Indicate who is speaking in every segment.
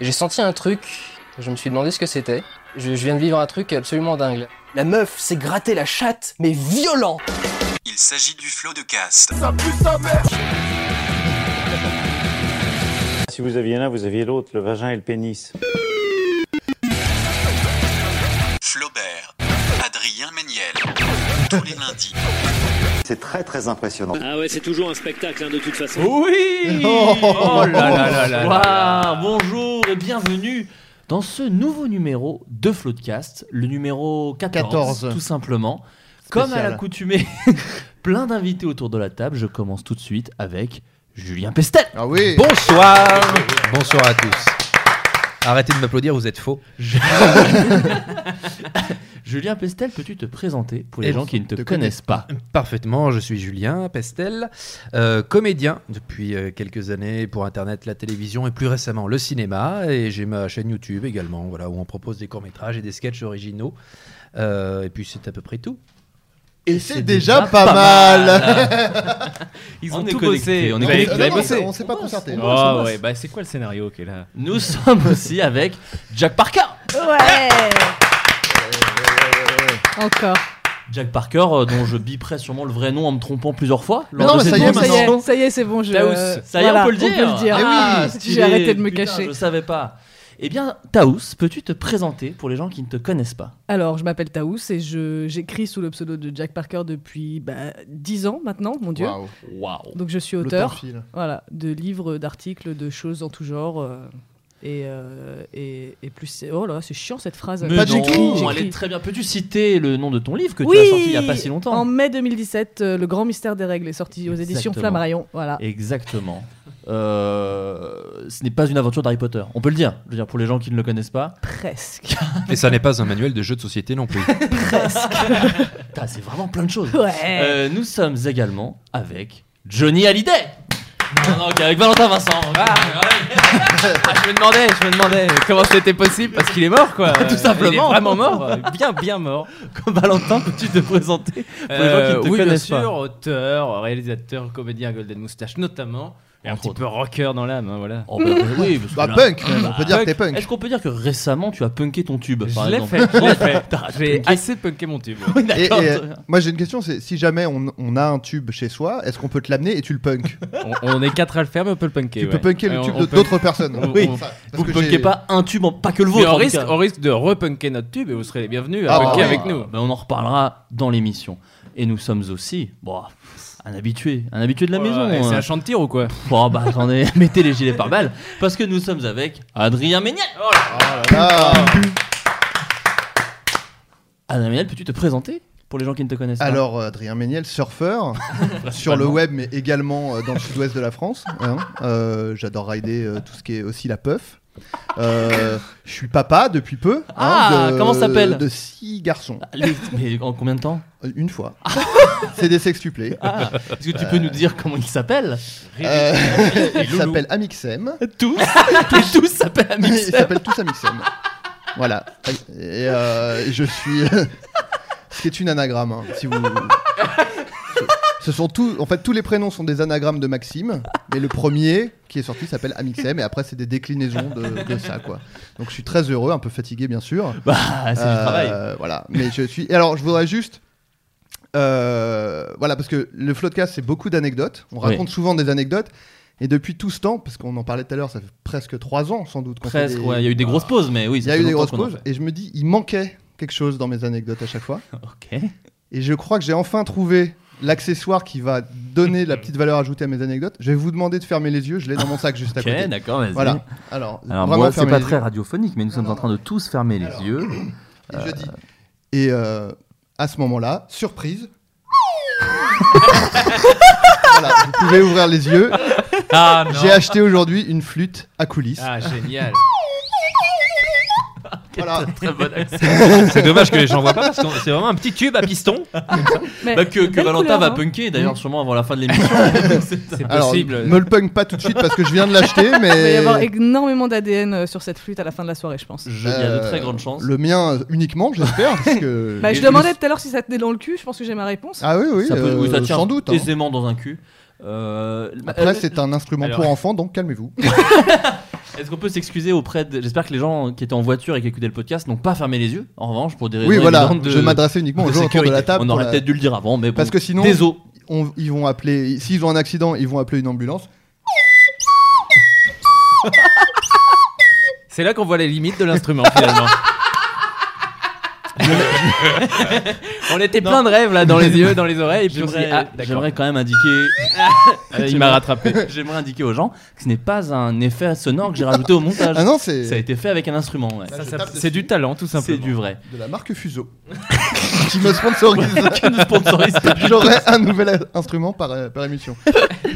Speaker 1: J'ai senti un truc, je me suis demandé ce que c'était. Je, je viens de vivre un truc absolument dingue.
Speaker 2: La meuf s'est grattée la chatte, mais violent
Speaker 3: Il s'agit du flot de cast.
Speaker 4: Si vous aviez l'un, vous aviez l'autre, le vagin et le pénis.
Speaker 3: Flaubert. Adrien Méniel. Tous les lundis.
Speaker 4: C'est très très impressionnant.
Speaker 5: Ah ouais, c'est toujours un spectacle hein, de toute façon.
Speaker 6: Oui
Speaker 2: Oh,
Speaker 6: là là là là
Speaker 2: là.
Speaker 6: Waouh, Bonjour et bienvenue dans ce nouveau numéro de Floodcast, le numéro 14,
Speaker 7: 14.
Speaker 6: tout simplement. Comme à
Speaker 7: Spécial.
Speaker 6: l'accoutumée, plein d'invités autour de la table. Je commence tout de suite avec Julien Pestel.
Speaker 7: Ah oui
Speaker 8: Bonsoir Bonsoir à tous. Arrêtez de m'applaudir, vous êtes faux.
Speaker 6: Julien Pestel, peux-tu te présenter pour les
Speaker 7: Et
Speaker 6: gens qui ne te
Speaker 7: te
Speaker 6: connaissent pas
Speaker 8: Parfaitement, je suis Julien Pestel, euh, comédien depuis euh, quelques années pour Internet, la télévision et plus récemment le cinéma. Et j'ai ma chaîne YouTube également, voilà, où on propose des courts-métrages et des sketchs originaux. Euh, et puis c'est à peu près tout.
Speaker 7: Et c'est déjà pas, mal,
Speaker 6: Ils
Speaker 5: ont tout bossé, on est connectés.
Speaker 7: Vous avez bossé. On s'est pas concerté.
Speaker 6: on
Speaker 7: Oh,
Speaker 6: bosse, on
Speaker 5: Ah
Speaker 6: bosse.
Speaker 5: ouais, bah c'est quoi le scénario qui est là
Speaker 6: Nous sommes aussi avec Jack Parker.
Speaker 9: Ouais Encore.
Speaker 6: Jack Parker, euh, dont je biperai sûrement le vrai nom en me trompant plusieurs fois.
Speaker 7: Mais
Speaker 6: lors
Speaker 7: non,
Speaker 6: de
Speaker 7: mais ça
Speaker 6: cette
Speaker 7: y est,
Speaker 9: Ça y
Speaker 6: émission.
Speaker 7: maintenant.
Speaker 9: est, ça y est, c'est bon, je...
Speaker 6: Taous, ça y est,
Speaker 9: voilà,
Speaker 6: on peut le dire.
Speaker 7: Eh
Speaker 9: Ah,
Speaker 7: oui,
Speaker 6: stylé.
Speaker 9: j'ai arrêté de me
Speaker 6: Putain,
Speaker 9: cacher.
Speaker 6: Je savais pas. Eh bien, Taous, peux-tu te présenter pour les gens qui ne te connaissent pas
Speaker 9: Alors, je m'appelle Taous et je- j'écris sous le pseudo de Jack Parker depuis bah, 10 ans maintenant, mon dieu.
Speaker 7: Waouh,
Speaker 6: Waouh.
Speaker 9: Donc, je suis
Speaker 7: le temps
Speaker 9: auteur
Speaker 7: file.
Speaker 9: voilà, de livres, d'articles, de choses en tout genre. euh, et, euh, et, et plus. Oh là, là, c'est chiant cette phrase.
Speaker 7: Pas du tout.
Speaker 9: j'écris.
Speaker 6: Elle est très bien. Peux-tu citer le nom de ton livre que
Speaker 9: oui
Speaker 6: tu as sorti il y a pas si longtemps
Speaker 9: En mai 2017, euh, Le Grand Mystère des Règles est sorti aux éditions
Speaker 6: Exactement.
Speaker 9: Flammarion. Voilà.
Speaker 6: Exactement. Euh, ce n'est pas une aventure d'Harry Potter. On peut le dire. Je veux dire pour les gens qui ne le connaissent pas.
Speaker 9: Presque.
Speaker 8: Et ça n'est pas un manuel de jeu de société non plus.
Speaker 6: Putain, c'est vraiment plein de choses.
Speaker 9: Ouais.
Speaker 6: Euh, nous sommes également avec Johnny Hallyday. Ah Non, non, ok, avec Valentin Vincent. ok.
Speaker 2: Ah, je me demandais, je me demandais comment c'était possible parce qu'il est mort quoi.
Speaker 6: Tout
Speaker 2: Euh,
Speaker 6: simplement.
Speaker 2: Il est vraiment mort, euh, bien bien mort.
Speaker 6: Comme Valentin, peux-tu te présenter pour les gens qui
Speaker 2: Euh,
Speaker 6: ne te
Speaker 2: oui bien
Speaker 6: connaissent
Speaker 2: sûr,
Speaker 6: pas
Speaker 2: auteur, réalisateur, comédien, Golden Moustache notamment, et un
Speaker 6: Entre
Speaker 2: petit
Speaker 6: autres.
Speaker 2: peu rocker dans l'âme, hein, voilà.
Speaker 6: Oh, bah, oui, parce que
Speaker 7: Bah,
Speaker 6: là- ah,
Speaker 7: punk, même, on peut dire que t'es
Speaker 6: Est-ce
Speaker 7: punk.
Speaker 6: qu'on peut dire que récemment tu as punké ton tube par
Speaker 2: Je l'ai
Speaker 6: exemple
Speaker 2: fait, je l'ai fait.
Speaker 6: T'as- t'as
Speaker 2: J'ai
Speaker 6: punké-
Speaker 2: assez punké mon tube.
Speaker 6: Oui,
Speaker 7: Et,
Speaker 6: d'accord.
Speaker 7: et, euh, moi j'ai une question, c'est si jamais on, on a un tube chez soi, est-ce qu'on peut te l'amener et tu le punk
Speaker 2: on, on est quatre à le faire, mais on peut le punker.
Speaker 7: Tu
Speaker 2: ouais.
Speaker 7: peux punker le
Speaker 2: Ouais,
Speaker 7: tube
Speaker 2: on-
Speaker 7: de
Speaker 2: on peut-
Speaker 7: d'autres personnes.
Speaker 2: on-
Speaker 6: Oui.
Speaker 2: on-
Speaker 7: Enfin, parce
Speaker 6: Vous
Speaker 7: que
Speaker 6: ne
Speaker 7: j'ai-
Speaker 6: punquez pas un tube, en- pas que le
Speaker 2: Mais
Speaker 6: vôtre.
Speaker 2: on,
Speaker 6: en tout
Speaker 2: risque,
Speaker 6: cas.
Speaker 2: on risque de repunker notre tube et vous serez les bienvenus à
Speaker 7: Ah,
Speaker 2: punker
Speaker 7: ouais.
Speaker 2: avec nous.
Speaker 6: Ben, on en reparlera dans l'émission. Et nous sommes aussi, bon, un habitué, un habitué
Speaker 7: Oh
Speaker 6: de la maison.
Speaker 2: Ouais, Eh, C'est
Speaker 6: hein.
Speaker 2: un chant de tir ou quoi
Speaker 6: Bon, bah attendez, mettez les gilets par balles, parce que nous sommes avec Adrien Méniel.
Speaker 7: Oh Ah.
Speaker 6: Adrien Méniel, peux-tu te présenter pour les gens qui ne te connaissent pas
Speaker 7: Alors euh, Adrien Méniel, surfeur sur le web mais également euh, dans le sud-ouest de la France. hein. Euh, J'adore rider euh, tout ce qui est aussi la puff. Euh, je suis papa depuis peu. hein,
Speaker 6: Ah,
Speaker 7: de-
Speaker 6: comment ça s'appelle Ah,
Speaker 7: De six garçons.
Speaker 6: Les- Mais en combien de temps
Speaker 7: Euh, Une fois. C'est des sextuplés.
Speaker 6: Ah, Est-ce que tu peux nous dire comment ils s'appellent
Speaker 7: Euh, ils
Speaker 2: Loulou.
Speaker 7: s'appellent Amixem.
Speaker 6: Tous Tous tous s'appellent
Speaker 7: Ils
Speaker 6: Amixem.
Speaker 7: s'appellent tous Amixem. Voilà. Et euh, je suis. Ce qui est une anagramme, hein, si vous. Ce sont tous, en fait, tous les prénoms sont des anagrammes de Maxime, mais le premier qui est sorti s'appelle Amixem, et après c'est des déclinaisons de, de ça, quoi. Donc je suis très heureux, un peu fatigué bien sûr.
Speaker 6: Bah, c'est du travail.
Speaker 7: Euh, Voilà, mais je suis. et Alors, je voudrais juste. euh, voilà, parce que le Floodcast, c'est beaucoup d'anecdotes. On
Speaker 6: Oui.
Speaker 7: raconte souvent des anecdotes. Et depuis tout ce temps, parce qu'on en parlait tout à l'heure, ça fait presque trois ans sans doute. qu'on fait
Speaker 8: Presque, ouais, il y a eu des grosses pauses, mais oui,
Speaker 7: Il
Speaker 8: ça
Speaker 7: y a
Speaker 8: fait
Speaker 7: eu des
Speaker 8: longtemps
Speaker 7: grosses
Speaker 8: qu'on en
Speaker 7: pauses, et je me dis, il manquait quelque chose dans mes anecdotes à chaque fois. ok. Et je crois que j'ai enfin trouvé l'accessoire qui va donner la petite valeur ajoutée à mes anecdotes. Je vais vous demander de fermer les yeux, je l'ai dans mon sac juste à
Speaker 8: Ok,
Speaker 7: côté.
Speaker 8: d'accord, vas-y.
Speaker 7: Voilà. Alors, vraiment
Speaker 8: moi, c'est
Speaker 7: fermez
Speaker 8: pas
Speaker 7: les
Speaker 8: très
Speaker 7: yeux.
Speaker 8: radiophonique, mais nous sommes en train de tous fermer les yeux. Euh,
Speaker 7: Et je dis- Et euh, à ce moment-là, surprise. voilà, vous pouvez ouvrir les yeux.
Speaker 10: Ah, non.
Speaker 7: J'ai acheté aujourd'hui une flûte à coulisses.
Speaker 10: Ah, génial.
Speaker 7: Voilà.
Speaker 10: Très bon accent. C'est dommage que les gens voient pas parce que c'est vraiment un petit tube à piston.
Speaker 8: Bah, que que Valentin va punker d'ailleurs sûrement avant la fin de l'émission.
Speaker 7: Alors, me le punk pas tout de suite parce que je viens de l'acheter, mais.
Speaker 9: Il va y avoir énormément d'ADN sur cette flûte à la fin de la soirée, je pense.
Speaker 8: Je- il y a de très grandes chances.
Speaker 7: Le mien euh, uniquement, j'espère. parce que-
Speaker 9: Bah, je demandais tout à l'heure si ça tenait dans le cul, je pense que j'ai ma réponse.
Speaker 7: Ah oui, oui,
Speaker 8: ça peut,
Speaker 7: euh,
Speaker 8: oui, ça tient
Speaker 7: sans doute, hein.
Speaker 8: aisément dans un cul. Euh,
Speaker 7: Après,
Speaker 8: euh,
Speaker 7: c'est un instrument
Speaker 8: alors-
Speaker 7: pour enfants, donc calmez-vous.
Speaker 8: Est-ce qu'on peut s'excuser auprès de. J'espère que les gens qui étaient en voiture et qui écoutaient le podcast n'ont pas fermé les yeux. En revanche, pour des raisons.
Speaker 7: Oui, voilà,
Speaker 8: évidentes de-
Speaker 7: je m'adressais uniquement aux gens autour de
Speaker 8: sécurité.
Speaker 7: la table.
Speaker 8: On
Speaker 7: pour
Speaker 8: aurait
Speaker 7: la-
Speaker 8: peut-être dû le dire avant, mais bon.
Speaker 7: Parce que sinon,
Speaker 8: Des os.
Speaker 7: on- ils vont appeler. S'ils ont un accident, ils vont appeler une ambulance.
Speaker 6: C'est là qu'on voit les limites de l'instrument finalement. On était plein de rêves là dans les yeux, dans les oreilles, et puis on s'est dit,
Speaker 8: J'aimerais
Speaker 6: ah, d'accord.
Speaker 8: j'aimerais quand même indiquer.
Speaker 6: Ah, il m'a rattrapé.
Speaker 8: J'aimerais indiquer aux gens que ce n'est pas un effet sonore que j'ai rajouté au montage.
Speaker 7: Ah non, c'est-
Speaker 8: Ça a été fait avec un instrument. ouais.
Speaker 7: Là, je tape dessus.
Speaker 8: C'est du talent, tout simplement. C'est du vrai.
Speaker 7: De la marque Fuso. qui me sponsorise.
Speaker 8: Qui nous sponsorise.
Speaker 7: J'aurai un nouvel instrument par, euh, par émission.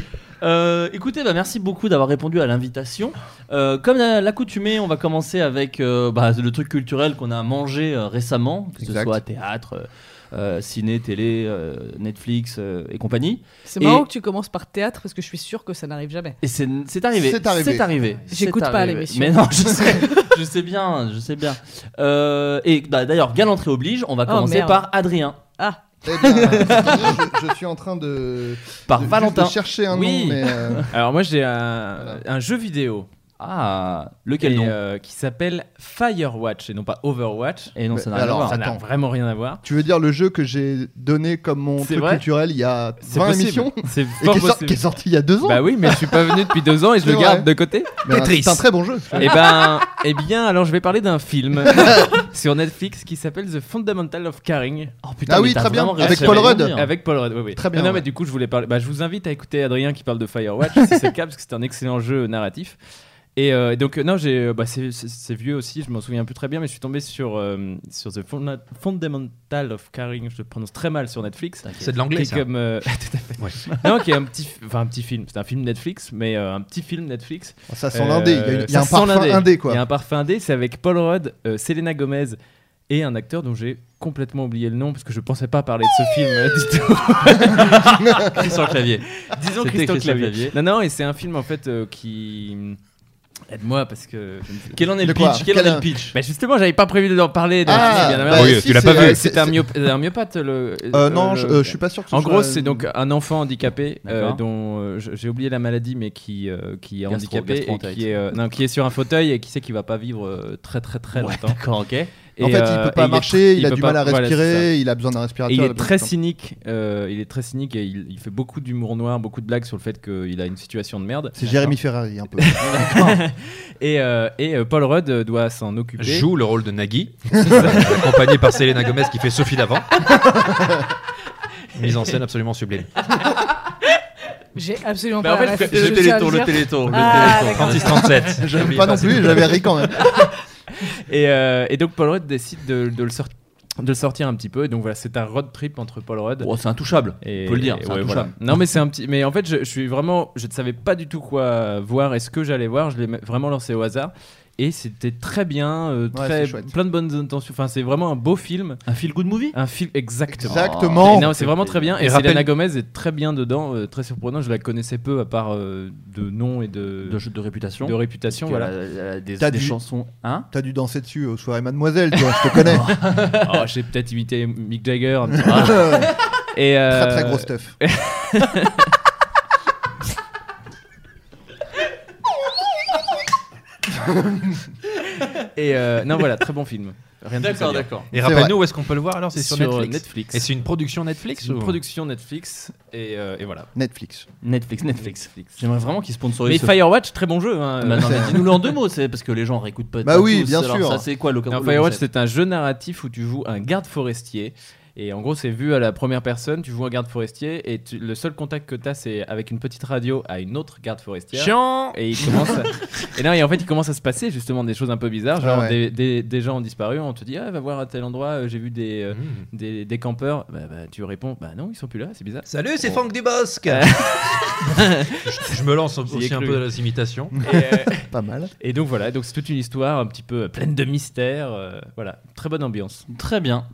Speaker 8: Euh, écoutez, bah, merci beaucoup d'avoir répondu à l'invitation. Euh, comme à l'accoutumée, on va commencer avec euh, bah, le truc culturel qu'on a mangé euh, récemment, que ce
Speaker 7: Exact.
Speaker 8: soit théâtre, euh, euh, ciné, télé, euh, Netflix euh, et compagnie.
Speaker 9: C'est
Speaker 8: Et-
Speaker 9: marrant que tu commences par théâtre parce que je suis sûr que ça n'arrive jamais.
Speaker 8: Et c'est c'est arrivé.
Speaker 9: C'est arrivé.
Speaker 8: C'est arrivé.
Speaker 9: J'écoute
Speaker 8: C'est
Speaker 9: pas
Speaker 8: arrivé.
Speaker 9: l'émission.
Speaker 8: Mais non, je sais, je sais bien, je sais bien. Euh, et bah, d'ailleurs, galanterie oblige, on va
Speaker 7: Oh,
Speaker 8: commencer
Speaker 7: merde.
Speaker 8: par Adrien.
Speaker 9: Ah.
Speaker 7: Eh bien, je, je suis en train de.
Speaker 8: Par
Speaker 7: de-
Speaker 8: Valentin.
Speaker 7: de chercher un
Speaker 8: Oui.
Speaker 7: nom, mais. euh,
Speaker 6: Alors moi j'ai un, un jeu vidéo.
Speaker 8: Ah, lequel donc
Speaker 6: euh, Qui s'appelle Firewatch et non pas Overwatch.
Speaker 8: Et non, ça n'a rien
Speaker 7: Mais
Speaker 8: à
Speaker 7: alors,
Speaker 8: voir.
Speaker 6: Ça n'a
Speaker 7: attends.
Speaker 6: vraiment rien à voir.
Speaker 7: Tu veux dire le jeu que j'ai donné comme mon
Speaker 6: C'est
Speaker 7: truc
Speaker 6: vrai
Speaker 7: culturel il y a
Speaker 6: C'est
Speaker 7: 20
Speaker 6: possible.
Speaker 7: émissions
Speaker 6: C'est
Speaker 7: et qui
Speaker 6: fort
Speaker 7: est, sor-
Speaker 6: possible.
Speaker 7: qui est sorti il y a deux ans
Speaker 6: Bah oui, mais je suis pas venu depuis deux ans et je
Speaker 7: C'est
Speaker 6: le
Speaker 7: vrai.
Speaker 6: garde de côté.
Speaker 7: Mais un- c'est un très bon jeu.
Speaker 6: Et ben, eh bien, alors je vais parler d'un film sur Netflix qui s'appelle The Fundamental of Caring.
Speaker 8: Oh
Speaker 7: putain, Ah oui, mais t'as très bien, vraiment avec réussi à Paul Rudd. le dire.
Speaker 6: Avec Paul Rudd, oui, oui.
Speaker 7: Très bien,
Speaker 6: Non,
Speaker 7: ouais.
Speaker 6: mais du coup, je voulais parler. Bah, je vous invite à écouter Adrien qui parle de Firewatch si c'est le cas, parce que c'est un excellent jeu narratif. Et euh, donc, euh, non, j'ai. euh, Bah, c'est- c'est c'est vieux aussi, je m'en souviens plus très bien, mais je suis tombé sur, euh, sur The Funda- Fundamental of Caring, je le prononce très mal sur Netflix.
Speaker 10: C'est de l'anglais,
Speaker 6: Qui est
Speaker 10: ça.
Speaker 6: comme, euh, tout à fait.
Speaker 10: Ouais.
Speaker 6: Non, qui est un petit, enfin, un petit film. C'est un film Netflix, mais euh, un petit film Netflix.
Speaker 7: Oh,
Speaker 6: Euh,
Speaker 7: Ça sent l'indé, il y a une- il y a
Speaker 6: ça
Speaker 7: un
Speaker 6: sent
Speaker 7: parfum indé, quoi.
Speaker 6: Il y a un parfum indé, c'est avec Paul Rudd, euh, Selena Gomez et un acteur dont j'ai complètement oublié le nom parce que je pensais pas parler de ce film euh, du tout.
Speaker 8: Christian Clavier. C'était
Speaker 6: Disons Christian
Speaker 8: Christian
Speaker 6: Clavier.
Speaker 8: Clavier.
Speaker 6: Non, non, et c'est un film en fait euh, qui. euh, Aide-moi parce que. je ne sais-
Speaker 8: Quel en est le
Speaker 6: De quoi
Speaker 8: pitch Quel en est le pitch
Speaker 6: Bah justement, j'avais pas prévu d'en parler. donc
Speaker 7: Ah,
Speaker 6: c'est bien
Speaker 7: bah
Speaker 6: dommage.
Speaker 7: oui, tu l'as pas
Speaker 6: c'est-
Speaker 7: vu.
Speaker 6: C'est euh, un, myop- un myopathe. Le,
Speaker 7: Euh, non, je- euh, je suis pas sûr que ce
Speaker 6: En
Speaker 7: soit-
Speaker 6: gros, c'est donc un enfant handicapé euh,
Speaker 8: D'accord.
Speaker 6: dont euh, je- j'ai oublié la maladie, mais qui, euh, qui est
Speaker 8: Gastro-
Speaker 6: handicapé et
Speaker 8: gastro-entérite.
Speaker 6: qui est, euh, non, qui est sur un fauteuil et qui sait qu'il va pas vivre euh, très très très
Speaker 8: Ouais,
Speaker 6: longtemps.
Speaker 8: d'accord, ok.
Speaker 6: Et,
Speaker 7: en fait, il
Speaker 6: euh,
Speaker 7: peut
Speaker 6: et
Speaker 7: pas
Speaker 6: est
Speaker 7: marcher,
Speaker 6: tr-
Speaker 7: il, a
Speaker 6: peut
Speaker 7: du
Speaker 6: pas-
Speaker 7: mal à
Speaker 6: voilà, c'est
Speaker 7: respirer,
Speaker 6: ça.
Speaker 7: il a besoin d'un
Speaker 6: Et
Speaker 7: respirateur.
Speaker 6: il
Speaker 7: la
Speaker 6: est
Speaker 7: plupart
Speaker 6: très
Speaker 7: du temps.
Speaker 6: cynique, euh, il est très cynique et il, il fait beaucoup d'humour noir, beaucoup de blagues sur le fait qu'il a une situation de merde.
Speaker 7: C'est Jérémy Ferrari, hein. un peu.
Speaker 6: et euh, et euh, Paul Rudd doit s'en occuper.
Speaker 10: Joue le rôle de Nagui, accompagné par Selena Gomez qui fait Sophie d'avant. Mise en scène absolument sublime.
Speaker 9: J'ai absolument
Speaker 6: Mais
Speaker 9: pas
Speaker 6: en fait,
Speaker 9: la
Speaker 6: je
Speaker 9: ref,
Speaker 6: préfère-
Speaker 9: je tiens
Speaker 6: le
Speaker 9: à
Speaker 6: Téléthon, le
Speaker 9: dire.
Speaker 6: Téléthon, le
Speaker 9: Ah,
Speaker 6: Téléthon.
Speaker 9: d'accord.
Speaker 10: 36-37.
Speaker 7: J'avais pas non plus, j'avais ri quand même.
Speaker 6: et, euh, et donc Paul Rudd décide de, de le sortir de le sortir un petit peu et donc voilà c'est un road trip entre Paul Rudd
Speaker 8: Oh, c'est intouchable,
Speaker 6: et,
Speaker 8: on peut le dire,
Speaker 6: et
Speaker 8: c'est
Speaker 6: ouais,
Speaker 8: intouchable.
Speaker 6: voilà. non mais c'est un petit mais en fait je, je suis vraiment je ne savais pas du tout quoi voir et ce que j'allais voir je l'ai vraiment lancé au hasard et c'était très bien euh,
Speaker 7: c'est
Speaker 6: très
Speaker 7: chouette.
Speaker 6: plein de bonnes intentions enfin c'est vraiment un beau film
Speaker 8: Un feel good movie
Speaker 6: un film exactement
Speaker 7: Exactement.
Speaker 6: Et non c'est vraiment très bien et,
Speaker 10: Et
Speaker 6: Selena
Speaker 10: rappelle-
Speaker 6: Gomez est très bien dedans euh, très surprenant je la connaissais peu à part euh, de nom et de
Speaker 8: De, de réputation.
Speaker 6: de réputation
Speaker 8: Parce
Speaker 6: voilà
Speaker 8: qu'elle a- elle a des,
Speaker 7: T'as
Speaker 8: des
Speaker 7: du-
Speaker 8: chansons. Hein
Speaker 7: T'as dû danser dessus aux soirées Mademoiselle, toi, je te connais.
Speaker 6: Oh, j'ai peut-être imité Mick Jagger. un petit peu. Et euh,
Speaker 7: Très très gros stuff.
Speaker 6: Et euh, non, voilà, très bon film.
Speaker 7: Rien de
Speaker 2: D'accord,
Speaker 7: plus à dire.
Speaker 2: d'accord.
Speaker 11: Et rappelle-nous où est-ce qu'on peut le voir alors C'est sur, Netflix.
Speaker 7: Netflix.
Speaker 11: Et c'est une production Netflix
Speaker 7: C'est Une
Speaker 11: ou-
Speaker 7: production Netflix et, euh, et voilà.
Speaker 8: Netflix.
Speaker 2: Netflix, Netflix. J'aimerais vraiment qu'ils sponsorisent.
Speaker 7: Mais
Speaker 2: ce-
Speaker 7: Firewatch, très bon jeu. hein.
Speaker 2: Bah non, mais dis-nous-le en deux mots, c'est parce que les gens réécoutent pas.
Speaker 7: Bah
Speaker 2: pas
Speaker 7: oui,
Speaker 2: tous.
Speaker 7: bien
Speaker 2: Alors
Speaker 7: sûr.
Speaker 2: Ça, c'est quoi le
Speaker 7: Alors,
Speaker 2: le
Speaker 7: Firewatch,
Speaker 2: concept
Speaker 7: c'est un jeu narratif où tu joues un garde forestier. Et en gros, c'est vu à la première personne. Tu joues un garde forestier et tu- le seul contact que tu as, c'est avec une petite radio à une autre garde forestière.
Speaker 11: Chiant
Speaker 7: Et il commence. à- et non, et en fait, il commence à se passer justement des choses un peu bizarres. Genre,
Speaker 11: Ah
Speaker 6: hein.
Speaker 11: ouais.
Speaker 7: des, des- des gens ont disparu. On te dit, ah, va voir à tel endroit. euh, J'ai vu des, euh,
Speaker 8: Hmm.
Speaker 7: des, des campeurs. Bah, bah, tu réponds, bah non, ils sont plus là. C'est bizarre.
Speaker 11: Salut, c'est
Speaker 7: On-
Speaker 11: Franck Dubosc je, je me lance
Speaker 7: J'y ai
Speaker 11: aussi un
Speaker 7: cru.
Speaker 11: peu à la imitation.
Speaker 7: Et, euh,
Speaker 8: Pas mal.
Speaker 7: Et donc voilà, donc c'est toute une histoire un petit peu euh, pleine de mystères. euh, voilà, très bonne ambiance.
Speaker 2: Très bien.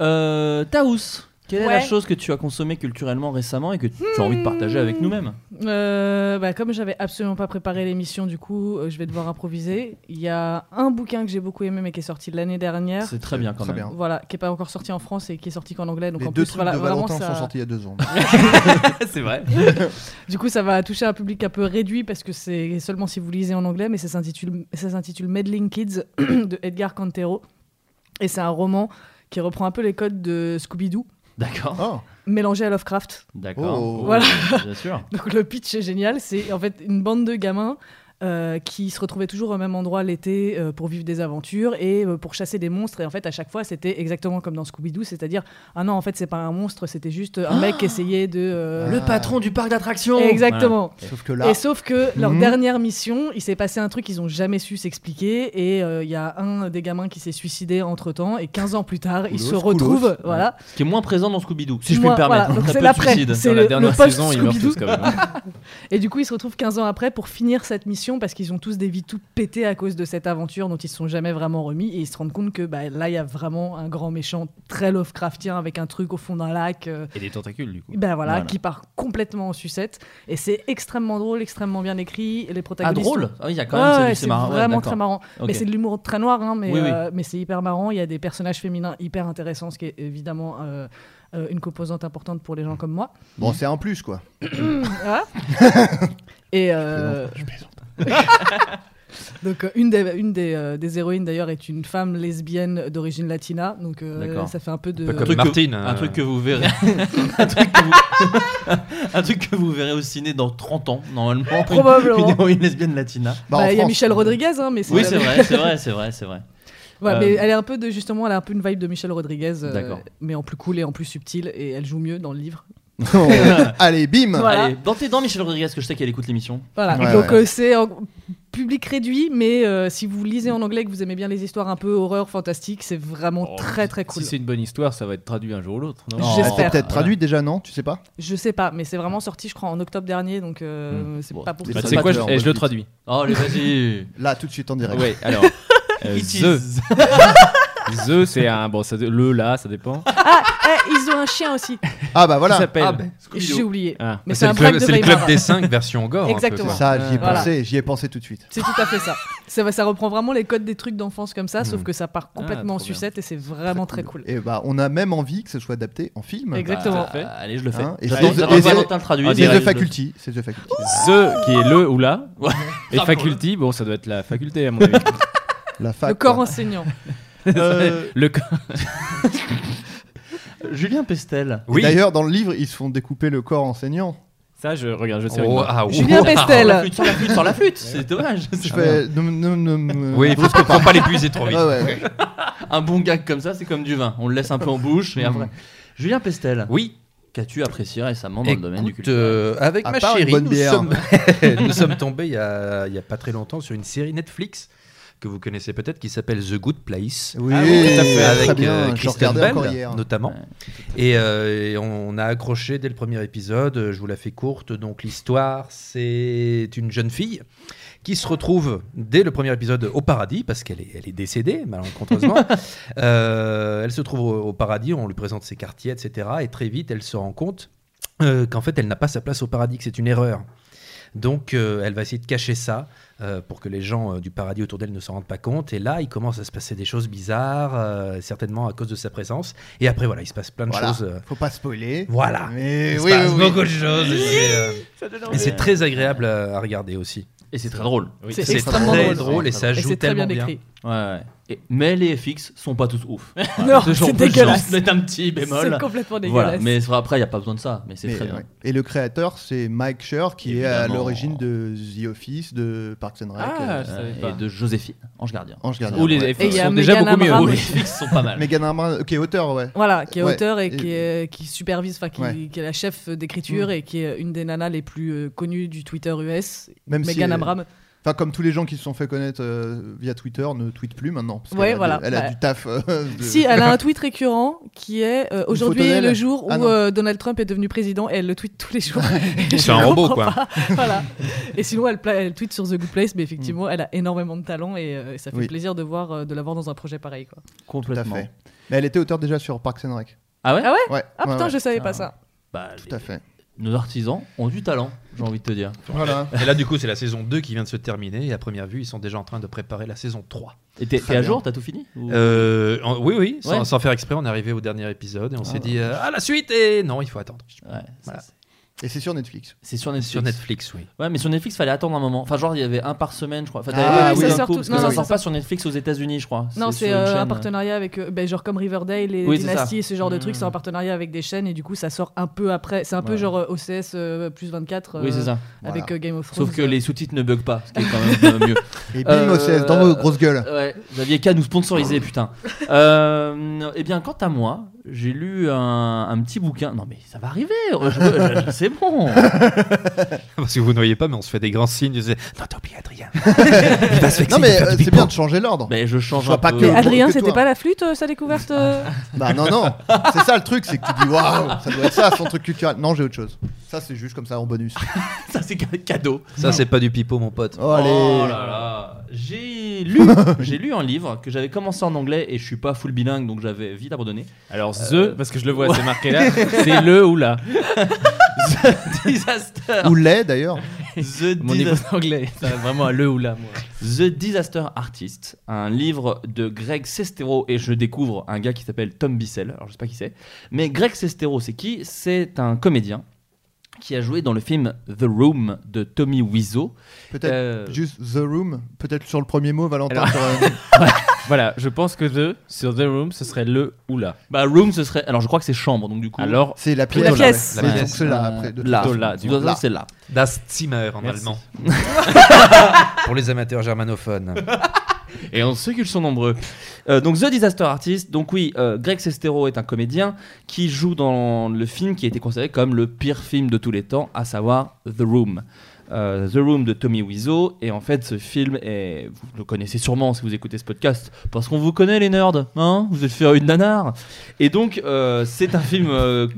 Speaker 2: Euh, Taous, quelle est la
Speaker 6: Ouais.
Speaker 2: chose que tu as consommée culturellement récemment et que tu as envie de partager avec
Speaker 8: Hmm.
Speaker 2: nous-mêmes
Speaker 6: Euh, bah, comme j'avais absolument pas préparé l'émission, du coup, euh, je vais devoir improviser. Il y a un bouquin que j'ai beaucoup aimé, mais qui est sorti l'année dernière.
Speaker 2: C'est très bien, quand Très même. bien.
Speaker 6: Voilà, qui est pas encore sorti en France et qui est sorti qu'en anglais. Donc
Speaker 8: Les
Speaker 6: en
Speaker 8: deux
Speaker 6: plus,
Speaker 8: trucs
Speaker 6: voilà,
Speaker 8: de
Speaker 6: vraiment,
Speaker 8: Valentin
Speaker 6: ça-
Speaker 8: sont sortis il y a deux ans.
Speaker 7: c'est vrai.
Speaker 6: du coup, ça va toucher un public un peu réduit parce que c'est seulement si vous lisez en anglais, mais ça s'intitule ça s'intitule Meddling Kids de Edgar Cantero et c'est un roman qui reprend un peu les codes de Scooby-Doo.
Speaker 2: D'accord.
Speaker 8: Oh.
Speaker 6: Mélangé à Lovecraft.
Speaker 2: D'accord. Oh.
Speaker 6: Voilà.
Speaker 2: Bien sûr.
Speaker 6: Donc le pitch est génial. C'est en fait une bande de gamins euh, qui se retrouvaient toujours au même endroit l'été euh, pour vivre des aventures et euh, pour chasser des monstres. Et en fait, à chaque fois, c'était exactement comme dans Scooby-Doo, c'est-à-dire ah non, en fait, c'est pas un monstre, c'était juste un mec qui essayait de euh,
Speaker 2: Ah. Le patron du parc d'attractions.
Speaker 6: Exactement.
Speaker 2: Voilà. Sauf que là-
Speaker 6: Et sauf que leur
Speaker 2: Mhm.
Speaker 6: dernière mission, il s'est passé un truc qu'ils ont jamais su s'expliquer. Et euh, il y a un des gamins qui s'est suicidé entre temps. Et 15 ans plus tard, ils se
Speaker 2: Coolos,
Speaker 6: retrouvent.
Speaker 2: coolos.
Speaker 6: Voilà.
Speaker 2: Ce qui est moins présent dans Scooby-Doo, si je puis
Speaker 6: Moi,
Speaker 2: me permettre.
Speaker 6: voilà, donc
Speaker 2: Très
Speaker 6: c'est
Speaker 2: peu de
Speaker 6: l'après,
Speaker 2: suicides.
Speaker 6: c'est Dans la le- dernière le post- saison, ils meurent tous,
Speaker 7: quand même.
Speaker 6: Et du coup, ils se retrouvent 15 ans après pour finir cette mission parce qu'ils ont tous des vies toutes pétées à cause de cette aventure dont ils se sont jamais vraiment remis. Et ils se rendent compte que bah, là, il y a vraiment un grand méchant très Lovecraftien avec un truc au fond d'un lac. euh,
Speaker 7: Et des tentacules, du coup.
Speaker 6: ben voilà, qui part complètement en sucette. Et c'est extrêmement drôle, extrêmement bien écrit. Et les protagonistes.
Speaker 2: drôle
Speaker 6: sont-
Speaker 2: Ah oui, il y a quand même- c'est-
Speaker 6: ouais,
Speaker 2: c'est
Speaker 6: c'est
Speaker 2: marrant, ouais,
Speaker 6: vraiment
Speaker 2: d'accord.
Speaker 6: très marrant.
Speaker 2: Ok.
Speaker 6: Mais c'est de l'humour très noir, hein, mais,
Speaker 2: Oui, oui.
Speaker 6: euh, mais c'est hyper marrant. Il y a des personnages féminins hyper intéressants, ce qui est évidemment euh, euh, une composante importante pour les gens comme moi.
Speaker 8: Bon, c'est un plus quoi.
Speaker 6: Ah. Et euh, donc euh, une des une des, euh, des héroïnes d'ailleurs est une femme lesbienne d'origine latina, donc euh,
Speaker 2: D'accord.
Speaker 6: ça fait un peu euh. de
Speaker 2: Un truc que- un truc que vous verrez. un, truc que vous... un truc que vous verrez au ciné dans 30 ans, normalement. Une-
Speaker 6: Probablement.
Speaker 2: Une héroïne lesbienne latina.
Speaker 6: Bah, Bah, en il y a France. Michel Rodriguez, hein, mais c'est-
Speaker 2: Oui, c'est vrai, c'est vrai, c'est vrai, c'est vrai.
Speaker 6: Ouais,
Speaker 2: Euh,
Speaker 6: mais elle est un peu de justement, elle a un peu une vibe de Michel Rodriguez, euh,
Speaker 2: D'accord.
Speaker 6: mais en plus cool et en plus subtil, et elle joue mieux dans le livre.
Speaker 8: Allez, bim
Speaker 6: Voilà.
Speaker 2: Allez, dans tes dents, Michel Rodriguez, que je sais qu'elle écoute l'émission.
Speaker 6: Voilà, donc euh, c'est en public réduit, mais euh, si vous lisez en anglais et que vous aimez bien les histoires un peu horreur, fantastique, c'est vraiment très très cool.
Speaker 7: Oh, Si c'est une bonne histoire, ça va être traduit un jour ou l'autre. non
Speaker 8: Ah, c'est peut-être traduit déjà, non Tu sais pas
Speaker 6: Je sais pas, mais c'est vraiment sorti, je crois, en octobre dernier, donc euh, c'est pas pour
Speaker 7: Bah, tu sais quoi, je, eh, je le traduis.
Speaker 2: Allez, vas-y.
Speaker 8: Là, tout de suite en direct.
Speaker 7: Ouais, alors. euh,
Speaker 8: It
Speaker 7: the. the, c'est un. Bon, ça, le, là, ça dépend.
Speaker 6: Ah, eh, ils ont un chien aussi.
Speaker 8: Ah bah voilà.
Speaker 7: Ça s'appelle- Ah, bah,
Speaker 6: J'ai oublié.
Speaker 7: Ah.
Speaker 6: Mais
Speaker 7: Bah,
Speaker 6: c'est
Speaker 7: c'est
Speaker 6: un
Speaker 7: le club-
Speaker 6: break de
Speaker 7: c'est le
Speaker 6: Weimar.
Speaker 7: club des cinq version gore, un peu,
Speaker 6: Exactement.
Speaker 7: quoi.
Speaker 8: Ça, j'y ai
Speaker 2: Ah.
Speaker 6: Voilà.
Speaker 8: pensé, j'y ai pensé tout de suite.
Speaker 6: C'est tout à fait ça. ça. va- Ça reprend vraiment les codes des trucs d'enfance comme ça, sauf que ça part
Speaker 7: Ah,
Speaker 6: complètement en
Speaker 8: trop bien.
Speaker 6: sucette et c'est vraiment très cool.
Speaker 8: Et bah, on a même envie que ce soit adapté en film.
Speaker 6: Exactement. Bah,
Speaker 2: allez, je le fais.
Speaker 8: et
Speaker 2: J'attends-
Speaker 8: c'est-
Speaker 2: j'attends
Speaker 8: et
Speaker 2: que
Speaker 8: c'est-
Speaker 2: Valentin le traduise.
Speaker 8: c'est
Speaker 2: En Ah, direct, je
Speaker 8: The
Speaker 2: le-
Speaker 8: Faculty. C'est The Faculty.
Speaker 7: The, qui est le ou la. Et
Speaker 2: Grave
Speaker 7: faculty, bon, ça doit être la faculté, à mon avis.
Speaker 8: La
Speaker 6: Le corps enseignant.
Speaker 2: Euh,
Speaker 7: Le corps.
Speaker 2: Julien Pestel.
Speaker 8: Et D'ailleurs, dans le livre, ils se font découper le corps enseignant.
Speaker 7: Ça, je regarde, je sais.
Speaker 8: Oh, ah, wow. Julien
Speaker 2: Sans la
Speaker 8: Pestel.
Speaker 2: flûte, Sans la flûte, sans la flûte, c'est dommage.
Speaker 8: Je fais. non, non, non, non,
Speaker 2: Oui, faut,
Speaker 8: brusque
Speaker 2: faut pas l'épuiser trop vite.
Speaker 8: Ouais, ouais, ouais.
Speaker 2: un bon gag comme ça, c'est comme du vin. On le laisse un peu en bouche et après. Julien Pestel.
Speaker 11: Oui.
Speaker 2: Qu'as-tu apprécié récemment dans
Speaker 7: Eh,
Speaker 2: le domaine du
Speaker 11: Écoute,
Speaker 2: culturel
Speaker 11: euh, avec
Speaker 2: À
Speaker 11: ma
Speaker 2: part une
Speaker 11: chérie,
Speaker 2: bonne
Speaker 11: nous
Speaker 2: bière.
Speaker 11: sommes, nous sommes tombés il y, a, il y a pas très longtemps sur une série Netflix que vous connaissez peut-être qui s'appelle The Good Place.
Speaker 8: Oui, Ah oui,
Speaker 11: Tout à
Speaker 8: très
Speaker 11: fait, avec
Speaker 8: bien,
Speaker 11: euh,
Speaker 8: je
Speaker 11: Kristen
Speaker 8: regardais encore
Speaker 11: Bell,
Speaker 8: hier.
Speaker 11: notamment. et, euh, et on a accroché dès le premier épisode. euh, Je vous la fais courte. Donc l'histoire, c'est une jeune fille qui se retrouve dès le premier épisode au paradis parce qu'elle est, elle est décédée malencontreusement. Euh, elle se trouve au, au paradis. On lui présente ses quartiers, etc. Et très vite, elle se rend compte euh, qu'en fait, elle n'a pas sa place au paradis, que c'est une erreur. Donc, euh, elle va essayer de cacher ça euh, pour que les gens euh, du paradis autour d'elle ne s'en rendent pas compte. Et là, il commence à se passer des choses bizarres, euh, certainement à cause de sa présence. Et après, voilà, il se passe plein de
Speaker 8: Voilà.
Speaker 11: choses. euh,
Speaker 8: Faut pas spoiler.
Speaker 11: Voilà.
Speaker 8: Mais
Speaker 11: il se
Speaker 8: oui,
Speaker 11: passe
Speaker 8: oui, oui.
Speaker 11: beaucoup de choses. et c'est, euh,
Speaker 8: Ça donne
Speaker 11: et
Speaker 8: envie.
Speaker 11: c'est très agréable euh, à regarder aussi.
Speaker 2: Et c'est très drôle.
Speaker 6: Oui,
Speaker 11: C'est
Speaker 6: c'est extrêmement
Speaker 11: très
Speaker 6: drôle.
Speaker 11: drôle et ça
Speaker 6: Et
Speaker 11: joue
Speaker 6: c'est très bien
Speaker 11: tellement bien.
Speaker 6: décrit. Ouais, ouais. Et- mais les FX sont pas tous ouf.
Speaker 9: Non,
Speaker 6: Ce genre,
Speaker 9: c'est
Speaker 6: on peut
Speaker 9: dégueulasse.
Speaker 6: juste mettre un petit bémol.
Speaker 9: C'est complètement
Speaker 6: Voilà,
Speaker 9: dégueulasse.
Speaker 6: Mais sur- après, il n'y a pas besoin de ça. Mais c'est
Speaker 7: Mais,
Speaker 6: très bien.
Speaker 7: ouais. Et le créateur, c'est Mike Schur, qui est à
Speaker 6: Évidemment.
Speaker 7: l'origine de The Office, de Parks and Rec.
Speaker 6: Ah,
Speaker 7: euh,
Speaker 6: je savais pas. Et de Joséphine, Ange Gardien.
Speaker 7: Ange Gardien.
Speaker 6: Où les
Speaker 7: ouais.
Speaker 6: FX Et il y sont a déjà Megan beaucoup mieux. Amram. Où les FX sont pas mal.
Speaker 7: Megan Amram, qui est auteur, ouais.
Speaker 9: Voilà, qui est
Speaker 7: Ouais.
Speaker 9: auteur et, qui, est- qui supervise, enfin qui,
Speaker 7: Ouais.
Speaker 9: qui est la chef d'écriture
Speaker 7: Mm.
Speaker 9: et qui est une des nanas les plus euh, connues du Twitter US.
Speaker 7: Même si- euh,
Speaker 9: Megan Abram.
Speaker 7: Enfin, comme tous les gens qui se sont fait connaître euh, via Twitter, ne tweetent plus maintenant. Parce qu'elle
Speaker 9: Ouais,
Speaker 7: a de-
Speaker 9: voilà.
Speaker 7: Elle a
Speaker 9: Bah,
Speaker 7: du taf. euh, de-
Speaker 9: Si, elle a un tweet récurrent qui est euh, aujourd'hui
Speaker 7: photo
Speaker 9: est le
Speaker 7: d'elle
Speaker 9: jour où
Speaker 7: Ah non.
Speaker 9: euh, Donald Trump est devenu président et elle le tweet tous les jours.
Speaker 7: C'est
Speaker 9: Je
Speaker 7: un
Speaker 9: ne
Speaker 7: robot,
Speaker 9: comprends
Speaker 7: quoi.
Speaker 9: pas. voilà. Et sinon, elle, pla- elle tweet sur The Good Place, mais effectivement, elle a énormément de talent et, euh, et ça fait
Speaker 7: Oui.
Speaker 9: plaisir de, voir, euh, de la voir dans un projet pareil. Quoi.
Speaker 6: Complètement.
Speaker 7: Tout à fait. Mais elle était auteur déjà sur Parks and Rec.
Speaker 6: Ah ouais Bah,
Speaker 9: Ah ouais,
Speaker 7: Ouais,
Speaker 9: Ah
Speaker 7: ouais,
Speaker 9: putain,
Speaker 7: ouais.
Speaker 9: je savais pas ça.
Speaker 7: Tout à fait.
Speaker 6: Nos artisans ont du talent, j'ai envie de te dire.
Speaker 7: Voilà.
Speaker 8: Et là, du coup, c'est la saison 2 qui vient de se terminer. Et à première vue, ils sont déjà en train de préparer la saison 3.
Speaker 6: Et t'es-
Speaker 8: Très
Speaker 6: t'es à
Speaker 8: bien.
Speaker 6: jour T'as tout fini Ou-
Speaker 8: Euh, en- Oui, oui. Sans,
Speaker 6: Ouais.
Speaker 8: sans faire exprès, on est arrivé au dernier épisode et on
Speaker 6: Ah.
Speaker 8: s'est dit euh, Ah, la suite Et non, il faut attendre. Voilà.
Speaker 7: Et c'est sur Netflix.
Speaker 6: C'est sur Netflix.
Speaker 8: Sur Netflix, oui.
Speaker 6: Ouais, mais sur Netflix, fallait attendre un moment. Enfin, genre, il y avait un par semaine, je crois. Enfin,
Speaker 7: Ah,
Speaker 6: t'avais pas
Speaker 7: oui,
Speaker 6: tout
Speaker 7: ça
Speaker 6: d'un
Speaker 7: sort
Speaker 6: coup,
Speaker 7: tout-
Speaker 6: parce
Speaker 7: non,
Speaker 6: que ça
Speaker 7: non,
Speaker 6: sort
Speaker 7: ça
Speaker 6: pas sur Netflix aux États-Unis, je crois.
Speaker 9: Non, c'est
Speaker 6: sur une
Speaker 9: euh, un
Speaker 7: hein.
Speaker 6: chaîne.
Speaker 9: partenariat avec, euh, ben, genre comme Riverdale et
Speaker 6: Oui, c'est
Speaker 9: Dynasty
Speaker 6: ça.
Speaker 9: et ce genre de
Speaker 6: Mm.
Speaker 9: trucs, c'est un partenariat avec des chaînes et du coup ça sort un peu après. C'est un peu
Speaker 6: Voilà.
Speaker 9: genre euh, OCS euh, plus 24 euh,
Speaker 6: Oui, c'est ça.
Speaker 9: avec
Speaker 6: Voilà.
Speaker 9: euh, Game of Thrones.
Speaker 6: Sauf que les sous-titres ne buguent pas, ce qui est quand même euh, mieux.
Speaker 7: Et bim, OCS, dans vos grosses gueules.
Speaker 6: Ouais, vous aviez qu'à nous sponsoriser, putain. Euh, eh bien, quant à moi, j'ai lu un, un petit bouquin. Non, mais ça va arriver, je- je- c'est bon.
Speaker 8: Parce que vous ne voyez pas, mais on se fait des grands signes. je disais, Non, tant pis, Adrien.
Speaker 7: non, mais euh, c'est bien de changer l'ordre.
Speaker 6: Mais je change
Speaker 7: Sois
Speaker 6: un
Speaker 7: pas
Speaker 6: peu.
Speaker 7: que-
Speaker 9: Mais Adrien,
Speaker 7: que
Speaker 9: c'était
Speaker 7: toi.
Speaker 9: pas la flûte, euh, sa découverte euh
Speaker 7: Bah non, non. C'est ça le truc, c'est que tu dis waouh, ça doit être ça, son truc culturel. Non, j'ai autre chose. Ça, c'est juste comme ça en bonus.
Speaker 6: ça, c'est cadeau.
Speaker 8: Ça, c'est pas du pipeau, mon pote.
Speaker 7: Oh, allez.
Speaker 6: Oh là là, j'ai lu, j'ai lu un livre que j'avais commencé en anglais et je suis pas full bilingue donc j'avais vite abandonné.
Speaker 2: Alors,
Speaker 6: Euh,
Speaker 2: The, parce que je le vois, c'est
Speaker 6: ouais.
Speaker 2: marqué là, c'est le ou la.
Speaker 6: The Disaster.
Speaker 7: Ou l'est d'ailleurs.
Speaker 6: The
Speaker 2: Mon niveau
Speaker 6: Disaster.
Speaker 2: d'anglais, ça va vraiment à le ou la, moi.
Speaker 6: The Disaster Artist, un livre de Greg Sestero, et je découvre un gars qui s'appelle Tom Bissell, alors je sais pas qui c'est, mais Greg Sestero c'est qui C'est un comédien qui a joué dans le film The Room de Tommy Wiseau.
Speaker 7: Peut-être
Speaker 6: Euh,
Speaker 7: juste The Room, peut-être sur le premier mot, Valentin. sur, euh,
Speaker 2: Voilà, je pense que The, sur The Room, ce serait le ou la.
Speaker 6: Bah Room ce serait, alors je crois que c'est chambre donc du coup.
Speaker 2: Alors,
Speaker 7: C'est la
Speaker 6: plutôt
Speaker 7: pièce. pièce.
Speaker 6: là, ouais.
Speaker 7: Mais donc c'est là,
Speaker 6: Euh,
Speaker 7: après, de toute
Speaker 6: là,
Speaker 7: façon.
Speaker 6: là,
Speaker 7: Du
Speaker 6: de toute
Speaker 7: là.
Speaker 6: façon, c'est là.
Speaker 8: Das Zimmer en
Speaker 6: Merci.
Speaker 8: allemand. Pour les amateurs germanophones.
Speaker 6: Et on sait qu'ils sont nombreux. Euh, donc The Disaster Artist, donc oui, euh, Greg Sestero est un comédien qui joue dans le film qui a été considéré comme le pire film de tous les temps, à savoir The Room. Euh, The Room de Tommy Wiseau et en fait ce film est vous le connaissez sûrement si vous écoutez ce podcast parce qu'on vous connaît les nerds hein vous êtes faire une nanar et donc euh, c'est un film euh,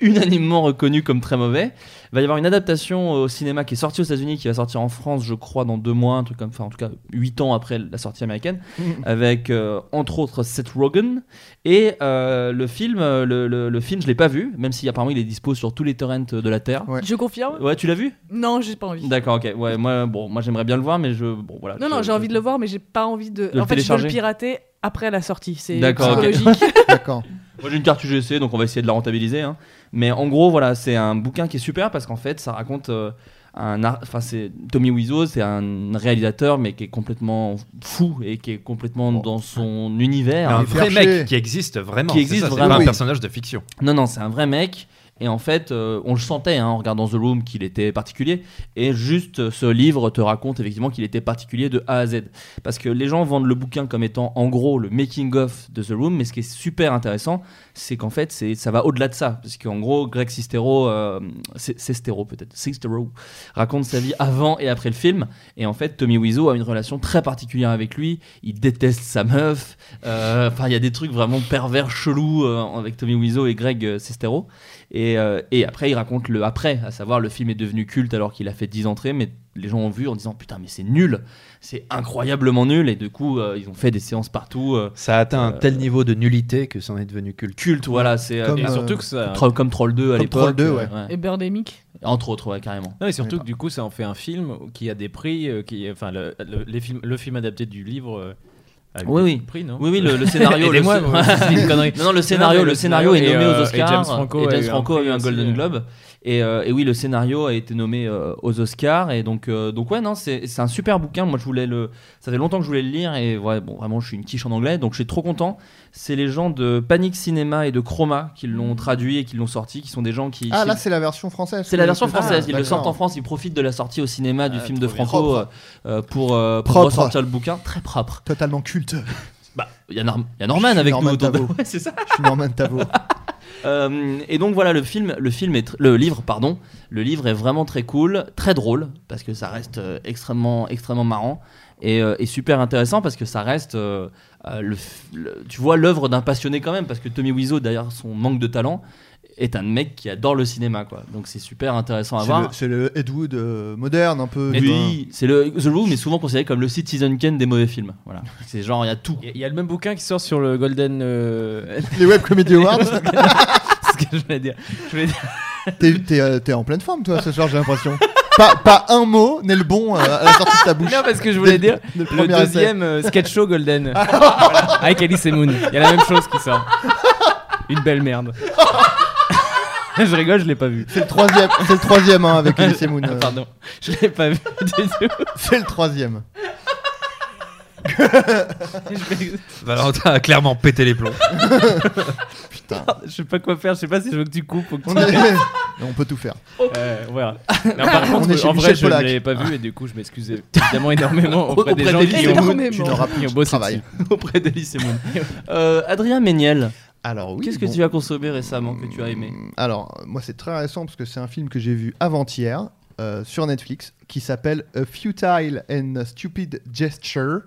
Speaker 6: unanimement reconnu comme très mauvais il va y avoir une adaptation au cinéma qui est sortie aux États-Unis, qui va sortir en France, je crois, dans deux mois, un truc comme, enfin, en tout cas, huit ans après la sortie américaine, avec euh, entre autres Seth Rogen. Et euh, le film, euh, le, le- le film, je l'ai pas vu, même si apparemment il est dispo sur tous les torrents euh, de la terre.
Speaker 9: Je confirme.
Speaker 6: Ouais, tu l'as vu
Speaker 9: Non, j'ai pas envie.
Speaker 6: D'accord, ok. Ouais, moi, bon, moi j'aimerais bien le voir, mais je, bon, voilà.
Speaker 9: Non, non,
Speaker 6: Je-
Speaker 9: j'ai envie de le voir, mais j'ai pas envie de.
Speaker 6: le
Speaker 9: en fait, je veux
Speaker 6: télécharger
Speaker 9: le pirater après la sortie. C'est
Speaker 6: D'accord, ok.
Speaker 9: psychologique.
Speaker 7: D'accord.
Speaker 6: Moi j'ai une carte UGC, donc on va essayer de la rentabiliser. hein. Mais en gros, voilà, c'est un bouquin qui est super parce qu'en fait, ça raconte euh, un. ar- Enfin, c'est Tommy Wiseau, c'est un réalisateur, mais qui est complètement fou et qui est complètement dans son univers.
Speaker 8: Un vrai mec qui existe vraiment.
Speaker 6: Qui
Speaker 8: c'est
Speaker 6: existe
Speaker 8: ça, c'est
Speaker 6: vraiment.
Speaker 8: pas un personnage de fiction.
Speaker 6: Non, non, c'est un vrai mec. Et en fait, euh, on le sentait hein, en regardant The Room qu'il était particulier. Et juste euh, ce livre te raconte effectivement qu'il était particulier de A à Z. Parce que les gens vendent le bouquin comme étant en gros le making-of de The Room. Mais ce qui est super intéressant, c'est qu'en fait, c'est- ça va au-delà de ça. Parce qu'en gros, Greg Sestero, euh, c'est- Sestero peut-être, Sestero, raconte sa vie avant et après le film. Et en fait, Tommy Wiseau a une relation très particulière avec lui. Il déteste sa meuf. Euh, Enfin, il y a des trucs vraiment pervers, chelous euh, avec Tommy Wiseau et Greg euh, Sestero. Et, euh, et après, il raconte le après, à savoir le film est devenu culte alors qu'il a fait 10 entrées, mais les gens ont vu en disant putain, mais c'est nul, c'est incroyablement nul. Et du coup, euh, ils ont fait des séances partout. euh,
Speaker 8: Ça a atteint un
Speaker 6: euh,
Speaker 8: tel niveau de nullité que ça en est devenu culte.
Speaker 6: culte, voilà. C'est
Speaker 8: Comme,
Speaker 6: et
Speaker 8: euh,
Speaker 6: surtout que
Speaker 2: ça-
Speaker 6: Troll- comme Troll 2 à
Speaker 8: Comme
Speaker 6: l'époque.
Speaker 8: Troll 2, ouais.
Speaker 6: euh,
Speaker 9: Et Birdemic.
Speaker 6: Entre autres, ouais, carrément.
Speaker 2: Non, et surtout que du coup, ça en fait un film qui a des prix, euh, qui, enfin, le, le- les films, le film adapté du livre euh, a eu
Speaker 6: Oui, oui.
Speaker 2: le prix, non
Speaker 6: oui, oui, le, le scénario. le
Speaker 2: Aidez-moi,
Speaker 6: sc-
Speaker 2: moi, c'est une connerie.
Speaker 6: non, non, le scénario,
Speaker 2: Non, mais
Speaker 6: le scénario est
Speaker 2: et,
Speaker 6: nommé
Speaker 2: euh,
Speaker 6: aux
Speaker 2: et
Speaker 6: Oscars.
Speaker 2: James Franco a eu un
Speaker 6: Franco a eu
Speaker 2: prix
Speaker 6: un
Speaker 2: aussi,
Speaker 6: Golden
Speaker 2: euh.
Speaker 6: Globe. Et, euh, et oui, le scénario a été nommé euh, aux Oscars. Et donc, euh, donc ouais, non, c'est c'est un super bouquin. Moi, je voulais le. Ça fait longtemps que je voulais le lire. Et ouais, bon, vraiment, je suis une quiche en anglais. Donc, je suis trop content. C'est les gens de Panic Cinema et de Chroma qui l'ont traduit et qui l'ont sorti, qui sont des gens qui.
Speaker 7: Ah, là, c'est la version française.
Speaker 6: C'est la version française.
Speaker 7: Ah,
Speaker 6: ils le sortent en
Speaker 7: d'accord.
Speaker 6: France. Ils profitent de la sortie au cinéma du
Speaker 7: Ah,
Speaker 6: film de
Speaker 7: trop bien.
Speaker 6: Franco euh,
Speaker 7: Propre.
Speaker 6: euh, pour, euh, pour
Speaker 7: Propre.
Speaker 6: ressortir le bouquin. Très propre.
Speaker 7: Totalement culte.
Speaker 6: Bah, il y, a Norm- il y a Norman avec nous autour de- Ouais, c'est ça.
Speaker 7: Je suis Norman Tavo.
Speaker 6: Euh, et donc voilà, le film, le film est tr- le livre, pardon, le livre est vraiment très cool, très drôle parce que ça reste euh, extrêmement, extrêmement marrant et, euh, et super intéressant parce que ça reste, euh, euh, le f- le- tu vois l'œuvre d'un passionné quand même parce que Tommy Wiseau derrière son manque de talent est un mec qui adore le cinéma quoi. Donc c'est super intéressant à
Speaker 7: C'est
Speaker 6: voir.
Speaker 7: le- C'est le Ed Wood euh, moderne, un peu.
Speaker 6: Et
Speaker 7: tu
Speaker 6: oui, c'est le The Room est souvent considéré comme le Citizen Kane des mauvais films. Voilà, c'est genre il y a tout.
Speaker 2: Il y a le même bouquin qui sort sur le Golden. euh,
Speaker 7: Les Web Comedy Awards.
Speaker 2: C'est ce que je voulais dire. Je voulais dire-
Speaker 7: vois. T'es- T'es euh, t'es en pleine forme, toi, ce soir, j'ai l'impression. pas, pas un mot n'est le bon euh, à la sortie de ta bouche.
Speaker 2: Non, parce que je voulais
Speaker 7: Dès
Speaker 2: dire
Speaker 7: dès
Speaker 2: le,
Speaker 7: premier essai.
Speaker 2: deuxième euh, sketch show Golden. Voilà. Avec Alice et Moon. Il y a la même chose qui sort. Une belle merde. je rigole, je l'ai pas vu.
Speaker 7: C'est le troisième, c'est le troisième hein, avec Elise Moon. euh.
Speaker 2: Pardon, je l'ai pas vu du tout.
Speaker 7: C'est le troisième.
Speaker 8: Valentin a clairement pété les plombs.
Speaker 7: Putain.
Speaker 2: Je sais pas quoi faire, je sais pas si je veux que tu coupes ou que tu.
Speaker 7: On, est- on peut tout faire.
Speaker 2: Euh, on verra. Non, par contre,
Speaker 7: On est chez
Speaker 2: en vrai,
Speaker 7: Michel
Speaker 2: je ne
Speaker 7: Polac.
Speaker 2: l'avais pas vu et du coup, je m'excuse évidemment énormément auprès, des
Speaker 6: Auprès
Speaker 2: gens
Speaker 6: des
Speaker 2: qui
Speaker 6: gens.
Speaker 2: ont,
Speaker 6: Énormément.
Speaker 2: qui
Speaker 6: Tu n'auras
Speaker 2: ont bossé dessus.
Speaker 6: auprès d'Alice et Moon. Euh, Adrien Méniel.
Speaker 7: Alors oui,
Speaker 6: Qu'est-ce que
Speaker 7: bon.
Speaker 6: tu as consommé récemment que tu as aimé
Speaker 7: Alors, euh, moi, c'est très récent parce que c'est un film que j'ai vu avant-hier euh, sur Netflix qui s'appelle A Futile and Stupid Gesture.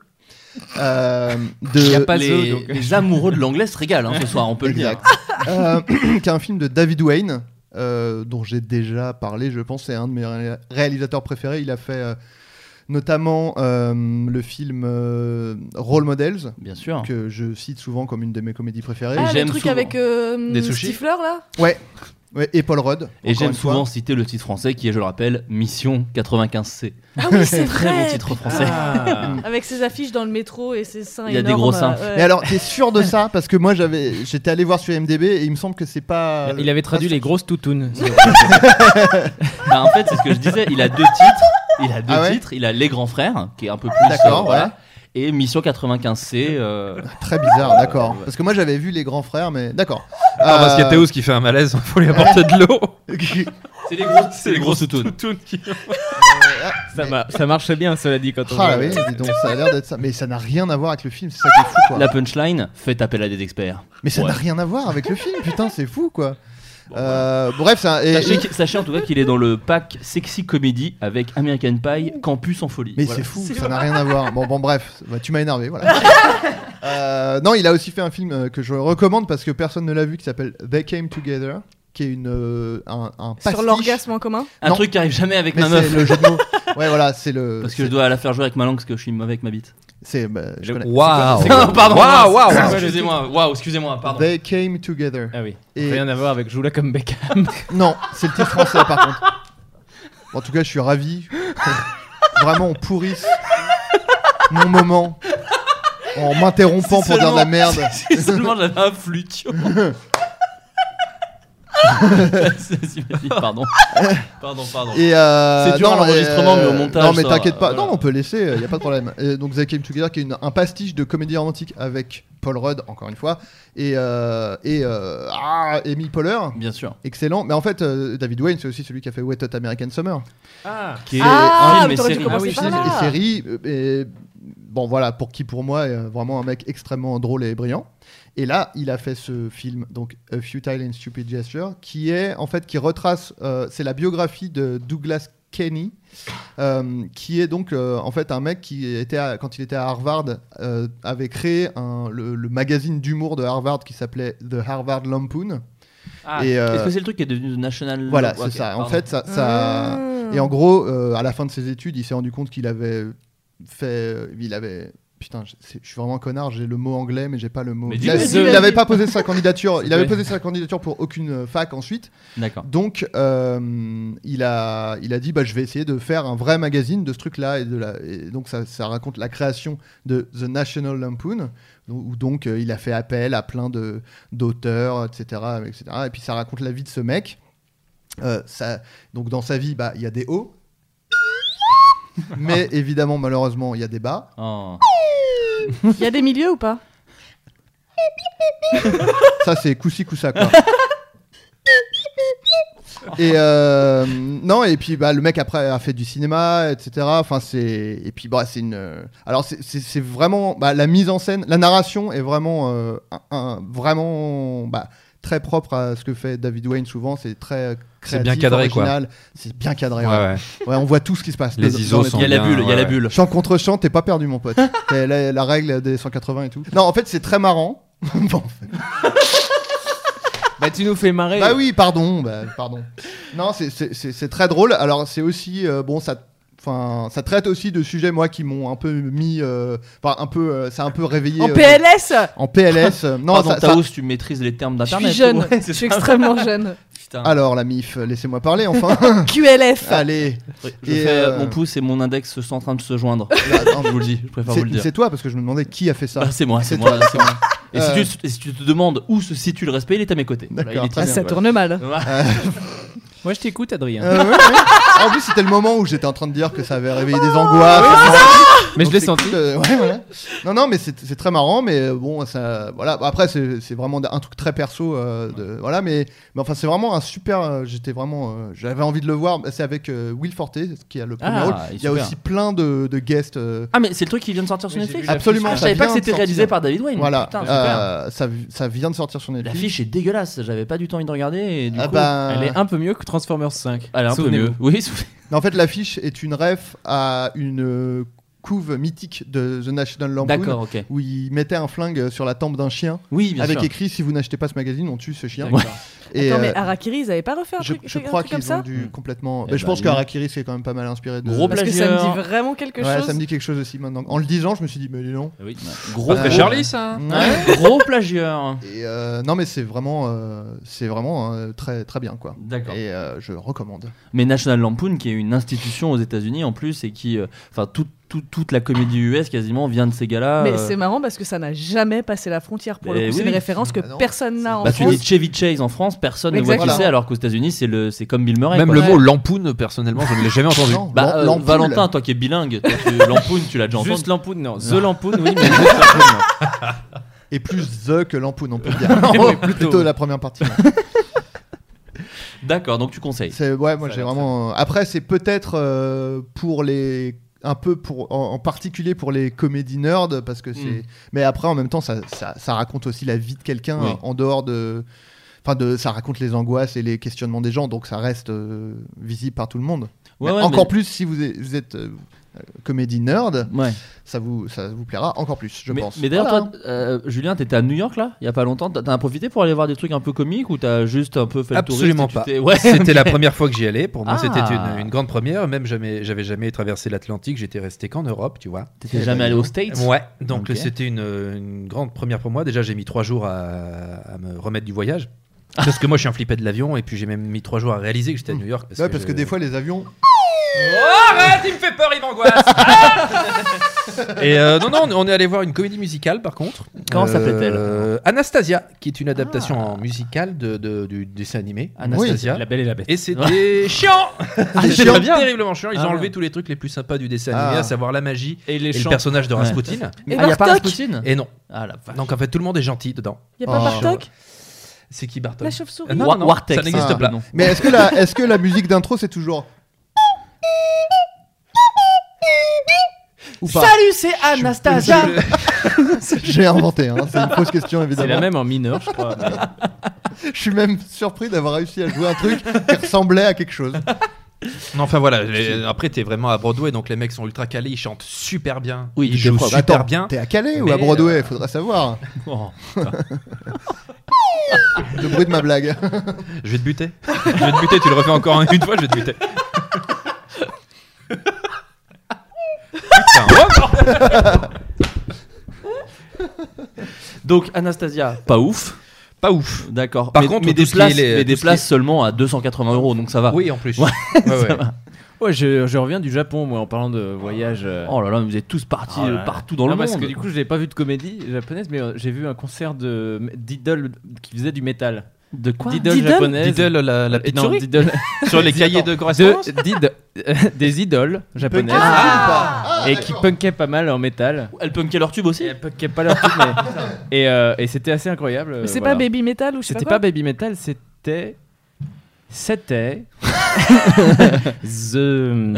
Speaker 7: euh, de
Speaker 6: Il y a pas Les- de, donc. les amoureux de l'anglais se régalent, hein, ce soir, on peut le
Speaker 7: Exact.
Speaker 6: dire.
Speaker 7: Euh, qui est un film de David Wayne, euh, dont j'ai déjà parlé, je pense, c'est un de mes ré- réalisateurs préférés. Il a fait euh, notamment euh, le film euh, Role Models,
Speaker 6: Bien sûr.
Speaker 7: que je cite souvent comme une de mes comédies préférées.
Speaker 9: Ah, le truc avec euh,
Speaker 6: Des sushis
Speaker 9: Stifler là
Speaker 7: Ouais. Ouais, et Paul Rudd.
Speaker 6: Et
Speaker 7: encore
Speaker 6: j'aime
Speaker 7: une fois.
Speaker 6: souvent citer le titre français qui est, je le rappelle, Mission 95C.
Speaker 9: Ah oui, c'est
Speaker 6: Très
Speaker 9: vrai,
Speaker 6: bon titre
Speaker 9: putain. Ah.
Speaker 6: français.
Speaker 9: Avec ses affiches dans le métro et ses seins
Speaker 6: Il y a des
Speaker 9: énormes,
Speaker 6: gros seins.
Speaker 9: euh, ouais.
Speaker 7: Mais alors, t'es sûr de ça Parce que moi, j'avais, j'étais allé voir sur MDB et il me semble que c'est pas.
Speaker 2: Il avait traduit les grosses toutounes.
Speaker 6: Bah, en fait, c'est ce que je disais, il a deux titres. Il a deux
Speaker 7: Ah ouais
Speaker 6: titres. Il a Les Grands Frères, qui est un peu plus.
Speaker 7: D'accord,
Speaker 6: euh,
Speaker 7: ouais.
Speaker 6: Et Mission 95C. euh,
Speaker 7: Très bizarre, d'accord. Parce que moi, j'avais vu les grands frères, mais d'accord.
Speaker 8: Non,
Speaker 6: Ah,
Speaker 8: parce qu'il y a Théos qui fait un malaise, faut lui apporter de l'eau.
Speaker 6: C'est les grosses,
Speaker 8: C'est les grosses toutounes.
Speaker 2: Euh, ça, ma- ça marche bien, cela dit, quand on.
Speaker 7: Ah oui, dis donc, ça a l'air d'être ça. Mais ça n'a rien à voir avec le film, c'est ça qui est fou, quoi.
Speaker 6: La punchline, faites appel à des experts.
Speaker 7: Mais ça
Speaker 6: Ouais.
Speaker 7: n'a rien à voir avec le film, putain, c'est fou, quoi. Euh, Bref, c'est un- et-
Speaker 6: Sachez,
Speaker 7: et-
Speaker 6: que- sachez en tout cas qu'il est dans le pack Sexy Comedy avec American Pie, Campus en folie.
Speaker 7: Mais
Speaker 6: Voilà.
Speaker 7: c'est fou, ça n'a rien à voir. Bon, bon bref, bah, tu m'as énervé, voilà. Euh, non, il a aussi fait un film euh, que je recommande parce que personne ne l'a vu qui s'appelle They Came Together, qui est une, euh, un, un
Speaker 9: Sur
Speaker 7: pastiche.
Speaker 9: l'orgasme en commun
Speaker 6: Un
Speaker 7: Non.
Speaker 6: truc qui arrive jamais avec
Speaker 7: Mais
Speaker 6: ma
Speaker 7: c'est
Speaker 6: meuf.
Speaker 7: le jeu de mots. Ouais, voilà, c'est le.
Speaker 6: Parce que
Speaker 7: c'est-
Speaker 6: je dois la faire jouer avec ma langue parce que je suis mauvais avec ma bite.
Speaker 7: C'est. bah, je connais.
Speaker 8: Waouh.
Speaker 7: C'est quoi- c'est quoi-
Speaker 6: Pardon.
Speaker 8: Waouh, waouh,
Speaker 7: Ah,
Speaker 8: waouh.
Speaker 6: Ah, Excusez-moi. Waouh, excusez-moi, pardon.
Speaker 7: They Came Together.
Speaker 2: Ah oui.
Speaker 7: Et-
Speaker 2: Rien à voir avec Joula comme Beckham.
Speaker 7: Non, c'est le titre français par contre. En tout cas, je suis ravi. qu'on- Vraiment, on pourrisse mon moment en m'interrompant
Speaker 6: Si
Speaker 7: pour dire de la
Speaker 6: seulement-
Speaker 7: merde.
Speaker 6: Si seulement j'avais un flutio. pardon. Pardon, pardon.
Speaker 7: Et euh,
Speaker 6: c'est dur à
Speaker 7: non,
Speaker 6: l'enregistrement,
Speaker 7: et,
Speaker 6: mais
Speaker 7: euh,
Speaker 6: au montage.
Speaker 7: Non, mais
Speaker 6: ça,
Speaker 7: t'inquiète pas.
Speaker 6: voilà.
Speaker 7: Non, on peut laisser, il y a pas de problème. Et donc, The Came Together, qui est une- un pastiche de comédie romantique avec Paul Rudd, encore une fois, et, euh, et euh, ah, Amy Poehler.
Speaker 6: Bien sûr.
Speaker 7: Excellent. Mais en fait, euh, David Wayne, c'est aussi celui qui a fait Wet Hot American Summer.
Speaker 2: Ah.
Speaker 6: Qui est
Speaker 9: Ah,
Speaker 6: film
Speaker 9: mais
Speaker 6: et
Speaker 9: t'aurais dû
Speaker 6: série.
Speaker 9: commencer
Speaker 7: oui,
Speaker 9: par
Speaker 7: film
Speaker 9: là.
Speaker 7: et série. euh, et bon, voilà, pour qui, pour moi, est euh, vraiment un mec extrêmement drôle et brillant. Et là, il a fait ce film, donc A Futile and Stupid Gesture, qui est en fait qui retrace, euh, c'est la biographie de Douglas Kenny, euh, qui est donc euh, en fait un mec qui était euh, à- quand il était à Harvard euh, avait créé un- le, le magazine d'humour de Harvard qui s'appelait The Harvard Lampoon.
Speaker 6: Ah,
Speaker 7: Et, euh,
Speaker 6: Est-ce que c'est le truc qui est devenu de National
Speaker 7: Voilà,
Speaker 6: Ok,
Speaker 7: c'est ça. En
Speaker 6: pardon.
Speaker 7: fait, ça. ça- Et en gros, euh, à la fin de ses études, il s'est rendu compte qu'il avait fait. Il avait Putain, je c'est- je suis vraiment un connard, j'ai le mot anglais, mais j'ai pas le mot.
Speaker 6: Mais
Speaker 7: il
Speaker 6: dis-le,
Speaker 7: a-
Speaker 6: dis-le,
Speaker 7: il avait
Speaker 6: dis-le.
Speaker 7: pas posé sa candidature. Il avait
Speaker 6: Ouais.
Speaker 7: posé sa candidature pour aucune euh, fac ensuite.
Speaker 6: D'accord.
Speaker 7: Donc, euh, il, a, il a dit bah, je vais essayer de faire un vrai magazine de ce truc-là. Et, de la- et donc, ça, ça raconte la création de The National Lampoon, où donc euh, il a fait appel à plein de- d'auteurs, etc., etc. Et puis, ça raconte la vie de ce mec. Euh, ça, donc, dans sa vie, bah, il y a des hauts. Mais évidemment, malheureusement, il y a des bas.
Speaker 9: Il y a des milieux ou pas
Speaker 7: Ça, c'est coussi coussa quoi. et euh, non et puis bah le mec après a fait du cinéma etc enfin c'est et puis bah c'est une euh, alors c'est- c'est c'est vraiment bah, la mise en scène la narration est vraiment euh, un- un- vraiment bah, très propre à ce que fait David Wayne souvent c'est très euh,
Speaker 8: C'est
Speaker 7: créatif,
Speaker 8: bien cadré, quoi.
Speaker 7: original. c'est bien cadré
Speaker 8: Ouais,
Speaker 7: ouais.
Speaker 8: ouais.
Speaker 7: Ouais, on voit tout ce qui se passe
Speaker 8: Les
Speaker 7: dans-
Speaker 8: ISO
Speaker 7: dans
Speaker 8: sont Il y a la bien, bulle, il y a ouais, la ouais. bulle.
Speaker 7: chant contre chant t'es pas perdu mon pote T'as la, la règle des 180 et tout non en fait c'est très marrant Bon, en fait.
Speaker 2: Bah, tu nous fais marrer.
Speaker 7: Bah oui, pardon, bah, pardon. Non, c'est- c'est c'est- c'est très drôle. Alors, c'est aussi euh, bon, ça. Enfin, ça traite aussi de sujets moi qui m'ont un peu mis, euh, enfin un peu, euh, ça a un peu réveillé.
Speaker 9: En
Speaker 7: euh,
Speaker 9: PLS
Speaker 7: En PLS. euh, non,
Speaker 6: Pardon,
Speaker 7: ça,
Speaker 6: Taos,
Speaker 7: ça-
Speaker 6: tu maîtrises les termes
Speaker 9: Je
Speaker 6: d'internet.
Speaker 9: suis jeune,
Speaker 6: Ouais, c'est
Speaker 9: je
Speaker 6: ça.
Speaker 9: suis extrêmement jeune.
Speaker 6: Putain.
Speaker 7: Alors la MIF, laissez-moi parler enfin.
Speaker 9: QLF.
Speaker 7: Allez.
Speaker 6: Je
Speaker 7: Et,
Speaker 6: fais,
Speaker 7: euh,
Speaker 6: Mon pouce et mon index sont en train de se joindre. je vous le dis, je préfère
Speaker 7: c'est-
Speaker 6: vous le dire.
Speaker 7: C'est toi parce que je me demandais qui a fait ça.
Speaker 6: Bah, c'est moi, c'est
Speaker 7: toi,
Speaker 6: moi, c'est moi. Et
Speaker 7: Euh,
Speaker 6: si, tu, et si tu te demandes où se situe le respect, il est à mes côtés. Voilà,
Speaker 7: D'accord,
Speaker 6: il est
Speaker 7: très
Speaker 6: ici,
Speaker 7: bien. Euh,
Speaker 6: voilà.
Speaker 7: Ça tourne mal.
Speaker 6: Voilà.
Speaker 2: Moi, je t'écoute, Adrien.
Speaker 7: Euh, ouais, ouais. En plus, c'était le moment où j'étais en train de dire que ça avait réveillé des angoisses.
Speaker 2: Mais je l'ai
Speaker 7: c'est
Speaker 2: senti.
Speaker 7: cool, euh, ouais, voilà. Non, non, mais c'est c'est très marrant. Mais euh, bon, ça, voilà. Après, c'est c'est vraiment un truc très perso. euh, de- voilà, mais, mais enfin, c'est vraiment un super. euh, J'étais vraiment. euh, J'avais envie de le voir. C'est avec euh, Will Forte qui a le premier
Speaker 6: Ah,
Speaker 7: rôle.
Speaker 6: il est
Speaker 7: Il y a
Speaker 6: super.
Speaker 7: aussi plein de, de guests. euh,
Speaker 6: Ah, mais c'est le truc qui vient de sortir sur Netflix
Speaker 7: Absolument.
Speaker 6: Je savais
Speaker 7: ça
Speaker 6: pas que
Speaker 7: vient
Speaker 6: c'était
Speaker 7: de
Speaker 6: réalisé
Speaker 7: sortir.
Speaker 6: par David Wayne.
Speaker 7: Voilà.
Speaker 6: Putain,
Speaker 7: euh, ça, ça vient de sortir sur Netflix.
Speaker 6: L'affiche est dégueulasse, j'avais pas du temps envie de regarder. Et du
Speaker 7: Ah
Speaker 6: coup,
Speaker 7: bah-
Speaker 2: Elle est un peu mieux que Transformers 5.
Speaker 6: Elle est un peu
Speaker 2: Souvenez-vous.
Speaker 6: mieux. Oui, souvenez-
Speaker 7: Mais en fait, l'affiche est une ref à une euh, couve mythique de The National Lampoon
Speaker 6: D'accord, ok.
Speaker 7: où il mettait un flingue sur la tempe d'un chien
Speaker 6: Oui, bien
Speaker 7: avec
Speaker 6: sûr.
Speaker 7: écrit si vous n'achetez pas ce magazine on tue ce chien
Speaker 6: D'accord.
Speaker 7: et
Speaker 9: Attends,
Speaker 7: euh,
Speaker 9: mais Arakiri, ils avaient pas refait un
Speaker 7: je,
Speaker 9: truc,
Speaker 7: je
Speaker 9: un
Speaker 7: crois
Speaker 9: truc comme
Speaker 7: qu'ils
Speaker 9: ça
Speaker 7: ont dû complètement
Speaker 6: Eh
Speaker 7: mais je
Speaker 6: bah,
Speaker 7: pense
Speaker 6: lui.
Speaker 7: qu'Arakiri c'est quand même pas mal inspiré de
Speaker 6: Gros
Speaker 9: Parce que ça me plagieur. dit vraiment quelque
Speaker 7: Ouais,
Speaker 9: chose.
Speaker 7: ça me dit quelque chose aussi maintenant en le disant je me suis dit mais non
Speaker 6: Oui. Gros
Speaker 2: Ah,
Speaker 8: Parce que Charlie, ça.
Speaker 6: Ouais. Gros hein. plagieur.
Speaker 7: Et, euh, non mais c'est vraiment euh, c'est vraiment euh, très très bien quoi
Speaker 6: D'accord.
Speaker 7: et euh, je recommande
Speaker 6: Mais National Lampoon, qui est une institution aux États-Unis en plus, et qui. euh, Enfin, tout- tout- toute la comédie US quasiment vient de ces gars-là.
Speaker 9: Mais
Speaker 6: euh.
Speaker 9: c'est marrant parce que ça n'a jamais passé la frontière pour le
Speaker 6: Eh
Speaker 9: coup.
Speaker 6: oui,
Speaker 9: C'est une
Speaker 6: oui.
Speaker 9: référence que
Speaker 7: Ah
Speaker 9: personne n'a en
Speaker 6: Bah, tu
Speaker 9: France.
Speaker 6: dis Chevy Chase en France, personne ne voit qui
Speaker 9: Exactement.
Speaker 6: c'est, alors qu'aux États-Unis, c'est le- c'est comme Bill Murray.
Speaker 8: Même
Speaker 6: quoi.
Speaker 8: le mot lampoune, personnellement, je ne l'ai jamais entendu.
Speaker 7: Non,
Speaker 6: Bah,
Speaker 7: Lam-
Speaker 6: euh,
Speaker 7: Lampoule.
Speaker 6: Valentin, toi qui es bilingue, toi, tu- Lampoon, tu l'as déjà entendu.
Speaker 2: Juste Lampoon, non. The
Speaker 6: Non.
Speaker 2: Lampoon, oui, mais juste Lampoon, non.
Speaker 7: et plus the que lampoune on peut le dire
Speaker 6: Ouais,
Speaker 7: plutôt,
Speaker 6: Eh plutôt, ouais.
Speaker 7: la première partie
Speaker 6: D'accord, donc tu conseilles.
Speaker 7: C'est ouais, moi j'ai vraiment. Après, c'est peut-être euh, pour les un peu pour en, en particulier pour les comédies nerds parce que c'est.
Speaker 6: Mm.
Speaker 7: Mais après, en même temps, ça, ça, ça raconte aussi la vie de quelqu'un
Speaker 6: Oui.
Speaker 7: euh, en dehors de. Enfin, de, ça raconte les angoisses et les questionnements des gens, donc ça reste euh, visible par tout le monde.
Speaker 6: Ouais,
Speaker 7: Mais
Speaker 6: ouais,
Speaker 7: encore
Speaker 6: mais-
Speaker 7: plus si vous êtes, vous êtes euh, euh, comédie nerd,
Speaker 6: Ouais.
Speaker 7: ça, vous, ça vous plaira encore plus, je
Speaker 6: Mais,
Speaker 7: pense.
Speaker 6: mais d'ailleurs,
Speaker 7: Voilà.
Speaker 6: toi, euh, Julien, t'étais à New York là, il y a pas longtemps. T'as t'en as profité pour aller voir des trucs un peu comiques ou t'as juste un peu fait
Speaker 8: Absolument
Speaker 6: le touriste
Speaker 8: pas.
Speaker 6: et tu t'es- Ouais,
Speaker 8: C'était
Speaker 6: ok.
Speaker 8: la première fois que j'y allais. Pour moi,
Speaker 6: Ah.
Speaker 8: c'était une, une grande première. Même jamais, j'avais jamais traversé l'Atlantique. J'étais resté qu'en Europe, tu vois.
Speaker 6: T'étais Eh jamais ben, allé dis aux donc. States
Speaker 8: Ouais. Donc
Speaker 6: Ok.
Speaker 8: c'était une, une grande première pour moi. Déjà, j'ai mis trois jours à, à me remettre du voyage. Parce que moi, je suis un flippé de l'avion. Et puis, j'ai même mis trois jours à réaliser que j'étais à New York.
Speaker 7: Hmm. Ouais, parce que
Speaker 8: je-
Speaker 7: des fois, les avions.
Speaker 8: arrête, il me fait peur, il m'angoisse. Et euh, non, non, on est allé voir une comédie musicale par contre.
Speaker 6: Comment s'appelait-elle
Speaker 8: Euh, Anastasia, qui est une adaptation en musicale de, de- du dessin animé. Anastasia.
Speaker 2: Oui, La Belle et la Bête.
Speaker 8: Et c'était chiant
Speaker 2: c'est
Speaker 8: C'était
Speaker 2: très bien.
Speaker 8: terriblement chiant. Ils
Speaker 2: Ah,
Speaker 8: ont enlevé
Speaker 2: merde.
Speaker 8: tous les trucs les plus sympas du dessin
Speaker 7: Ah.
Speaker 8: animé, à savoir la magie
Speaker 2: Et les
Speaker 8: le
Speaker 2: chants.
Speaker 8: personnage de
Speaker 2: Ouais.
Speaker 8: Rasputin.
Speaker 6: Et
Speaker 8: il
Speaker 6: Ah, y a pas Bartok Rasputin
Speaker 8: Et non.
Speaker 6: Ah, la vache.
Speaker 8: Donc en fait, tout le monde est gentil dedans.
Speaker 9: Y a
Speaker 7: Oh.
Speaker 9: pas Bartok
Speaker 8: C'est qui Bartok
Speaker 9: La chauve-souris.
Speaker 8: Ah, Non,
Speaker 6: Wa-
Speaker 8: non, non,
Speaker 6: Wartek,
Speaker 8: ça n'existe
Speaker 6: ça,
Speaker 8: pas.
Speaker 6: le nom.
Speaker 7: Mais est-ce que, la, est que la musique d'intro, c'est toujours. Ou pas
Speaker 6: Salut, c'est Anastasia.
Speaker 7: J'ai inventé, hein. c'est une fausse question
Speaker 2: C'est
Speaker 7: évidemment.
Speaker 2: la même en mineur, je crois. mais-
Speaker 7: Je suis même surpris d'avoir réussi à jouer un truc qui ressemblait à quelque chose.
Speaker 8: Non, enfin voilà, les- après t'es vraiment à Broadway, donc les mecs sont ultra calés, ils chantent super bien,
Speaker 6: Oui,
Speaker 8: ils
Speaker 6: des
Speaker 8: jouent
Speaker 6: fois.
Speaker 8: super
Speaker 7: Attends,
Speaker 8: bien.
Speaker 7: T'es à Calais ou
Speaker 8: Mais, euh,
Speaker 7: à Broadway Faudrait savoir.
Speaker 6: Oh.
Speaker 7: Le bruit de ma blague.
Speaker 8: Je vais te buter. je vais te buter, tu le refais encore un- une fois, je vais te buter. Putain, oh, bordel.
Speaker 6: Donc Anastasia, pas ouf.
Speaker 7: Pas ouf.
Speaker 6: D'accord.
Speaker 7: Par
Speaker 6: mais,
Speaker 7: contre,
Speaker 6: mais
Speaker 7: tout
Speaker 6: des
Speaker 7: ce qui est
Speaker 6: places,
Speaker 7: les-
Speaker 6: mais des
Speaker 7: tout ce qui
Speaker 6: places
Speaker 7: est-
Speaker 6: seulement à 280 euros, donc ça va.
Speaker 7: Oui, en plus.
Speaker 6: Ouais,
Speaker 7: Ouais,
Speaker 6: ça
Speaker 7: ouais.
Speaker 6: va.
Speaker 8: Ouais, Euh, je, je reviens du Japon, moi, en parlant de euh, voyage.
Speaker 6: Oh là là, vous êtes tous partis euh, partout dans le
Speaker 8: Parce
Speaker 6: monde.
Speaker 8: que du coup, j'ai pas vu de comédie japonaise, mais euh, j'ai vu un concert de d'idole qui faisait du métal.
Speaker 6: De quoi
Speaker 8: D'idole
Speaker 6: Diddle
Speaker 8: japonaise.
Speaker 6: Diddle, la- la
Speaker 8: Euh,
Speaker 6: petite
Speaker 8: non,
Speaker 6: souris
Speaker 8: Diddle-
Speaker 6: Sur les cahiers de correspondance
Speaker 8: did- euh, Des idoles japonaises.
Speaker 6: punkaient Ah ou pas
Speaker 8: Et
Speaker 6: Ah,
Speaker 8: qui punkaient pas mal en métal.
Speaker 6: Elles punkaient leur tube aussi
Speaker 8: Elles punkaient pas leur tube, mais. Et, euh, et c'était assez incroyable.
Speaker 12: Mais
Speaker 8: euh,
Speaker 12: c'est
Speaker 8: voilà.
Speaker 12: pas baby metal ou je sais pas
Speaker 8: C'était
Speaker 12: quoi
Speaker 8: pas baby metal, c'était. C'était. The.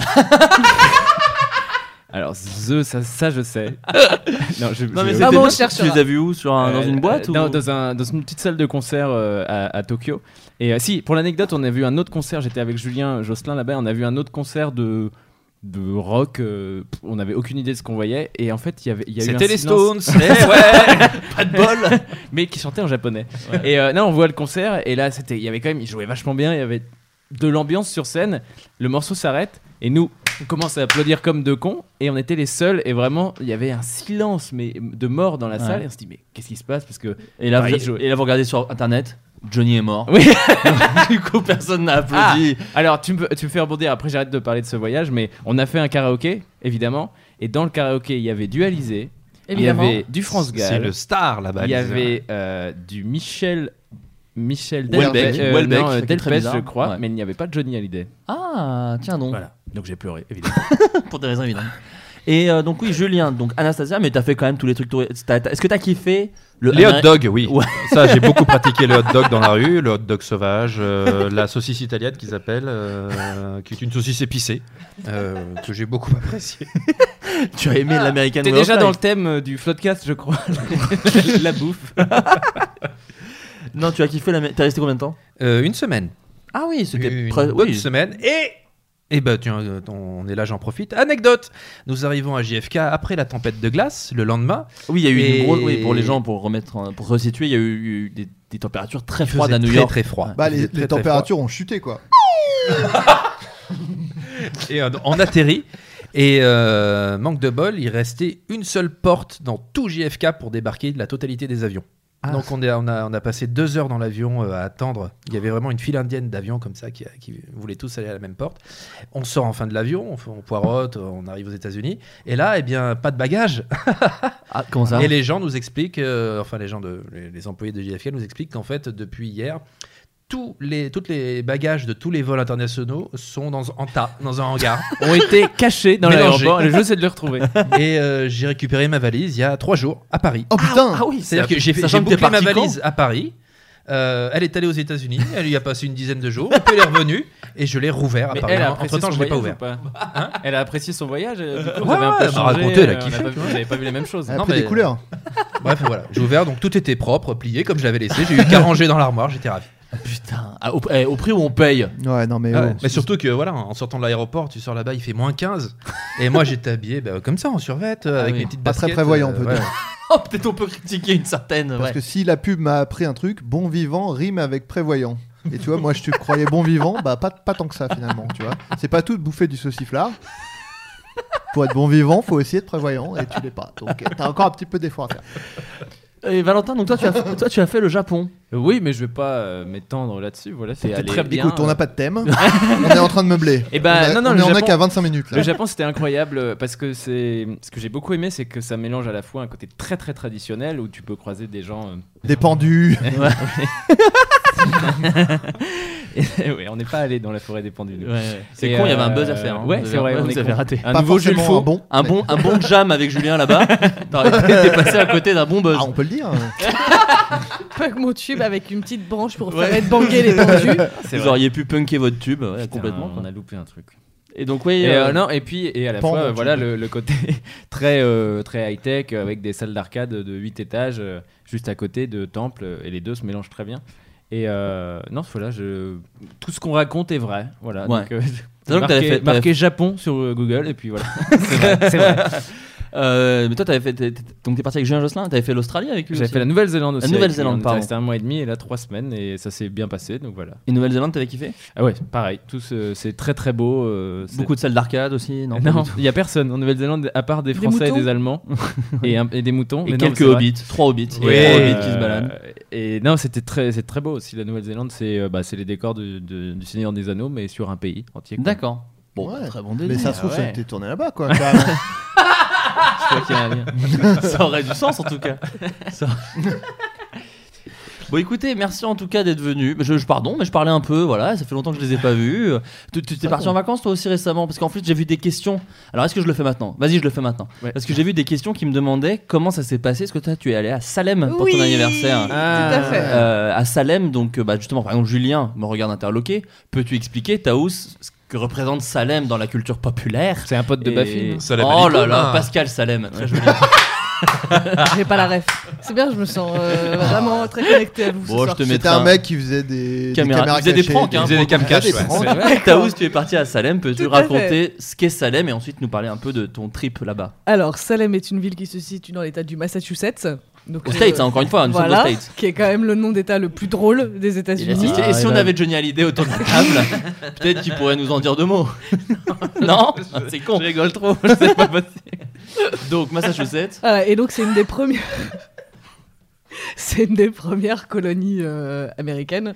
Speaker 8: Alors, The, ça, ça je sais.
Speaker 6: Non, mais c'était Ah bon, bien, on cherche tu sur les un- as vus où, sur un- dans une boîte ou-
Speaker 8: Non, euh, dans, un- dans une petite salle de concert euh, à, à Tokyo. Et euh, si, pour l'anecdote, on a vu un autre concert. J'étais avec Julien Josselin là-bas. On a vu un autre concert de de rock, euh, pff, on n'avait aucune idée de ce qu'on voyait et en fait il y avait il y a eu
Speaker 6: C'était
Speaker 8: un
Speaker 6: les
Speaker 8: silence.
Speaker 6: Stones. Eh ouais, pas de bol.
Speaker 8: mais qui chantait en japonais et euh, là on voit le concert et là c'était il y avait quand même il jouait vachement bien il y avait de l'ambiance sur scène le morceau s'arrête et nous on commence à applaudir comme deux cons et on était les seuls et vraiment il y avait un silence mais de mort dans la
Speaker 6: Ouais.
Speaker 8: salle et on se dit mais qu'est-ce qui se passe parce que
Speaker 6: Et là,
Speaker 8: bah, il
Speaker 6: vous,
Speaker 8: jouait.
Speaker 6: et là, vous regardez sur internet, Johnny est mort.
Speaker 8: Oui.
Speaker 6: du coup, personne n'a applaudi.
Speaker 8: Ah, alors, tu me, tu me fais rebondir, après j'arrête de parler de ce voyage, mais on a fait un karaoké, évidemment, et dans le karaoké, il y avait du Alizé, il y
Speaker 7: Évidemment.
Speaker 8: avait du France
Speaker 7: C'est
Speaker 8: Gall.
Speaker 7: le star, là-bas,
Speaker 8: Il y
Speaker 7: Alizé.
Speaker 8: avait euh, du Michel. Michel
Speaker 6: Houellebecq.
Speaker 8: Delpech, euh,
Speaker 6: Houellebecq,
Speaker 8: non, euh,
Speaker 6: qui est très
Speaker 8: Delpech,
Speaker 6: bizarre.
Speaker 8: je crois,
Speaker 6: Ouais.
Speaker 8: mais il n'y avait pas de Johnny Hallyday.
Speaker 6: Ah, tiens donc.
Speaker 8: Voilà. Donc j'ai pleuré, évidemment.
Speaker 6: Pour des raisons évidentes. Et euh, donc, oui, Julien, donc Anastasia, mais t'as fait quand même tous les trucs. touri- t'as- t'as- Est-ce que t'as kiffé le
Speaker 7: les hot
Speaker 6: Ameri-
Speaker 7: dogs, oui.
Speaker 6: Ouais.
Speaker 7: Ça, j'ai beaucoup pratiqué le hot dog dans la rue, le hot dog sauvage, euh, la saucisse italienne qu'ils appellent, euh, qui est une saucisse épicée, euh, que j'ai beaucoup appréciée.
Speaker 6: Tu as aimé l'American
Speaker 8: Ah, T'es
Speaker 6: Way of
Speaker 8: déjà dans le
Speaker 6: Life.
Speaker 8: thème euh, du Floodcast, je crois. La bouffe.
Speaker 6: Non, tu as kiffé la. T'es resté combien de temps
Speaker 7: Euh, Une semaine.
Speaker 6: Ah oui, c'était
Speaker 7: une
Speaker 6: presque.
Speaker 7: bonne semaine. Et eh ben tiens, euh, on est là, j'en profite. Anecdote nous arrivons à JFK après la tempête de glace le lendemain.
Speaker 6: Oui, il y a eu
Speaker 7: Et-
Speaker 6: une grosse. Oui, pour les gens, pour remettre, en- pour resituer, il y a eu, eu des, des températures très
Speaker 7: Il
Speaker 6: froides
Speaker 7: faisait
Speaker 6: à New
Speaker 7: très,
Speaker 6: York.
Speaker 7: très froid.
Speaker 6: Ouais.
Speaker 13: Bah,
Speaker 6: Il
Speaker 13: les,
Speaker 6: faisait très,
Speaker 13: les
Speaker 6: très froid.
Speaker 13: températures ont chuté, quoi.
Speaker 7: et euh, on atterrit. Et euh, manque de bol, il restait une seule porte dans tout JFK pour débarquer de la totalité des avions.
Speaker 8: Ah.
Speaker 7: Donc on, est- on a, on a passé deux heures dans l'avion euh, à attendre. Il y avait vraiment une file indienne d'avions comme ça qui, qui voulaient tous aller à la même porte. On sort enfin de l'avion, on, fait- on poirote, on arrive aux États-Unis. Et là, eh bien, pas de bagages.
Speaker 6: Ah, comment
Speaker 13: Hein
Speaker 6: ça
Speaker 7: Et les gens nous expliquent, euh, enfin les gens de, les, les employés de JFK nous expliquent qu'en fait depuis hier, tous les, toutes les bagages de tous les vols internationaux sont dans en tas, dans un hangar.
Speaker 8: Ont été cachés dans
Speaker 7: Mélangés.
Speaker 8: l'aéroport, le jeu, c'est de les retrouver.
Speaker 7: Et euh, j'ai récupéré ma valise il y a trois jours à Paris.
Speaker 13: Oh putain
Speaker 6: Ah oui,
Speaker 7: C'est-à-dire que j'ai fait- j'ai bouclé ma valise à Paris. Euh, elle est allée aux États-Unis, elle y a passé une dizaine de jours, et puis elle est revenue et je l'ai rouvert à
Speaker 8: Mais
Speaker 7: Paris.
Speaker 8: elle a
Speaker 7: Entre
Speaker 8: apprécié
Speaker 7: temps,
Speaker 8: son
Speaker 7: je l'ai pas
Speaker 8: voyage
Speaker 7: ouvert. Hein
Speaker 8: ou pas Elle a apprécié son voyage. euh, Du coup, vous
Speaker 7: Ouais,
Speaker 8: avez un peu
Speaker 7: ouais, elle
Speaker 8: changé.
Speaker 7: m'a raconté, elle a
Speaker 8: euh, on
Speaker 7: kiffé,
Speaker 8: pas
Speaker 7: tu
Speaker 8: vu-
Speaker 7: vois.
Speaker 8: Vous avez pas vu les mêmes choses.
Speaker 13: Elle a pris des couleurs.
Speaker 7: Bref, voilà, j'ai ouvert, donc tout était propre, plié comme je l'avais laissé. J'ai eu qu'à ranger dans l'armoire, j'étais ravi.
Speaker 6: Putain, ah, au, eh, au prix où on paye.
Speaker 13: Ouais, non, mais.
Speaker 7: Ah
Speaker 13: oh.
Speaker 7: ouais, mais surtout que voilà, en sortant de l'aéroport, tu sors là-bas, il fait moins 15. Et moi, j'étais habillé bah, comme ça, en survête, euh,
Speaker 6: Ah
Speaker 7: avec
Speaker 6: oui.
Speaker 7: mes petites
Speaker 13: Pas très
Speaker 7: baskets. euh,
Speaker 13: prévoyant, peut-être.
Speaker 6: Oh, peut-être on peut critiquer une certaine.
Speaker 13: Parce
Speaker 6: ouais.
Speaker 13: que si la pub m'a appris un truc, bon vivant rime avec prévoyant. Et tu vois, moi je te croyais bon vivant, bah pas, pas tant que ça finalement, tu vois. C'est pas tout de bouffer du sauciflard. Pour être bon vivant, faut essayer de prévoyant et tu l'es pas. Donc euh, t'as encore un petit peu d'effort à faire.
Speaker 6: Et Valentin, donc toi tu, as, toi, tu as fait le Japon.
Speaker 8: Oui, mais je vais pas euh, m'étendre là-dessus. Voilà, c'est allé
Speaker 13: Très
Speaker 8: bien.
Speaker 13: Écoute, on
Speaker 8: euh,
Speaker 13: n'a pas de thème. on est en train de meubler.
Speaker 8: Eh
Speaker 13: on
Speaker 8: ben,
Speaker 13: a-
Speaker 8: non, non,
Speaker 13: on
Speaker 8: le
Speaker 13: est- on est
Speaker 8: Japon-
Speaker 13: qu'à 25 minutes là.
Speaker 8: Le Japon, c'était incroyable euh, parce que c'est ce que j'ai beaucoup aimé, c'est que ça mélange à la fois un côté très très traditionnel où tu peux croiser des gens. euh,
Speaker 13: Des pendus.
Speaker 8: Et ouais, on n'est pas allé dans la forêt des pendules.
Speaker 6: Ouais, ouais. C'est
Speaker 8: Et,
Speaker 6: con, il y avait un buzz à faire, hein.
Speaker 8: Ouais,
Speaker 6: Vous
Speaker 8: c'est
Speaker 6: avez-
Speaker 8: vrai,
Speaker 6: ouais,
Speaker 8: on
Speaker 6: vous
Speaker 8: est
Speaker 6: avez
Speaker 8: con.
Speaker 6: raté.
Speaker 8: Un
Speaker 13: Pas
Speaker 8: nouveau Jules
Speaker 13: forcément
Speaker 8: Faux.
Speaker 13: un bon.
Speaker 6: Un bon, un bon jam avec Julien là-bas. T'aurais été passé à côté d'un bon buzz.
Speaker 13: Ah, on peut le dire.
Speaker 12: Pug mon tube avec une petite branche pour faire être bangué les pendus.
Speaker 8: C'est
Speaker 6: Vous
Speaker 8: vrai.
Speaker 6: auriez pu punker votre tube ouais, complètement.
Speaker 8: on
Speaker 6: quoi.
Speaker 8: a loupé un truc.
Speaker 6: Et donc, oui.
Speaker 8: Et, euh,
Speaker 6: euh,
Speaker 8: non, et puis et à la
Speaker 6: Pan,
Speaker 8: fois,
Speaker 6: mon
Speaker 8: euh,
Speaker 6: Dieu.
Speaker 8: voilà le, le côté très euh, très high tech avec des salles d'arcade de 8 étages euh, juste à côté de temples euh, et les deux se mélangent très bien. Et euh, non, voilà, je... tout ce qu'on raconte est vrai. Voilà.
Speaker 6: Ouais.
Speaker 8: Donc, euh,
Speaker 6: C'est vrai que
Speaker 8: marquez-
Speaker 6: t'avais fait- t'avais-
Speaker 8: marquez Japon sur euh, Google et puis voilà. c'est vrai. c'est vrai.
Speaker 6: Euh, mais toi, t'avais fait, t'es- t'es- donc t'es parti avec Julien Josselin, t'avais fait l'Australie avec lui
Speaker 2: J'avais
Speaker 6: aussi
Speaker 2: fait la Nouvelle-Zélande aussi. avec lui,
Speaker 6: La
Speaker 2: on
Speaker 6: Nouvelle-Zélande,
Speaker 2: était
Speaker 6: pardon.
Speaker 2: resté un mois et demi et là trois semaines et ça s'est bien passé donc voilà.
Speaker 6: Et Nouvelle-Zélande, t'avais kiffé
Speaker 2: Ah ouais, pareil. Tout ce- c'est très très beau. euh, c'est-
Speaker 6: Beaucoup de salles d'arcade aussi Non, pas
Speaker 2: Non,
Speaker 6: du tout.
Speaker 2: il y a personne en Nouvelle-Zélande à part des
Speaker 6: Des
Speaker 2: Français et
Speaker 6: moutons
Speaker 2: des Allemands et, un- et des moutons.
Speaker 6: Et
Speaker 2: mais non,
Speaker 6: quelques
Speaker 2: c'est vrai.
Speaker 6: hobbits, trois hobbits. Il y a
Speaker 2: Ouais, euh,
Speaker 6: trois hobbits qui se baladent.
Speaker 2: Et non, c'était très c'est très beau aussi la Nouvelle-Zélande. C'est euh, bah, c'est les décors de- de- du Seigneur des Anneaux mais sur un pays entier. quoi.
Speaker 6: D'accord. Bon,
Speaker 7: Ouais.
Speaker 6: très bon
Speaker 7: Mais
Speaker 6: délire.
Speaker 7: ça se trouve,
Speaker 6: Ah
Speaker 7: ça a
Speaker 6: ouais.
Speaker 7: été tourné là-bas, quoi. carrément.
Speaker 6: Je crois qu'il y a un lien. Ça aurait du sens en tout cas. Ça- Bon écoutez, merci en tout cas d'être venu. Je, je pardon, mais je parlais un peu, voilà, ça fait longtemps que je les ai pas vus. Tu tu t'es
Speaker 8: Pas
Speaker 6: parti
Speaker 8: con.
Speaker 6: en vacances toi aussi récemment parce qu'en plus j'ai vu des questions. Alors est-ce que je le fais maintenant Vas-y, je le fais maintenant. Parce que j'ai vu des questions qui me demandaient comment ça s'est passé. Est-ce que toi tu es allé à Salem pour
Speaker 14: Oui,
Speaker 6: ton anniversaire
Speaker 14: tout à fait.
Speaker 6: Euh, à Salem, donc euh, bah, justement par exemple Julien me regarde interloqué. Peux-tu expliquer Taous ce que représente Salem dans la culture populaire
Speaker 2: C'est un pote de Baffin. Salem
Speaker 6: Oh là
Speaker 2: alaikum,
Speaker 6: là,
Speaker 2: hein.
Speaker 6: Pascal Salem, très joli.
Speaker 9: J'ai pas la ref. C'est bien, je me sens euh, vraiment très connecté à vous.
Speaker 6: Bon,
Speaker 9: ce
Speaker 6: je
Speaker 9: soir.
Speaker 6: te mets
Speaker 7: C'était un mec qui faisait des des
Speaker 6: Caméra-
Speaker 7: caméras
Speaker 6: il faisait des
Speaker 7: cachées,
Speaker 6: pranks, hein,
Speaker 7: des
Speaker 6: pranks.
Speaker 7: caméras, des
Speaker 6: Ouais,
Speaker 7: pranks.
Speaker 6: c'est vrai. Taous, tu es parti à Salem, peux-tu
Speaker 9: Tout à
Speaker 6: raconter ce qu'est Salem et ensuite nous parler un peu de ton trip là-bas
Speaker 9: Alors, Salem est une ville qui se situe dans l'état du Massachusetts. Donc, euh,
Speaker 6: Aux States, hein, encore une fois, nous sommes
Speaker 9: voilà,
Speaker 6: aux States.
Speaker 9: Qui est quand même le nom d'état le plus drôle des
Speaker 6: Il a
Speaker 9: États-Unis.
Speaker 6: cité- Et si on avait Johnny Hallyday autour de la table, peut-être qu'il pourrait nous en dire deux mots. non C'est con. Je rigole trop, c'est pas possible. Donc, Massachusetts.
Speaker 9: Voilà, et donc, c'est une des premières. c'est une des premières colonies euh, américaines.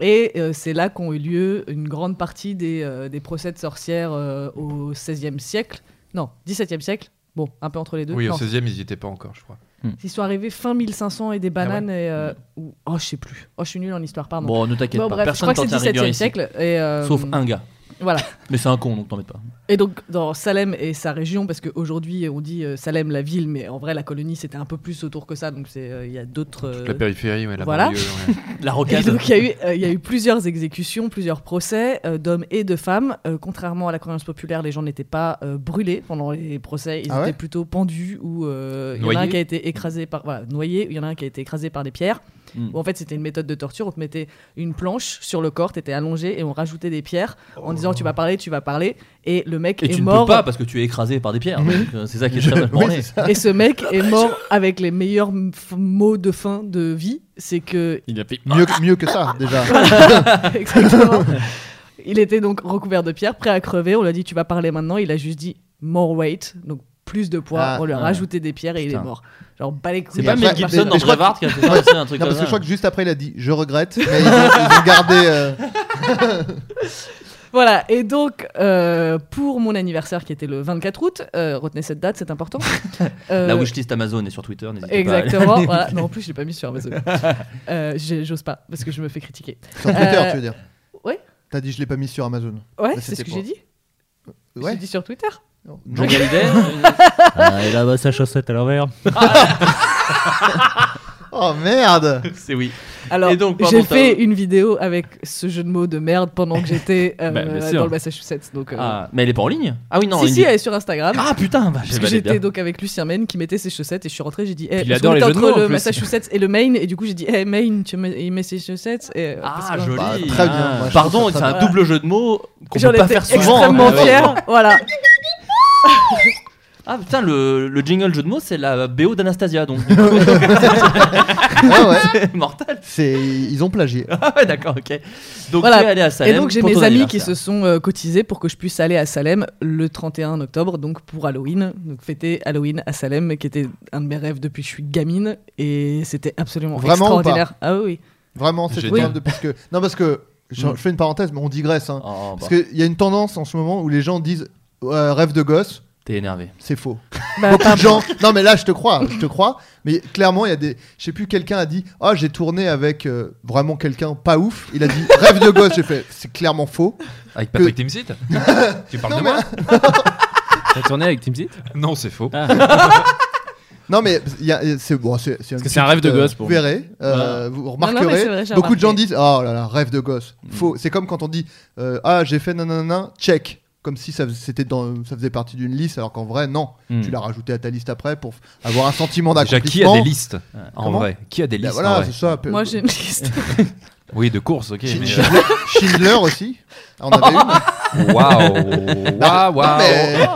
Speaker 9: Et euh, c'est là qu'ont eu lieu une grande partie des, euh, des procès de sorcières euh, au XVIe siècle. Non, XVIIe siècle. Bon, un peu entre les deux.
Speaker 8: Oui, au
Speaker 9: Non.
Speaker 8: 16 e ils y étaient pas encore, je crois.
Speaker 9: Ils sont arrivés fin 1500 et des bananes et. euh, ou- Oh, je sais plus. Oh, je suis nul en histoire, pardon.
Speaker 6: Bon, ne t'inquiète
Speaker 9: Bon,
Speaker 6: pas,
Speaker 9: bref,
Speaker 6: personne
Speaker 9: je crois
Speaker 6: t'en
Speaker 9: que c'est
Speaker 6: tient rigueur
Speaker 9: 17e
Speaker 6: ici.
Speaker 9: siècle. Et, euh,
Speaker 6: Sauf un gars.
Speaker 9: Voilà.
Speaker 6: Mais c'est un con, donc t'en mets pas.
Speaker 9: Et donc, dans Salem et sa région, parce qu'aujourd'hui, on dit euh, Salem, la ville, mais en vrai, la colonie, c'était un peu plus autour que ça. Donc, c'est, euh, il y a d'autres. euh,
Speaker 8: la périphérie, ouais, la
Speaker 9: voilà.
Speaker 8: banlieue, ouais.
Speaker 6: La rocade.
Speaker 9: Et donc, il y, a eu, euh, il y a eu plusieurs exécutions, plusieurs procès euh, d'hommes et de femmes. Euh, contrairement à la croyance populaire, les gens n'étaient pas euh, brûlés pendant les procès. Ils
Speaker 7: Ah ouais
Speaker 9: étaient plutôt pendus ou euh, il y en a un
Speaker 7: Noyés.
Speaker 9: qui a été écrasé par. Voilà, noyé. Il y en a un qui a été écrasé par des pierres.
Speaker 7: Mm.
Speaker 9: Où, en fait, c'était une méthode de torture. On te mettait une planche sur le corps, t'étais allongé et on rajoutait des pierres en disant tu vas parler, tu vas parler. Et le mec
Speaker 6: Et
Speaker 9: est
Speaker 6: tu
Speaker 9: mort.
Speaker 6: ne peux pas parce que tu es écrasé par des pierres. donc, euh, C'est ça qui est
Speaker 7: Je-
Speaker 6: très mal
Speaker 7: oui,
Speaker 6: branlé.
Speaker 7: c'est ça.
Speaker 9: Et ce mec est mort avec les meilleurs m- f- mots de fin de vie. C'est que.
Speaker 2: Il a fait
Speaker 7: Mieux, mieux que ça, déjà.
Speaker 9: Voilà, exactement. Il était donc recouvert de pierre, prêt à crever. On lui a dit Tu vas parler maintenant. Il a juste dit More weight, donc plus de poids.
Speaker 7: Ah,
Speaker 9: on lui a
Speaker 7: ah.
Speaker 9: rajouté des pierres et il
Speaker 7: Putain.
Speaker 9: est mort. Genre, bah les couilles.
Speaker 6: C'est pas
Speaker 7: Mais
Speaker 6: Mel
Speaker 7: après-
Speaker 6: Gibson
Speaker 7: mais-
Speaker 6: dans
Speaker 7: mais je crois-
Speaker 6: Brevard qui a fait ça, c'est un
Speaker 7: Non, parce
Speaker 6: truc comme
Speaker 7: que je crois
Speaker 6: ça.
Speaker 7: que juste après, il a dit Je regrette, mais ils ont, ils ont gardé. euh,
Speaker 9: Voilà, et donc euh, pour mon anniversaire qui était le 24 août, euh, retenez cette date, c'est important. Euh,
Speaker 6: La wishlist Amazon est sur Twitter, n'hésitez pas. à aller-
Speaker 9: Exactement. voilà. Non, en plus, je l'ai pas mis sur Amazon. Euh, j'ai- J'ose pas, parce que je me fais critiquer.
Speaker 7: Sur Twitter,
Speaker 9: Euh,
Speaker 7: tu veux dire
Speaker 9: Ouais.
Speaker 7: T'as dit Je l'ai pas mis sur Amazon.
Speaker 9: Ouais,
Speaker 7: Bah,
Speaker 9: c'est
Speaker 7: c'était
Speaker 9: ce que
Speaker 7: pour-
Speaker 9: j'ai dit.
Speaker 7: Ouais.
Speaker 9: J'ai dit sur Twitter.
Speaker 7: Non.
Speaker 15: Ah, il a bah, sa chaussette à l'envers.
Speaker 7: oh merde
Speaker 6: C'est oui.
Speaker 9: Alors,
Speaker 6: Et donc, pardon,
Speaker 9: j'ai fait
Speaker 6: t'as-
Speaker 9: une vidéo avec ce jeu de mots de merde pendant que j'étais euh,
Speaker 6: Bah, bien sûr.
Speaker 9: dans le Massachusetts. Donc, euh,
Speaker 6: Ah, mais elle est pas en ligne Ah oui, non.
Speaker 9: si,
Speaker 6: une
Speaker 9: si,
Speaker 6: vie-
Speaker 9: elle est sur Instagram.
Speaker 6: Ah putain, bah,
Speaker 9: Parce
Speaker 6: bah,
Speaker 9: que
Speaker 6: elle est bien.
Speaker 9: j'étais donc avec Lucien Maine qui mettait ses chaussettes et je suis rentrée, j'ai dit, eh,
Speaker 6: il
Speaker 9: parce
Speaker 6: adore
Speaker 9: qu'on
Speaker 6: les
Speaker 9: était
Speaker 6: jeux de mots, en
Speaker 9: entre le
Speaker 6: plus.
Speaker 9: Massachusetts et le Maine et du coup j'ai dit, eh Maine, tu mets, il met ses chaussettes.
Speaker 8: euh,
Speaker 9: Et,
Speaker 6: Ah,
Speaker 9: parce que-
Speaker 6: joli.
Speaker 7: Bah, très bien,
Speaker 6: Ah,
Speaker 7: moi, je
Speaker 6: Pardon,
Speaker 7: trouve
Speaker 6: c'est
Speaker 7: ça
Speaker 6: un
Speaker 7: très bien.
Speaker 6: double jeu de mots qu'on
Speaker 9: J'en
Speaker 6: peut pas
Speaker 9: étais
Speaker 6: faire souvent.
Speaker 9: extrêmement
Speaker 6: hein.
Speaker 9: fière, voilà.
Speaker 6: Ah putain, le, le jingle jeu de mots, c'est la BO d'Anastasia, donc. du coup.
Speaker 7: Ah ouais.
Speaker 6: C'est mortel.
Speaker 7: C'est... Ils ont plagié.
Speaker 6: Ah ouais, d'accord, ok. Donc
Speaker 9: Voilà.
Speaker 6: tu es allé à Salem.
Speaker 9: Et donc j'ai
Speaker 6: pour
Speaker 9: mes
Speaker 6: ton
Speaker 9: amis qui
Speaker 6: anniversaire.
Speaker 9: se sont euh, cotisés pour que je puisse aller à Salem le 31 octobre, donc pour Halloween, donc fêter Halloween à Salem, qui était un de mes rêves depuis que je suis gamine, et c'était absolument
Speaker 7: Vraiment ou pas
Speaker 9: extraordinaire. ah oui.
Speaker 7: Vraiment, c'est
Speaker 9: Oui.
Speaker 7: trop de parce que non parce que je,
Speaker 9: Mm.
Speaker 7: je fais une parenthèse, mais on digresse.
Speaker 2: Ah,
Speaker 7: hein.
Speaker 6: Oh,
Speaker 7: parce
Speaker 6: bah.
Speaker 7: qu'il y a une tendance en ce moment où les gens disent euh, rêve de gosse.
Speaker 6: T'es énervé.
Speaker 7: C'est faux.
Speaker 9: Bah,
Speaker 7: Beaucoup
Speaker 9: pardon.
Speaker 7: de gens. Non mais là, je te crois, je te crois. Mais clairement, il y a des. Je sais plus, quelqu'un a dit ah j'ai tourné avec euh, vraiment quelqu'un pas ouf. Il a dit rêve de gosse. J'ai fait c'est clairement faux.
Speaker 8: Avec
Speaker 7: Que-
Speaker 8: Patrick Timsit Tu parles
Speaker 7: Non,
Speaker 8: de
Speaker 7: mais-
Speaker 8: moi
Speaker 2: T'as tourné avec Timsit
Speaker 8: Non, c'est faux.
Speaker 7: Non mais il y a- c'est bon, c'est c'est
Speaker 2: que c'est un rêve de
Speaker 7: petite,
Speaker 2: gosse pour
Speaker 7: Vous
Speaker 2: moi.
Speaker 7: verrez, euh,
Speaker 2: Voilà.
Speaker 7: vous
Speaker 9: Non, non, mais
Speaker 7: remarquerez.
Speaker 9: c'est vrai, j'ai
Speaker 7: beaucoup de gens
Speaker 9: remarqué.
Speaker 7: disent oh là là rêve de gosse.
Speaker 8: Mm.
Speaker 7: Faux. C'est comme quand on dit euh, ah j'ai fait nanana check comme si ça fais- c'était dans ça faisait partie d'une liste alors qu'en vrai non.
Speaker 8: Mm.
Speaker 7: Tu l'as rajouté à ta liste après pour avoir un sentiment
Speaker 8: Déjà,
Speaker 7: d'accomplissement.
Speaker 8: qui a des listes, en
Speaker 7: Comment
Speaker 8: vrai Qui a des
Speaker 7: Bah
Speaker 8: listes, en
Speaker 7: voilà
Speaker 8: vrai
Speaker 7: c'est ça.
Speaker 9: Moi, j'ai une liste.
Speaker 2: Oui, de course, ok.
Speaker 7: Sch-
Speaker 2: mais,
Speaker 7: Schindler,
Speaker 2: euh,
Speaker 7: Schindler aussi. Ah, on avait
Speaker 2: Waouh.
Speaker 7: une.
Speaker 2: Waouh,
Speaker 7: Non, mais-
Speaker 2: waouh.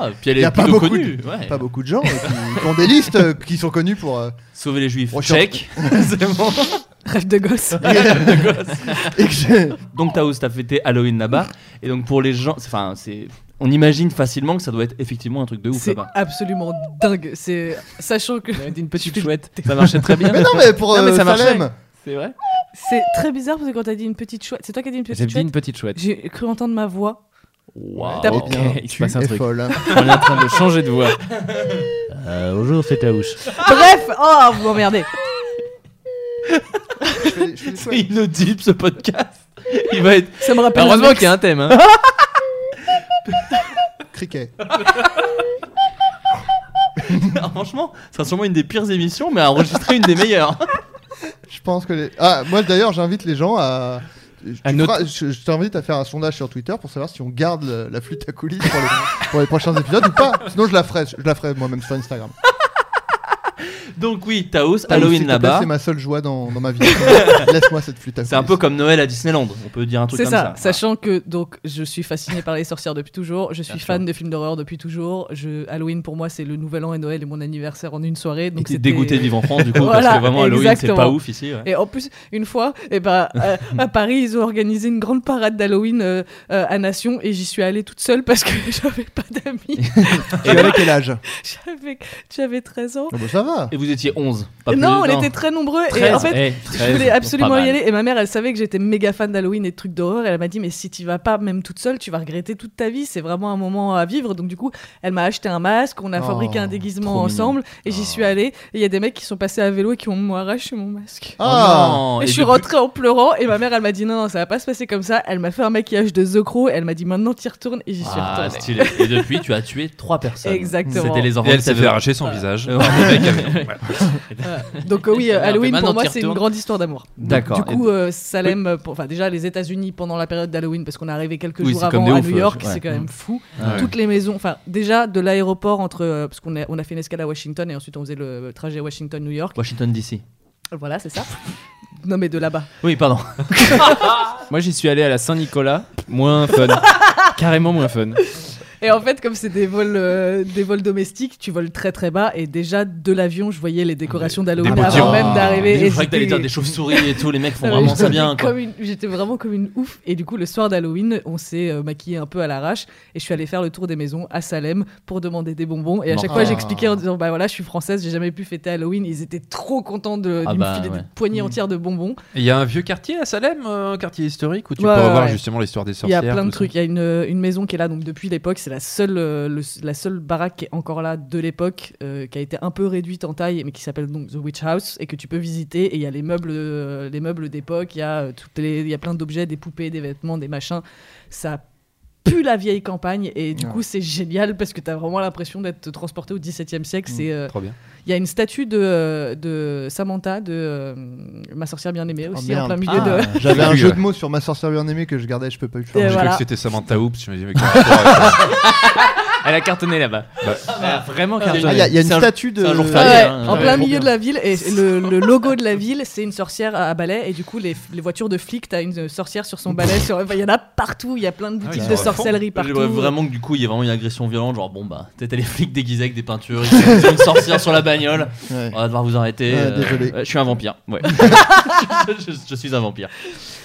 Speaker 2: Ah, puis elle est
Speaker 7: y a pas
Speaker 2: plutôt
Speaker 7: beaucoup,
Speaker 2: connue,
Speaker 7: de,
Speaker 2: ouais.
Speaker 7: pas beaucoup de gens euh, qui, qui ont des listes euh, qui sont connus pour. euh,
Speaker 6: Sauver les juifs.
Speaker 7: recherche-
Speaker 6: Check. C'est bon.
Speaker 8: Rêve de gosse.
Speaker 6: Rêve de gosse.
Speaker 7: Et que j'ai-
Speaker 6: donc Taos t'as fêté Halloween là-bas et donc pour les gens, c'est- enfin c'est, on imagine facilement que ça doit être effectivement un truc de ouf
Speaker 8: C'est
Speaker 6: là-bas.
Speaker 8: absolument dingue. C'est sachant que
Speaker 16: une petite chouette. Ça marchait très bien.
Speaker 7: Mais non, mais pour, Non, mais euh, ça marchait. Salem.
Speaker 16: C'est vrai.
Speaker 8: C'est très bizarre parce que quand t'as dit une petite chouette, c'est toi qui as dit une petite
Speaker 16: J'ai
Speaker 8: chouette.
Speaker 16: dit une petite chouette.
Speaker 8: J'ai cru entendre ma voix.
Speaker 6: Waouh.
Speaker 8: T'as-
Speaker 16: Ok, il se passe un
Speaker 7: es
Speaker 16: truc.
Speaker 7: folle.
Speaker 16: On est en train de changer de voix.
Speaker 17: Euh, bonjour, c'est Taouche.
Speaker 8: Bref, oh vous m'emmerdez.
Speaker 6: C'est inaudible ce podcast. Il va être.
Speaker 8: Ça me rappelle
Speaker 6: Heureusement
Speaker 8: Max.
Speaker 6: qu'il y a un thème. Hein.
Speaker 7: Cricket.
Speaker 8: Ah
Speaker 6: Alors, franchement, ça sera sûrement une des pires émissions, mais à enregistrer une des meilleures.
Speaker 7: Je pense que les. Ah, moi d'ailleurs, j'invite les gens à. tu
Speaker 6: noter.
Speaker 7: feras- je je t'invite à faire un sondage sur Twitter pour savoir si on garde le- la flûte à coulisses pour les, pour les prochains épisodes ou pas. Sinon, je la ferai, je la ferai moi-même sur Instagram.
Speaker 6: Donc oui, Taos,
Speaker 7: Taos, s'il
Speaker 6: Halloween
Speaker 7: te plaît,
Speaker 6: là-bas.
Speaker 7: C'est ma seule joie dans, dans ma vie. Laisse-moi cette flûte à coulisses.
Speaker 6: C'est un peu comme Noël à Disneyland. On peut dire un truc
Speaker 8: C'est
Speaker 6: comme
Speaker 8: ça,
Speaker 6: ça.
Speaker 8: sachant que donc je suis fasciné par les sorcières depuis toujours, je suis
Speaker 6: Bien sûr.
Speaker 8: fan de films d'horreur depuis toujours, je, Halloween pour moi c'est le nouvel an et Noël et mon anniversaire en une soirée. Donc
Speaker 6: Et t'es
Speaker 8: c'était-
Speaker 6: dégoûté de vivre en France, du coup, parce que vraiment, Halloween, c'est pas ouf ici, ouais.
Speaker 8: Et en plus, une fois, eh ben, euh, à Paris, ils ont organisé une grande parade d'Halloween euh, euh, à Nation et j'y suis allée toute seule parce que j'avais pas d'amis.
Speaker 7: Tu avais quel âge
Speaker 8: J'avais- J'avais 13 ans.
Speaker 7: Oh, bah, Ça va.
Speaker 6: Et vous étiez 11. Pas plus,
Speaker 8: non, on était très nombreux et
Speaker 6: 13,
Speaker 8: en fait,
Speaker 6: eh,
Speaker 8: je
Speaker 6: 13,
Speaker 8: voulais
Speaker 6: pas
Speaker 8: absolument
Speaker 6: mal.
Speaker 8: y aller. Et ma mère, elle savait que j'étais méga fan d'Halloween et de trucs d'horreur. Elle m'a dit, mais si tu vas pas, même toute seule, tu vas regretter toute ta vie. C'est vraiment un moment à vivre. Donc, du coup, elle m'a acheté un masque, on a
Speaker 7: Oh,
Speaker 8: fabriqué un déguisement
Speaker 7: trop
Speaker 8: ensemble et j'y suis allée. Et il y a des mecs qui sont passés à vélo et qui ont m'ont arraché mon masque.
Speaker 7: Ah. non,
Speaker 8: et,
Speaker 7: et
Speaker 8: je suis
Speaker 7: depuis-
Speaker 8: rentrée en pleurant. Et ma mère, elle m'a dit, non, non, ça va pas se passer comme ça. Elle m'a fait un maquillage de The Crow. Elle m'a dit, maintenant, t'y retournes. Et j'y suis
Speaker 6: Ah,
Speaker 8: retournée.
Speaker 6: stylé. Et depuis, tu as tué trois personnes.
Speaker 8: Exactement.
Speaker 6: C'était les enfants.
Speaker 2: Et elle
Speaker 6: de
Speaker 2: s'est
Speaker 6: Seven.
Speaker 2: fait arracher son visage.
Speaker 6: Euh,
Speaker 2: Par des mecs avec-
Speaker 6: Ouais.
Speaker 8: Voilà. Donc euh, oui, euh,
Speaker 6: Merde, mais
Speaker 8: Halloween
Speaker 6: maintenant,
Speaker 8: pour moi
Speaker 6: t'y
Speaker 8: c'est une
Speaker 6: retournes.
Speaker 8: grande histoire d'amour. Donc,
Speaker 6: D'accord.
Speaker 8: Du coup, euh, Salem, euh, pour- enfin déjà les États-Unis pendant la période d'Halloween parce qu'on est arrivé quelques
Speaker 6: Oui,
Speaker 8: jours
Speaker 6: c'est comme
Speaker 8: avant
Speaker 6: des
Speaker 8: à
Speaker 6: ouf,
Speaker 8: New York,
Speaker 6: ouais.
Speaker 8: c'est quand
Speaker 6: Ouais.
Speaker 8: même fou.
Speaker 6: Ah ouais.
Speaker 8: Toutes les maisons, enfin déjà de l'aéroport entre euh, parce qu'on a, on a fait une escale à Washington et ensuite on faisait le trajet Washington-New York.
Speaker 6: Washington DC.
Speaker 8: Voilà, c'est ça. non mais de là-bas.
Speaker 6: Oui, pardon.
Speaker 16: Moi, j'y suis allé à la Saint-Nicolas. Moins fun. Carrément moins fun.
Speaker 8: Et en fait, comme c'est des vols, euh, des vols domestiques, tu voles très très bas et déjà de l'avion, je voyais les décorations d'Halloween
Speaker 6: beaux
Speaker 8: avant
Speaker 6: dieux.
Speaker 8: même d'arriver.
Speaker 6: Ah, Je
Speaker 8: et
Speaker 6: croyais que t'allais
Speaker 8: c'était-
Speaker 6: dire des chauves-souris et tout, les mecs font
Speaker 8: Non,
Speaker 6: vraiment
Speaker 8: mais
Speaker 6: ça bien,
Speaker 8: j'étais
Speaker 6: quoi.
Speaker 8: comme une- J'étais vraiment comme une ouf. Et du coup, le soir d'Halloween, on s'est euh, maquillé un peu à l'arrache et je suis allée faire le tour des maisons à Salem pour demander des bonbons. Et à
Speaker 6: Non.
Speaker 8: chaque fois,
Speaker 6: Ah.
Speaker 8: j'expliquais en disant Bah voilà, je suis française, j'ai jamais pu fêter Halloween. Ils étaient trop contents de- d'une
Speaker 2: Ah bah,
Speaker 8: filée-
Speaker 2: ouais.
Speaker 8: d'une poignée entière de bonbons.
Speaker 2: Il y a un vieux quartier à Salem, euh, un quartier historique où tu
Speaker 8: Ouais,
Speaker 2: peux
Speaker 8: ouais,
Speaker 2: revoir
Speaker 8: ouais.
Speaker 2: justement l'histoire des
Speaker 8: Il y
Speaker 2: sorcières.
Speaker 8: a plein de
Speaker 2: tout ça.
Speaker 8: trucs. Il y a une, une maison qui est là donc depuis l'époque. C'est la seule euh, le- la seule baraque qui est encore là de l'époque, euh, qui a été un peu réduite en taille, mais qui s'appelle donc The Witch House et que tu peux visiter. Et il y a les meubles euh, les meubles d'époque. Il y a euh, toutes les il y a plein d'objets, des poupées, des vêtements, des machins. Ça pue la vieille campagne et du
Speaker 2: Ouais.
Speaker 8: coup c'est génial parce que t'as vraiment l'impression d'être transporté au XVIIe siècle.
Speaker 2: Mmh,
Speaker 8: c'est euh,
Speaker 2: trop bien.
Speaker 8: Il y a une statue de, euh, de Samantha de euh, ma sorcière bien aimée aussi en
Speaker 7: merde.
Speaker 8: plein milieu
Speaker 7: Ah,
Speaker 8: de.
Speaker 7: J'avais un
Speaker 2: Oui,
Speaker 7: jeu
Speaker 2: ouais.
Speaker 7: de mots sur ma sorcière bien aimée que je gardais, je peux pas le
Speaker 8: Et
Speaker 7: faire.
Speaker 2: J'ai cru
Speaker 8: voilà.
Speaker 2: que c'était Samantha Oops. Je me dis, mais quel rapport avec ça
Speaker 16: Elle a cartonné là-bas.
Speaker 8: Ah
Speaker 2: Bah.
Speaker 16: Elle a vraiment cartonné.
Speaker 7: Ah, il y a- il y a une
Speaker 16: C'est un-
Speaker 7: statue de-
Speaker 16: c'est un jour
Speaker 7: Ouais,
Speaker 16: férié,
Speaker 8: Ouais,
Speaker 16: hein.
Speaker 8: en plein milieu de la ville et le, le logo de la ville c'est une sorcière à, à balai et du coup les, les voitures de flics t'as une sorcière sur son balai sur- enfin, il y en a partout il y a plein de boutiques de sorcellerie partout
Speaker 6: J'aimerais vraiment que du coup il y ait vraiment une agression violente, genre bon bah peut-être les flics déguisés avec des peintures, ils ont une sorcière sur la bagnole,
Speaker 7: Ouais.
Speaker 6: on va devoir vous arrêter.
Speaker 7: Ouais,
Speaker 6: euh,
Speaker 7: désolé.
Speaker 6: ouais, je suis un vampire, ouais. je, je- je suis un vampire.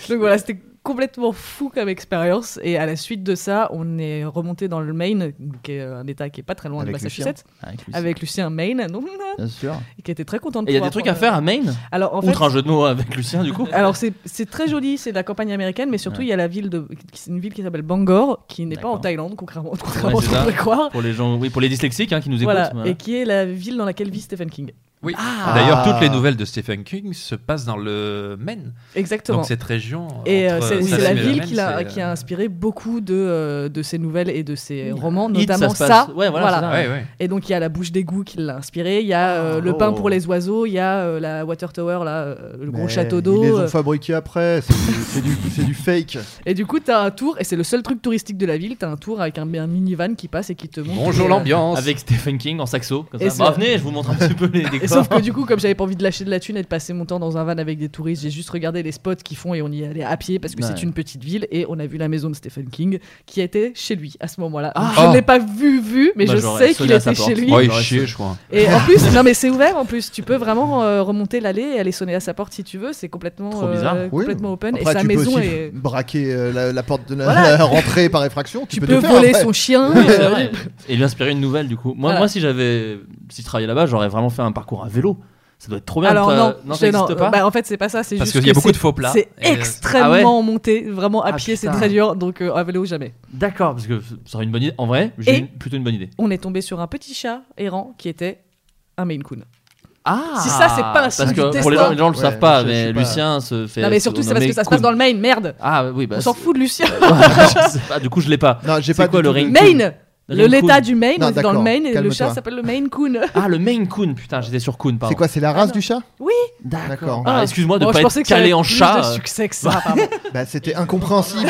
Speaker 8: donc voilà c'était complètement fou comme expérience et à la suite de ça on est remonté dans le Maine qui est un état qui est pas très loin
Speaker 6: Avec
Speaker 8: de Massachusetts
Speaker 6: Lucien. Avec Lucien.
Speaker 8: avec Lucien Maine donc,
Speaker 6: Bien sûr.
Speaker 8: et qui était très content de
Speaker 6: Et il y a des
Speaker 8: pouvoir
Speaker 6: trucs à
Speaker 8: prendre- euh,
Speaker 6: faire à Maine
Speaker 8: alors en fait
Speaker 6: Outre un jeu de mots avec Lucien du coup.
Speaker 8: Alors c'est- c'est très joli, c'est de la campagne américaine, mais surtout
Speaker 6: Ouais.
Speaker 8: il y a la ville de, c'est une ville qui s'appelle Bangor, qui n'est pas en Thaïlande, contrairement,
Speaker 6: Ouais,
Speaker 8: contrairement à
Speaker 6: c'est
Speaker 8: ce qu'on
Speaker 6: ça.
Speaker 8: pourrait croire.
Speaker 6: Pour les gens, oui, pour les dyslexiques hein, qui nous écoutent.
Speaker 8: Voilà,
Speaker 6: voilà.
Speaker 8: et qui est la ville dans laquelle vit Stephen King.
Speaker 2: Oui.
Speaker 1: Ah.
Speaker 2: D'ailleurs, toutes les nouvelles de Stephen King se passent dans le Maine.
Speaker 8: Exactement.
Speaker 2: Donc cette région.
Speaker 8: Et euh,
Speaker 2: entre
Speaker 8: c'est c'est euh,
Speaker 2: Salem
Speaker 8: la
Speaker 2: et le
Speaker 8: ville
Speaker 2: Maine,
Speaker 8: qui a,
Speaker 2: c'est,
Speaker 8: qui a inspiré beaucoup de, euh, de ses nouvelles et de ses romans,
Speaker 6: It, ça
Speaker 8: notamment
Speaker 6: se passe- ouais, voilà, c'est ça, ouais, ouais.
Speaker 8: Et donc il y a la bouche d'égout qui l'a inspiré, il y a euh, le pain
Speaker 7: oh.
Speaker 8: pour les oiseaux, il y a euh, la Water Tower, là, euh, le gros
Speaker 7: Mais
Speaker 8: château d'eau.
Speaker 7: Ils les ont
Speaker 8: euh,
Speaker 7: fabriqués après, c'est c'est du, c'est du fake.
Speaker 8: Et du coup, t'as un tour, et c'est le seul truc touristique de la ville, t'as un tour avec un, un minivan qui passe et qui te montre. les, euh,
Speaker 6: Avec Stephen King en saxo. Comme
Speaker 8: Et
Speaker 6: ça. Bah,
Speaker 8: c'est-
Speaker 6: venez, je vous montre un petit peu les
Speaker 8: Et
Speaker 6: décors.
Speaker 9: Sauf que du coup, comme j'avais pas envie de lâcher de la thune et de passer mon temps dans un van avec des touristes, j'ai juste regardé les spots qu'ils font et on y allait à pied parce que
Speaker 6: Ouais.
Speaker 9: c'est une petite ville et on a vu la maison de Stephen King qui était chez lui à ce moment-là.
Speaker 6: Ah.
Speaker 9: je
Speaker 6: Oh.
Speaker 9: ne l'ai pas vu, vu, mais
Speaker 6: Bah,
Speaker 9: je
Speaker 6: j'aurais
Speaker 9: sais
Speaker 6: sonné
Speaker 9: qu'il
Speaker 6: à sa
Speaker 9: était
Speaker 6: porte.
Speaker 9: chez lui.
Speaker 8: Oh, il chiait, je crois.
Speaker 9: Et en plus, non mais c'est ouvert en plus. Tu peux vraiment euh, remonter l'allée et aller sonner à sa porte si tu veux. C'est complètement, euh, complètement open
Speaker 7: Après,
Speaker 9: et sa
Speaker 7: tu peux
Speaker 9: maison
Speaker 7: aussi
Speaker 9: est.
Speaker 7: braquer euh, la, la porte de la,
Speaker 9: Voilà.
Speaker 7: la rentrée par effraction. Tu,
Speaker 9: Tu
Speaker 7: peux,
Speaker 9: peux
Speaker 7: le faire
Speaker 9: voler
Speaker 7: après.
Speaker 9: son chien.
Speaker 6: Oui, c'est vrai. Et lui inspirer une nouvelle du coup. Moi,
Speaker 9: Voilà.
Speaker 6: moi si j'avais si je travaillais là-bas, j'aurais vraiment fait un parcours à vélo. Ça doit être trop bien.
Speaker 9: Alors
Speaker 6: Après,
Speaker 9: non,
Speaker 6: ça
Speaker 9: je- non,
Speaker 6: n'existe pas.
Speaker 9: bah, en fait c'est pas ça, c'est
Speaker 6: Parce
Speaker 9: juste
Speaker 6: qu'il y a beaucoup
Speaker 9: c'est-
Speaker 6: de faux plats.
Speaker 9: C'est
Speaker 6: Et-
Speaker 9: extrêmement
Speaker 6: Ah ouais
Speaker 9: monté, vraiment à
Speaker 6: Ah,
Speaker 9: pied, c'est
Speaker 6: putain.
Speaker 9: très dur, donc euh, à vélo jamais.
Speaker 6: D'accord, parce que ça aurait une bonne idée. En vrai, j'ai
Speaker 9: Et-
Speaker 6: une- plutôt une bonne idée.
Speaker 9: On est tombé sur un petit chat errant qui était un Maine Coon.
Speaker 6: Ah
Speaker 9: Si ça c'est pas un signe
Speaker 6: Parce
Speaker 9: du
Speaker 6: que pour
Speaker 9: destin.
Speaker 6: les gens, les gens le
Speaker 9: Ouais,
Speaker 6: savent
Speaker 9: je-
Speaker 6: pas,
Speaker 9: je
Speaker 6: mais
Speaker 9: sais pas.
Speaker 6: Lucien se fait.
Speaker 9: Non mais surtout c'est parce que ça se passe dans le Maine, merde.
Speaker 6: Ah oui, bah.
Speaker 9: On s'en
Speaker 6: c'est-
Speaker 9: fout de Lucien.
Speaker 6: Je sais pas, du coup, je l'ai pas.
Speaker 7: Non, j'ai
Speaker 6: C'est
Speaker 7: pas
Speaker 6: quoi
Speaker 7: du
Speaker 6: le
Speaker 7: tout de-
Speaker 6: ring
Speaker 9: Maine, le l'état du Maine, on est dans le Maine et le
Speaker 6: calme-toi.
Speaker 9: chat s'appelle le Maine Coon.
Speaker 6: Ah, le Maine Coon, putain, j'étais sur Coon, pardon.
Speaker 7: C'est quoi, c'est la race du chat
Speaker 9: Oui.
Speaker 7: D'accord.
Speaker 6: Ah, excuse-moi de pas être calé en chat. euh. Bah,
Speaker 7: Bah, c'était incompréhensible.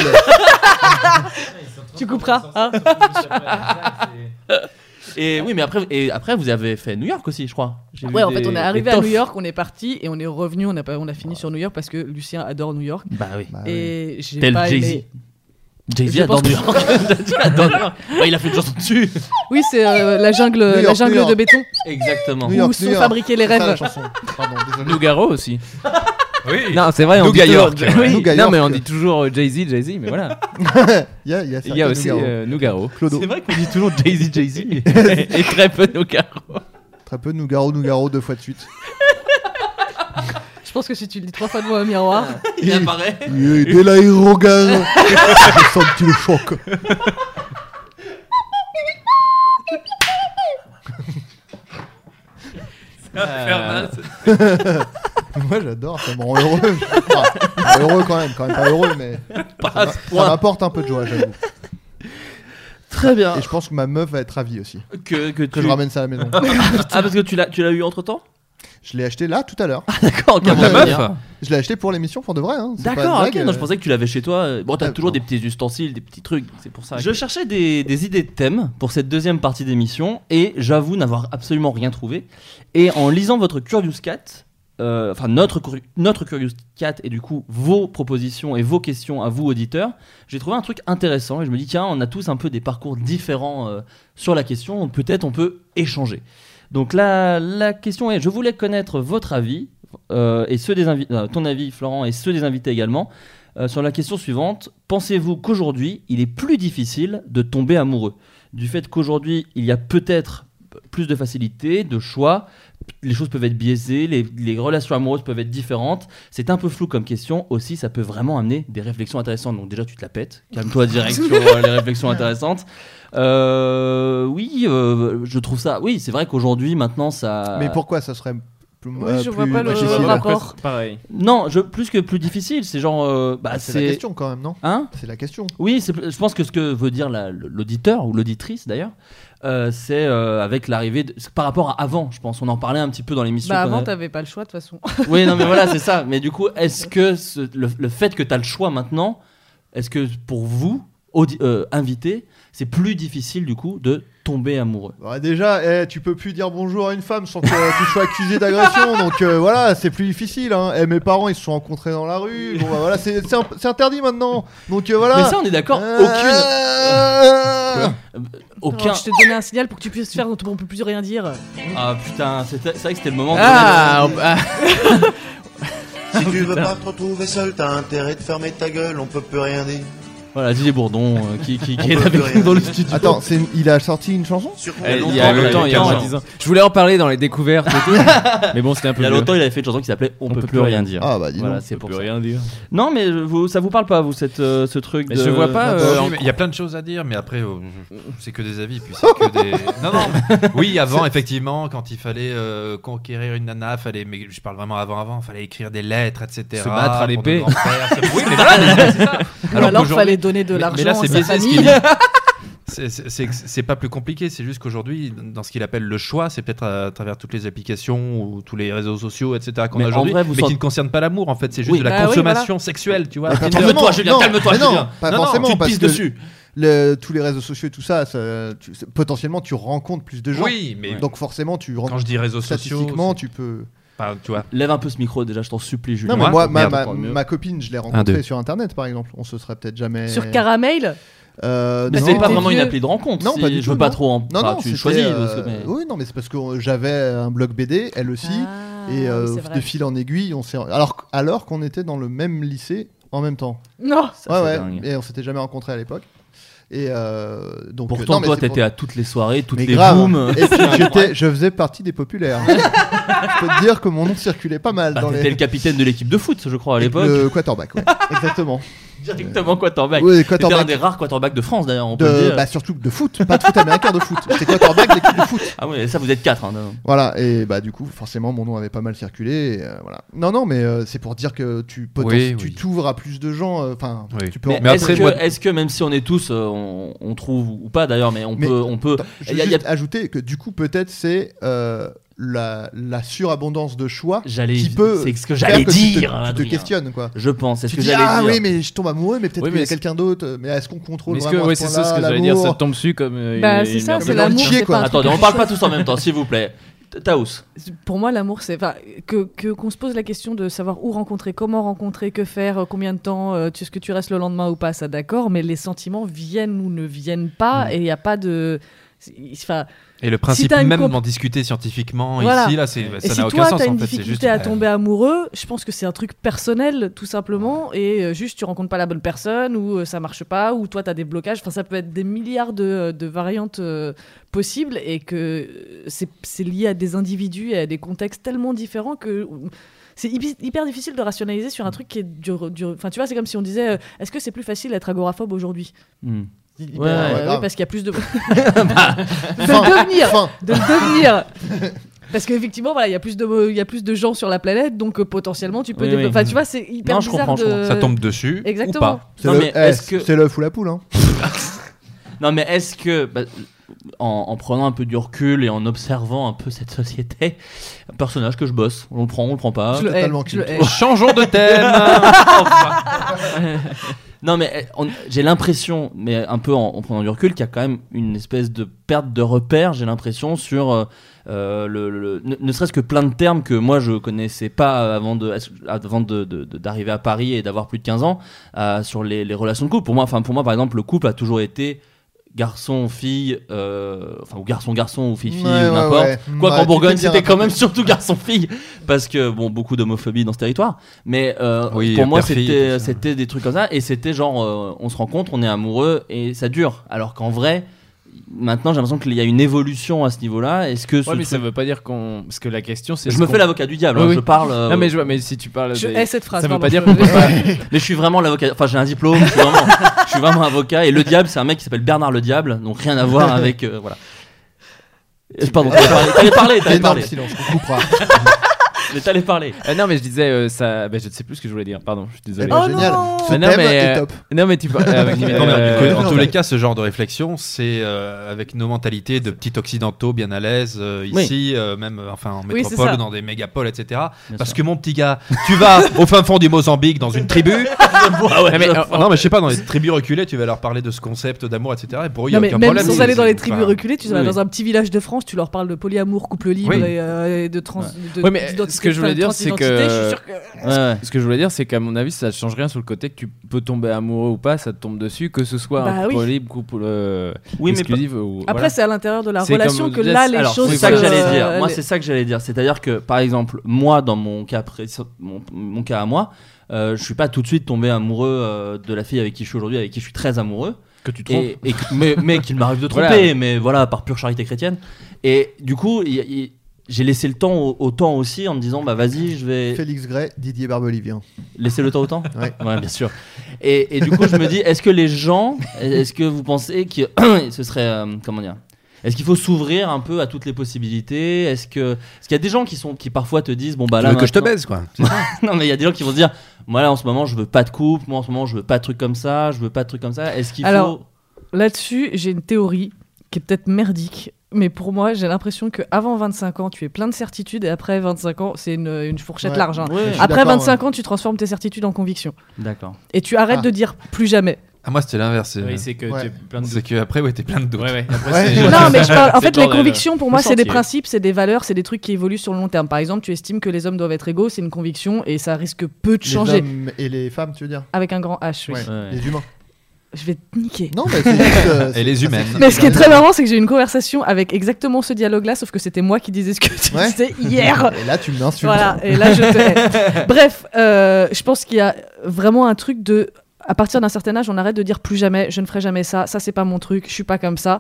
Speaker 9: tu couperas. hein.
Speaker 6: Et oui, mais après, et après, vous avez fait New York aussi, je crois. J'ai vu
Speaker 9: Ouais, en fait,
Speaker 6: des-
Speaker 9: on est
Speaker 6: des
Speaker 9: arrivé à
Speaker 6: toffes.
Speaker 9: New York, on est parti et on est revenu. On a pas, on a fini sur New York parce que Lucien adore New York.
Speaker 6: Bah oui. Bah
Speaker 9: Et
Speaker 6: oui.
Speaker 9: j'ai
Speaker 6: Tel
Speaker 9: pas
Speaker 6: Jay-Z.
Speaker 9: aimé.
Speaker 6: Jay-Z
Speaker 9: Je
Speaker 6: adore
Speaker 9: pense
Speaker 6: New
Speaker 9: que-
Speaker 6: York. Jay-Z adore New York. Ouais, il a fait une chanson dessus.
Speaker 9: Oui, c'est euh, la jungle,
Speaker 6: New
Speaker 9: la
Speaker 6: York,
Speaker 9: jungle
Speaker 6: New York.
Speaker 9: de béton.
Speaker 6: Exactement.
Speaker 9: Où
Speaker 6: New York,
Speaker 9: sont
Speaker 6: New York.
Speaker 9: fabriqués les
Speaker 6: C'est ça,
Speaker 9: rêves.
Speaker 6: la chanson.
Speaker 7: Pardon, désolé.
Speaker 2: Nougaro aussi. Oui. Non, c'est vrai, on
Speaker 7: Nougat
Speaker 2: dit
Speaker 7: York,
Speaker 2: toujours-
Speaker 7: ouais.
Speaker 2: Oui.
Speaker 7: Nougat
Speaker 2: Non, mais
Speaker 7: York.
Speaker 2: on dit toujours euh, Jay-Z, Jay-Z, mais voilà.
Speaker 7: Il y a- il y a
Speaker 2: Il y a
Speaker 7: certains
Speaker 2: aussi
Speaker 7: Nougaro.
Speaker 2: euh, Nougaro.
Speaker 7: Clodo.
Speaker 6: C'est vrai qu'on dit toujours Jay-Z, Jay-Z. et et très peu Nougaro.
Speaker 7: Très peu Nougaro, Nougaro deux fois de suite.
Speaker 6: Ah.
Speaker 9: Je pense que si tu le dis trois fois devant un miroir,
Speaker 1: Ah.
Speaker 6: Il apparaît.
Speaker 7: Il est là, il regarde. J'ai senti le choc. Euh, Moi j'adore, ça me rend heureux. Enfin, pas heureux quand même, quand même pas heureux, mais
Speaker 6: Pas
Speaker 7: ça
Speaker 6: à
Speaker 7: m'a-
Speaker 6: ce
Speaker 7: ça
Speaker 6: point.
Speaker 7: m'apporte un peu de joie, j'avoue.
Speaker 6: Très bien.
Speaker 7: Et je pense que ma meuf va être ravie aussi.
Speaker 6: Que, que, tu-
Speaker 7: je ramène ça à la maison.
Speaker 6: ah, parce que tu l'as, tu l'as eu entre temps
Speaker 7: Je l'ai acheté là tout à l'heure. Ah
Speaker 6: d'accord, ok,
Speaker 7: la
Speaker 6: bon, bah,
Speaker 7: meuf.
Speaker 6: bien.
Speaker 7: Je l'ai acheté pour l'émission pour de vrai. Hein. C'est pas une
Speaker 6: D'accord, ok.
Speaker 7: blague, euh.
Speaker 6: Non,
Speaker 7: Ah,
Speaker 6: je pensais que tu l'avais chez toi. Bon, t'as toujours des petits ustensiles, des petits trucs, c'est pour ça. Je cherchais des, des idées de thèmes pour cette deuxième partie d'émission et j'avoue n'avoir absolument rien trouvé. Et en lisant votre Curious Cat, euh, enfin notre, curi- notre Curious Cat et du coup vos propositions et vos questions à vous auditeurs, j'ai trouvé un truc intéressant et je me dis tiens, on a tous un peu des parcours différents euh, sur la question, donc peut-être on peut échanger. Donc la, la question est, je voulais connaître votre avis, euh, et ceux des invi- euh, ton avis Florent, et ceux des invités également, euh, sur la question suivante. Pensez-vous qu'aujourd'hui, il est plus difficile de tomber amoureux Du fait qu'aujourd'hui, il y a peut-être plus de facilité, de choix, les choses peuvent être biaisées, les, les relations amoureuses peuvent être différentes. C'est un peu flou comme question. Aussi, ça peut vraiment amener des réflexions intéressantes. Donc déjà, tu te la pètes. Calme-toi direct sur euh, les réflexions intéressantes. Euh, oui, euh, je trouve ça. Oui, c'est vrai qu'aujourd'hui, maintenant, ça.
Speaker 7: Mais pourquoi ça serait plus. euh, plus
Speaker 6: Je
Speaker 7: difficile
Speaker 6: vois pas pourquoi c'est
Speaker 2: Pareil.
Speaker 6: Non, je, plus que plus difficile, c'est genre. euh, bah,
Speaker 7: C'est la question quand même, non
Speaker 6: Hein
Speaker 7: C'est la question.
Speaker 6: Oui, c'est- je pense que ce que veut dire la- l'auditeur ou l'auditrice d'ailleurs, euh, c'est euh, avec l'arrivée. de- c'est Par rapport à avant, je pense. On en parlait un petit peu dans l'émission.
Speaker 9: bah
Speaker 6: qu'on a-
Speaker 9: avant t'avais pas le choix de toute façon.
Speaker 6: Oui, non, mais voilà, c'est ça. Mais du coup, est-ce que ce- le, le fait que tu as le choix maintenant, est-ce que pour vous, audi- euh, invités, c'est plus difficile du coup de tomber amoureux
Speaker 7: Bah, déjà, eh, tu peux plus dire bonjour à une femme sans que euh, tu sois accusé d'agression, donc euh, voilà, c'est plus difficile. Hein. Eh, mes parents ils se sont rencontrés dans la rue, bon bah voilà, c'est c'est imp- c'est interdit maintenant. Donc euh, voilà.
Speaker 9: Ah
Speaker 6: Mais ça, on est d'accord,
Speaker 7: Euh,
Speaker 6: Aucun.
Speaker 9: Alors, je te donnais un signal pour que tu puisses faire, dont on peut plus rien dire.
Speaker 6: Ah putain, c'était- c'est vrai que c'était le moment.
Speaker 2: Ah,
Speaker 6: de...
Speaker 2: on- ah.
Speaker 14: Si tu veux pas te retrouver seul, t'as intérêt de fermer ta gueule, on peut plus rien dire.
Speaker 6: Voilà, Didier Bourdon euh, qui, qui, qui est
Speaker 14: On peut
Speaker 6: avec
Speaker 14: plus
Speaker 6: nous dans le
Speaker 14: rien.
Speaker 6: studio.
Speaker 7: Attends, c'est une- il a sorti une chanson
Speaker 6: Eh,
Speaker 2: Il y a longtemps, il y a 10 ans. Je voulais en parler dans les découvertes
Speaker 9: Ah,
Speaker 2: et tout. mais bon, c'était un peu.
Speaker 6: Il y a
Speaker 2: vieux.
Speaker 6: longtemps, il avait fait une chanson qui s'appelait On, peut, plus rien dire.
Speaker 7: Ah bah dis
Speaker 6: Voilà,
Speaker 7: donc.
Speaker 6: c'est
Speaker 2: On
Speaker 6: pour
Speaker 2: peut
Speaker 6: ça.
Speaker 2: rien dire.
Speaker 6: Non, mais euh, vous, ça vous parle pas, vous, cette, euh, ce truc
Speaker 8: Mais
Speaker 6: de.
Speaker 8: je vois pas.
Speaker 6: Ah,
Speaker 8: euh,
Speaker 6: si,
Speaker 8: en-
Speaker 6: mais-
Speaker 8: Il y a plein de choses à dire, mais après, euh, c'est que des avis. Puis c'est que des... Non, non. mais- Oui, avant,
Speaker 6: C'est-
Speaker 8: effectivement, quand il fallait euh, conquérir une nana, fallait. Mais je parle vraiment avant, avant. Fallait écrire des lettres, etc.
Speaker 2: Se battre à
Speaker 8: pour
Speaker 2: l'épée.
Speaker 8: nos grands-pères, se- Oui, mais voilà, c'est ça.
Speaker 9: Ou alors,
Speaker 8: qu'aujourd'hui-
Speaker 9: fallait donner de
Speaker 8: Mais-
Speaker 9: l'argent
Speaker 8: Mais là,
Speaker 9: à
Speaker 8: c'est
Speaker 9: sa
Speaker 8: biaisé, ce
Speaker 9: famille.
Speaker 8: qu'il dit. C'est- c'est- C'est c'est pas plus compliqué, c'est juste qu'aujourd'hui, dans ce qu'il appelle le choix, c'est peut-être à, travers toutes les applications ou tous les réseaux sociaux, etc. qu'on
Speaker 6: Mais
Speaker 8: a
Speaker 6: en
Speaker 8: aujourd'hui,
Speaker 6: vrai,
Speaker 8: mais
Speaker 6: vous
Speaker 8: qui
Speaker 6: sentez-
Speaker 8: ne concerne pas l'amour en fait, c'est juste
Speaker 6: Oui.
Speaker 8: de la
Speaker 6: Bah oui,
Speaker 8: consommation
Speaker 6: voilà.
Speaker 8: sexuelle, tu vois.
Speaker 6: Calme-toi, Julien,
Speaker 7: oh, Non,
Speaker 6: calme-toi,
Speaker 7: mais non,
Speaker 6: Julien.
Speaker 7: pas forcément,
Speaker 6: tu te
Speaker 7: parce
Speaker 6: pisses
Speaker 7: que-
Speaker 6: dessus.
Speaker 7: le- tous les réseaux sociaux et tout ça, ça- tu- c'est- potentiellement tu rencontres plus de gens.
Speaker 8: Oui, mais-
Speaker 7: donc forcément tu rencontres.
Speaker 8: Quand je dis réseaux sociaux,
Speaker 7: statistiquement,
Speaker 8: c'est-
Speaker 7: tu peux.
Speaker 8: Enfin, tu vois.
Speaker 6: Lève un peu ce micro déjà, je t'en supplie, Julien.
Speaker 7: Non mais moi, ma,
Speaker 6: Merde,
Speaker 7: ma-
Speaker 6: encore mieux.
Speaker 7: ma copine, je l'ai
Speaker 6: deux.
Speaker 7: rencontrée sur internet par exemple. On se serait peut-être jamais.
Speaker 9: Sur Caramel
Speaker 7: Euh,
Speaker 6: Mais
Speaker 7: non.
Speaker 6: c'était pas T'étais vraiment une vieux. appli de rencontre,
Speaker 7: Non,
Speaker 6: si
Speaker 7: pas du
Speaker 6: je
Speaker 7: tout,
Speaker 6: veux pas
Speaker 7: non.
Speaker 6: trop en-
Speaker 7: Non,
Speaker 6: enfin,
Speaker 7: non,
Speaker 6: tu
Speaker 7: c'était,
Speaker 6: choisis,
Speaker 7: euh,
Speaker 6: parce que- mais-
Speaker 7: Oui, non, mais c'est parce que euh, j'avais un blog BD, elle aussi, et euh,
Speaker 9: Ah, oui, c'est vrai.
Speaker 7: de fil en aiguille, on s'est alors qu- alors qu'on était dans le même lycée en même temps.
Speaker 9: Non.
Speaker 7: Ouais,
Speaker 6: c'est
Speaker 7: ouais,
Speaker 6: dingue.
Speaker 7: Et on s'était jamais rencontrés à l'époque. Et euh, donc euh,
Speaker 6: Pourtant,
Speaker 7: non, mais
Speaker 6: toi,
Speaker 7: c'est
Speaker 6: t'étais
Speaker 7: pour-
Speaker 6: à toutes les soirées, toutes
Speaker 7: Mais
Speaker 6: les
Speaker 7: grave.
Speaker 6: rooms.
Speaker 7: Et puis j'étais- je faisais partie des populaires. je peux te dire que mon nom circulait pas mal
Speaker 6: Bah,
Speaker 7: dans
Speaker 6: t'étais
Speaker 7: les
Speaker 6: le capitaine de l'équipe de foot, je crois, à
Speaker 7: Avec
Speaker 6: l'époque.
Speaker 7: Le quarterback, ouais. Exactement.
Speaker 6: Directement quarterback.
Speaker 7: Oui,
Speaker 6: T'étais
Speaker 7: quarterback.
Speaker 6: un des rares quarterbacks de France, d'ailleurs, on peut le
Speaker 7: De,
Speaker 6: dire.
Speaker 7: bah, surtout de foot, pas de foot américain, de foot. J'étais quarterback de l'équipe de foot.
Speaker 6: Ah oui, ça, vous êtes quatre. hein, non, non.
Speaker 7: Voilà, et bah du coup, forcément, mon nom avait pas mal circulé. et, euh, voilà. Non, non, mais euh, c'est pour dire que tu poten-
Speaker 6: Oui,
Speaker 7: tu t'ouvres à plus de gens. euh, Enfin,
Speaker 8: Oui.
Speaker 7: tu peux.
Speaker 6: Mais
Speaker 7: en-
Speaker 6: est-ce que, est-ce que même si on est tous, euh, on, on trouve ou pas d'ailleurs, mais on
Speaker 7: Mais-
Speaker 6: peut, on peut.
Speaker 7: Je
Speaker 6: Il
Speaker 7: veux
Speaker 6: y a- il y a-
Speaker 7: juste ajouter que du coup, peut-être c'est euh, la, la surabondance de choix
Speaker 6: J'allais-
Speaker 7: qui peut.
Speaker 6: c'est ce que
Speaker 7: faire tu
Speaker 6: j'allais
Speaker 7: te-
Speaker 6: dire,
Speaker 7: Tu te,
Speaker 6: Adrien.
Speaker 7: questionnes, quoi.
Speaker 6: Je pense, c'est ce
Speaker 7: Tu
Speaker 6: que
Speaker 7: dis,
Speaker 6: j'allais
Speaker 7: ah
Speaker 6: dire.
Speaker 7: oui, mais je tombe amoureux, mais peut-être
Speaker 6: Oui,
Speaker 7: qu'il y
Speaker 6: mais
Speaker 7: a
Speaker 6: est-ce-
Speaker 7: quelqu'un d'autre. euh, Mais est-ce qu'on contrôle
Speaker 2: Est-ce
Speaker 7: vraiment
Speaker 2: que
Speaker 7: à
Speaker 2: ouais,
Speaker 7: ce
Speaker 2: c'est ça ce que
Speaker 7: point-là
Speaker 2: j'allais dire,
Speaker 7: l'amour
Speaker 2: ça tombe dessus comme. euh,
Speaker 9: Bah,
Speaker 2: une-
Speaker 9: c'est
Speaker 2: une
Speaker 9: ça,
Speaker 2: merde.
Speaker 9: c'est l'amour. c'est pas un truc
Speaker 6: Attendez, on
Speaker 9: que
Speaker 6: parle
Speaker 9: je
Speaker 6: pas
Speaker 9: choisis.
Speaker 6: tous en même temps, s'il vous plaît. Taos.
Speaker 9: Pour moi, l'amour, c'est enfin que que- qu'on se pose la question de savoir où rencontrer, comment rencontrer, que faire, euh, combien de temps, euh, tu- est-ce que tu restes le lendemain ou pas, ça d'accord. Mais les sentiments viennent ou ne viennent pas, et il n'y a pas de. c'est- Enfin,
Speaker 8: Et le
Speaker 9: si
Speaker 8: principe
Speaker 9: t'as une
Speaker 8: même
Speaker 9: comp-
Speaker 8: d'en discuter scientifiquement
Speaker 9: Voilà.
Speaker 8: ici, là, c'est-
Speaker 9: Et
Speaker 8: ça
Speaker 9: si
Speaker 8: n'a
Speaker 9: toi,
Speaker 8: aucun sens
Speaker 9: t'as
Speaker 8: en
Speaker 9: une
Speaker 8: fait. C'est juste.
Speaker 9: difficulté à tomber amoureux, je pense que c'est un truc personnel, tout simplement. Et euh, juste, tu rencontres pas la bonne personne, ou euh, ça marche pas, ou toi, t'as des blocages. Enfin, ça peut être des milliards de, de variantes euh, possibles, et que euh, c'est c'est lié à des individus et à des contextes tellement différents que. C'est hypi- hyper difficile de rationaliser sur un truc qui est dur. dur- Enfin, tu vois, c'est comme si on disait euh, est-ce que c'est plus facile d'être agoraphobe aujourd'hui
Speaker 6: Hmm.
Speaker 9: Hyper-
Speaker 6: Ouais,
Speaker 9: euh,
Speaker 6: ouais,
Speaker 9: oui,
Speaker 6: grave.
Speaker 9: parce qu'il y a plus de. de
Speaker 6: Fin.
Speaker 9: le devenir
Speaker 6: Fin.
Speaker 9: De le devenir Parce qu'effectivement, voilà, il y, a plus de- il y a plus de gens sur la planète, donc euh, potentiellement, tu peux.
Speaker 6: Oui,
Speaker 9: développer-
Speaker 6: oui.
Speaker 9: Enfin, tu vois, c'est hyper
Speaker 6: Non, je
Speaker 9: bizarre
Speaker 6: comprends,
Speaker 9: de...
Speaker 6: je comprends. Ça tombe dessus ou
Speaker 9: Exactement.
Speaker 6: pas.
Speaker 7: C'est
Speaker 6: Non,
Speaker 7: le-
Speaker 6: mais
Speaker 7: eh,
Speaker 6: est-ce que-
Speaker 7: c'est l'œuf ou la poule, hein
Speaker 6: Non, mais est-ce que, bah, en, en prenant un peu du recul et en observant un peu cette société, un personnage que je bosse, on le prend, on le prend pas.
Speaker 7: Je le hais, Totalement je le culte. hais.
Speaker 8: Changeons de thème.
Speaker 6: Enfin. Non, mais eh, on- j'ai l'impression, mais un peu en, en prenant du recul, qu'il y a quand même une espèce de perte de repère, j'ai l'impression, sur euh, euh, le, le- ne, ne serait-ce que plein de termes que moi je connaissais pas avant de avant de- de- de- d'arriver à Paris et d'avoir plus de 15 ans euh, sur les, les relations de couple. Pour moi, enfin pour moi par exemple, le couple a toujours été garçon fille euh, enfin ou garçon garçon ou fille fille
Speaker 7: Ouais, ouais,
Speaker 6: ou n'importe
Speaker 7: ouais.
Speaker 2: Bah,
Speaker 7: Ouais,
Speaker 6: quoi qu'en
Speaker 7: tu
Speaker 6: Bourgogne
Speaker 7: t'es bien
Speaker 6: c'était quand même
Speaker 7: raconté.
Speaker 6: surtout garçon fille parce que bon beaucoup d'homophobie dans ce territoire mais euh,
Speaker 8: Oui,
Speaker 6: pour moi
Speaker 8: père-fille,
Speaker 6: c'était
Speaker 8: tout ça.
Speaker 6: c'était des trucs comme ça et c'était genre euh, on se rencontre on est amoureux et ça dure alors qu'en vrai maintenant j'ai l'impression qu'il y a une évolution à ce niveau là est-ce que ce
Speaker 2: Ouais, mais ça
Speaker 6: truc-
Speaker 2: veut pas dire qu'on. Parce que la question, c'est.
Speaker 6: Je
Speaker 2: ce
Speaker 6: me
Speaker 2: qu'on-
Speaker 6: fais l'avocat du diable,
Speaker 2: Oui,
Speaker 6: hein,
Speaker 2: oui.
Speaker 6: je parle, euh,
Speaker 2: Non, mais, je vois, mais si tu parles.
Speaker 9: Je
Speaker 2: des-
Speaker 9: hais cette phrase,
Speaker 2: Ça veut
Speaker 9: pardon,
Speaker 2: pas dire
Speaker 9: je-
Speaker 2: qu'on peut pas-
Speaker 6: mais je suis vraiment l'avocat enfin j'ai un diplôme je suis vraiment, je suis vraiment avocat et le diable c'est un mec qui s'appelle Bernard le diable donc rien à voir avec euh, voilà Euh, pardon t'allais parler t'allais parler, t'allais
Speaker 7: Énorme
Speaker 6: parler.
Speaker 7: silence, on coupera.
Speaker 6: mais t'allais parler
Speaker 2: Euh, non mais je disais euh, ça bah, je ne sais plus ce que je voulais dire pardon je suis désolé
Speaker 7: Eh ben, Oh génial. non Ce
Speaker 2: Mais non,
Speaker 7: thème
Speaker 2: mais,
Speaker 7: est
Speaker 2: euh,
Speaker 7: top.
Speaker 2: non mais tu par- euh, avec-
Speaker 8: Non, mais
Speaker 2: euh,
Speaker 8: en tous les cas, ce genre de réflexion, c'est euh, avec nos mentalités de petits occidentaux bien à l'aise euh,
Speaker 6: Oui.
Speaker 8: ici, euh, même euh, enfin en
Speaker 6: Oui, c'est
Speaker 8: métropole,
Speaker 6: ça.
Speaker 8: ou dans des mégapoles, etc.
Speaker 6: Bien
Speaker 8: Parce
Speaker 6: sûr.
Speaker 8: que mon petit gars, tu vas au fin fond du Mozambique dans une tribu.
Speaker 6: Ah ouais,
Speaker 8: Non, mais,
Speaker 6: je
Speaker 8: euh,
Speaker 6: vois.
Speaker 8: non, mais je sais pas, dans les tribus reculées, tu vas leur parler de ce concept d'amour, etc. Et pour eux, il y a
Speaker 9: Non, mais
Speaker 8: aucun
Speaker 9: même
Speaker 8: problème.
Speaker 9: sans
Speaker 8: C'est-
Speaker 9: aller dans les
Speaker 8: c'est-
Speaker 9: tribus
Speaker 8: enfin,
Speaker 9: reculées, tu vas
Speaker 8: oui,
Speaker 9: dans
Speaker 8: oui.
Speaker 9: un petit village de France, tu leur parles de polyamour, couple libre
Speaker 2: Oui.
Speaker 9: et, euh, et de trans. de-
Speaker 2: Ouais, mais
Speaker 9: d'identi-
Speaker 2: ce que je voulais
Speaker 9: enfin,
Speaker 2: dire c'est que,
Speaker 9: transidentité, je suis sûre que-
Speaker 2: Ce- ce que je voulais dire c'est qu'à mon avis ça change rien sur le côté que tu peux tomber amoureux ou pas ça te tombe dessus que ce soit
Speaker 9: Bah
Speaker 2: un couple
Speaker 9: oui.
Speaker 2: libre couple euh,
Speaker 6: Oui, mais
Speaker 2: exclusif ou
Speaker 9: Après,
Speaker 2: voilà.
Speaker 9: c'est à l'intérieur de la
Speaker 2: C'est
Speaker 9: relation
Speaker 2: comme-
Speaker 9: que là, les
Speaker 6: Alors,
Speaker 9: choses
Speaker 6: C'est ça que
Speaker 9: se-
Speaker 6: j'allais dire.
Speaker 9: euh,
Speaker 6: Moi,
Speaker 9: les-
Speaker 6: c'est ça que j'allais dire. C'est-à-dire que, par exemple, moi, dans mon cas, pré- mon, mon cas à moi, euh, je suis pas tout de suite tombé amoureux euh, de la fille avec qui je suis aujourd'hui, avec qui je suis très amoureux.
Speaker 2: Que tu trompes.
Speaker 6: Et, et que- mais, mais qu'il m'arrive de tromper,
Speaker 2: Voilà.
Speaker 6: mais voilà, par pure charité chrétienne. Et du coup, il- il- j'ai laissé le temps au, au temps aussi en me disant, bah vas-y, je vais.
Speaker 7: Félix Gray, Didier Barbelivien.
Speaker 6: Laisser le temps au temps
Speaker 7: Ouais.
Speaker 6: bien sûr. Et, et du coup, je me dis, est-ce que les gens, est-ce que vous pensez que ce serait, euh, comment dire, est-ce qu'il faut s'ouvrir un peu à toutes les possibilités Est-ce que, parce qu'il y a des gens qui sont, qui parfois te disent, bon bah
Speaker 8: Tu
Speaker 6: là,
Speaker 8: veux que je te
Speaker 6: maintenant-
Speaker 8: baise, quoi.
Speaker 6: non mais il y a des gens qui vont se dire, moi là en ce moment, je veux pas de couple, moi en ce moment, je veux pas de trucs comme ça, je veux pas de trucs comme ça. Est-ce qu'il
Speaker 9: Alors,
Speaker 6: faut
Speaker 9: là-dessus, j'ai une théorie qui est peut-être merdique, mais pour moi, j'ai l'impression que avant 25 ans, tu es plein de certitudes et après 25 ans, c'est une, une fourchette
Speaker 6: Ouais.
Speaker 9: large. hein.
Speaker 6: Ouais. Je suis
Speaker 9: Après
Speaker 6: d'accord,
Speaker 9: 25 ans, tu transformes tes certitudes en convictions.
Speaker 6: D'accord.
Speaker 9: Et tu arrêtes
Speaker 6: Ah.
Speaker 9: de dire plus jamais.
Speaker 8: Ah, moi, c'était l'inverse. euh,
Speaker 2: Oui, c'est que tu es plein de
Speaker 8: C'est
Speaker 2: doutes.
Speaker 8: que après, ouais, t'es plein de doutes.
Speaker 2: Ouais, ouais, après,
Speaker 8: Ouais.
Speaker 2: c'est-
Speaker 9: Non, mais je parle- en
Speaker 2: C'est le
Speaker 9: fait, les
Speaker 2: bordel.
Speaker 9: convictions, pour moi, c'est des
Speaker 2: Ressenti, ouais.
Speaker 9: principes, c'est des valeurs, c'est des trucs qui évoluent sur le long terme. Par exemple, tu estimes que les hommes doivent être égaux, c'est une conviction et ça risque peu de
Speaker 7: Les
Speaker 9: changer.
Speaker 7: hommes et les femmes, tu veux dire
Speaker 9: Avec un grand H, oui.
Speaker 7: Ouais, Ouais. les humains.
Speaker 9: Je vais te niquer.
Speaker 7: Non, mais c'est juste, euh,
Speaker 8: Et les
Speaker 7: c'est-
Speaker 8: humaines.
Speaker 7: c'est-
Speaker 9: Mais ce qui est très marrant, c'est que j'ai eu une conversation avec exactement ce dialogue-là, sauf que c'était moi qui disais ce que tu
Speaker 7: Ouais.
Speaker 9: disais hier.
Speaker 7: Et là, tu m'insultes.
Speaker 9: Voilà, et là, je te hais. Bref, euh, je pense qu'il y a vraiment un truc de. À partir d'un certain âge, on arrête de dire plus jamais, je ne ferai jamais ça, ça c'est pas mon truc, je suis pas comme ça.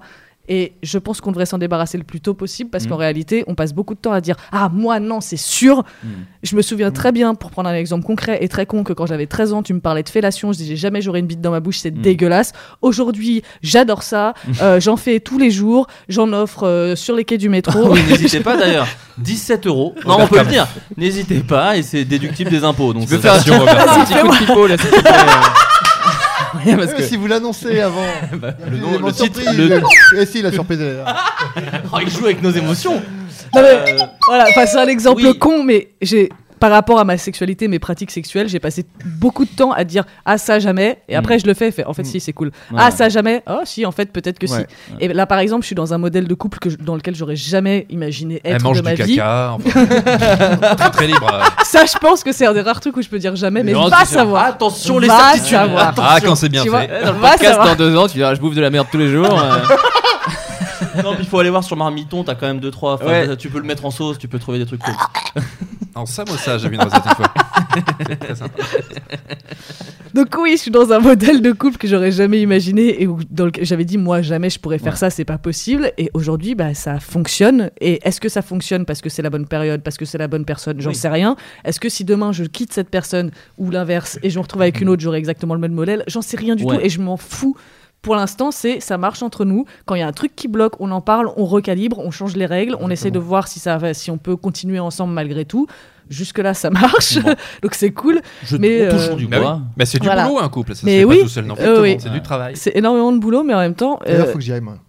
Speaker 9: Et je pense qu'on devrait s'en débarrasser le plus tôt possible parce
Speaker 7: Mm.
Speaker 18: Mhm.
Speaker 9: qu'en réalité, on passe beaucoup de temps à dire Ah, moi non, c'est sûr.
Speaker 7: Mm.
Speaker 9: Je me souviens très bien, pour prendre un exemple concret et très con, que quand j'avais 13 ans, tu me parlais de fellation, je disais jamais j'aurais une bite dans ma bouche, c'est
Speaker 7: Mm.
Speaker 9: dégueulasse. Aujourd'hui, j'adore ça, euh, j'en fais tous les jours, j'en offre euh, sur les quais du métro.
Speaker 6: Oui, n'hésitez pas d'ailleurs. 17 euros. Non, Oh. on peut le dire. N'hésitez pas et c'est déductible des impôts. Donc
Speaker 8: Tu peux
Speaker 6: ça-
Speaker 8: faire un petit- Vas-y,
Speaker 6: un petit coup de
Speaker 8: fais-moi.
Speaker 6: pipeau, là, s'il te plaît. Ouais, parce
Speaker 7: Ouais,
Speaker 6: que-
Speaker 7: Si vous l'annoncez avant.
Speaker 2: Bah,
Speaker 6: le nom-
Speaker 7: élément
Speaker 6: le titre,
Speaker 7: surprise.
Speaker 6: le-
Speaker 7: Et si, la surprise elle est là.
Speaker 6: Oh, il joue avec nos émotions. Euh,
Speaker 9: Non, mais, voilà, enfin, c'est un exemple con, mais j'ai par rapport à ma sexualité, mes pratiques sexuelles, j'ai passé beaucoup de temps à dire ah ça jamais
Speaker 6: Hmm.
Speaker 9: et après je le fais, fait en fait
Speaker 8: Hmm.
Speaker 9: si c'est cool.
Speaker 18: Ouais.
Speaker 9: Ah ça jamais. Oh si en fait peut-être que
Speaker 18: Ouais.
Speaker 9: si. Et là par exemple, je suis dans un modèle de couple que je- dans lequel j'aurais jamais imaginé être
Speaker 8: Elle mange
Speaker 9: de ma
Speaker 8: du
Speaker 9: vie.
Speaker 8: caca. enfin, très, très libre.
Speaker 9: Ça je pense que c'est un des rares trucs où je peux dire jamais mais,
Speaker 6: Non,
Speaker 9: va
Speaker 6: c'est sûr.
Speaker 9: savoir.
Speaker 6: Attention les
Speaker 9: va
Speaker 6: certitudes.
Speaker 9: savoir.
Speaker 6: Attention.
Speaker 8: Ah, quand c'est bien
Speaker 6: Tu
Speaker 8: fait.
Speaker 6: vois, Eh, Dans le
Speaker 9: Va
Speaker 6: podcast
Speaker 9: savoir.
Speaker 6: dans deux ans, tu diras je bouffe de la merde tous les jours. euh. non, mais il faut aller voir sur Marmiton, t'as quand même deux trois. enfin,
Speaker 8: Ouais.
Speaker 6: Tu peux le mettre en sauce, tu peux trouver des trucs
Speaker 9: Ah,
Speaker 6: cool.
Speaker 8: En samosa, j'avais une recette une fois. C'est très sympa.
Speaker 9: Donc oui, je suis dans un modèle de couple que j'aurais jamais imaginé et où dans lequel j'avais dit moi jamais je pourrais faire
Speaker 18: Ouais.
Speaker 9: ça, c'est pas possible. Et aujourd'hui, bah ça fonctionne. Et est-ce que ça fonctionne parce que c'est la bonne période, parce que c'est la bonne personne, j'en
Speaker 18: Oui.
Speaker 9: sais rien. Est-ce que si demain je quitte cette personne ou l'inverse et je me retrouve avec une autre, j'aurai exactement le même modèle, j'en sais rien du
Speaker 18: Ouais.
Speaker 9: tout et je m'en fous. Pour l'instant, c'est ça marche entre nous. Quand il y a un truc qui bloque, on en parle, on recalibre, on change les règles, on essaie de voir si ça va, si on peut continuer ensemble malgré tout. Jusque là, ça marche,
Speaker 8: Bon.
Speaker 9: donc c'est cool.
Speaker 8: Je-
Speaker 9: mais
Speaker 8: on touche du
Speaker 9: Bah
Speaker 8: bois.
Speaker 9: oui.
Speaker 8: Mais c'est du boulot, un couple, ça se
Speaker 9: Mais
Speaker 8: fait pas
Speaker 9: oui,
Speaker 8: tout seul non plus.
Speaker 9: euh, oui.
Speaker 8: C'est du travail.
Speaker 9: C'est énormément de boulot, mais en même temps.
Speaker 7: D'ailleurs,
Speaker 9: euh,
Speaker 7: faut que j'y aille, moi.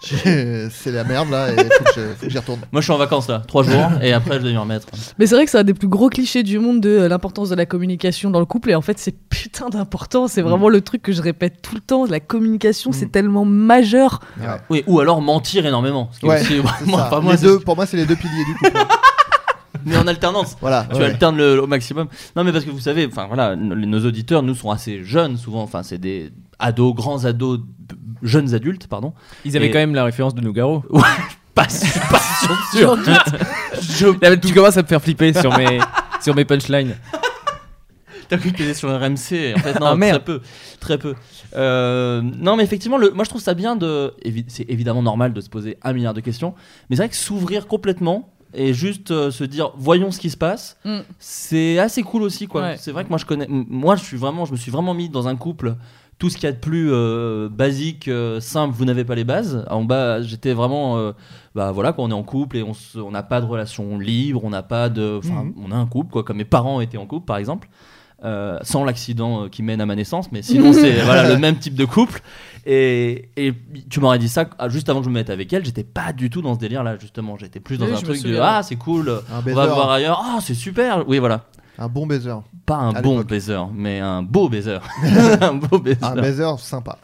Speaker 7: J'ai- c'est la merde là, et faut que je- faut que j'y retourne.
Speaker 6: Moi, je suis en vacances là, trois jours, et après je vais m'y remettre.
Speaker 9: Mais c'est vrai que c'est un des plus gros clichés du monde de euh, l'importance de la communication dans le couple. Et en fait, c'est putain d'important.
Speaker 6: Mm.
Speaker 9: C'est vraiment le truc que je répète tout le temps. La communication, c'est tellement majeur.
Speaker 6: Oui, ou alors mentir énormément. ce qui est
Speaker 7: Ouais,
Speaker 6: aussi-
Speaker 7: c'est
Speaker 6: moi,
Speaker 7: ça.
Speaker 6: enfin, moi,
Speaker 7: Les
Speaker 6: c'est-
Speaker 7: deux- pour moi, c'est les deux piliers du couple. hein.
Speaker 6: mais en alternance.
Speaker 7: Voilà,
Speaker 6: Tu
Speaker 7: ouais.
Speaker 6: alternes le, au maximum. Non, mais parce que vous savez, enfin voilà, nos, nos auditeurs, nous sont assez jeunes souvent. Enfin, c'est des ados, grands ados, b- jeunes adultes, pardon.
Speaker 2: Ils avaient quand même la référence de Nougaro.
Speaker 6: Ouais, pas sûr, pas sûr, sûr.
Speaker 2: J'en doute. Là, tu commences à me faire flipper sur mes, sur mes punchlines.
Speaker 6: T'as cru que t'étais sur RMC En fait, non,
Speaker 2: Ah, merde.
Speaker 6: très peu. Très peu. Euh, non, mais effectivement, le, moi je trouve ça bien de. évi- C'est évidemment normal de se poser un milliard de questions, mais c'est vrai que s'ouvrir complètement et juste euh, se dire voyons ce qui se passe,
Speaker 9: Mm.
Speaker 6: c'est assez cool aussi quoi.
Speaker 9: Ouais.
Speaker 6: C'est vrai que moi je connais. m- Moi je suis vraiment, je me suis vraiment mis dans un couple. Tout ce qu'il y a de plus euh, basique, euh, simple, vous n'avez pas les bases. En bas, j'étais vraiment, euh, bah voilà, quand on est en couple et on se- on n'a pas de relation libre, on n'a pas de, enfin,
Speaker 8: Mhm.
Speaker 6: on a un couple quoi. Comme mes parents étaient en couple, par exemple, euh, sans l'accident euh, qui mène à ma naissance, mais sinon c'est voilà, le même type de couple. Et, et tu m'aurais dit ça ah, juste avant que je me mette avec elle, j'étais pas du tout dans ce délire là, justement. J'étais plus dans
Speaker 7: Oui,
Speaker 6: un
Speaker 7: je me
Speaker 6: truc de
Speaker 7: souviens.
Speaker 6: ah, c'est cool,
Speaker 7: Un
Speaker 6: on
Speaker 7: baiser.
Speaker 6: va voir ailleurs, ah, c'est super. Oui, voilà.
Speaker 7: Un bon baiser.
Speaker 6: Pas un
Speaker 7: À
Speaker 6: bon baiser, mais un beau baiser. un beau baiser.
Speaker 7: Un baiser sympa.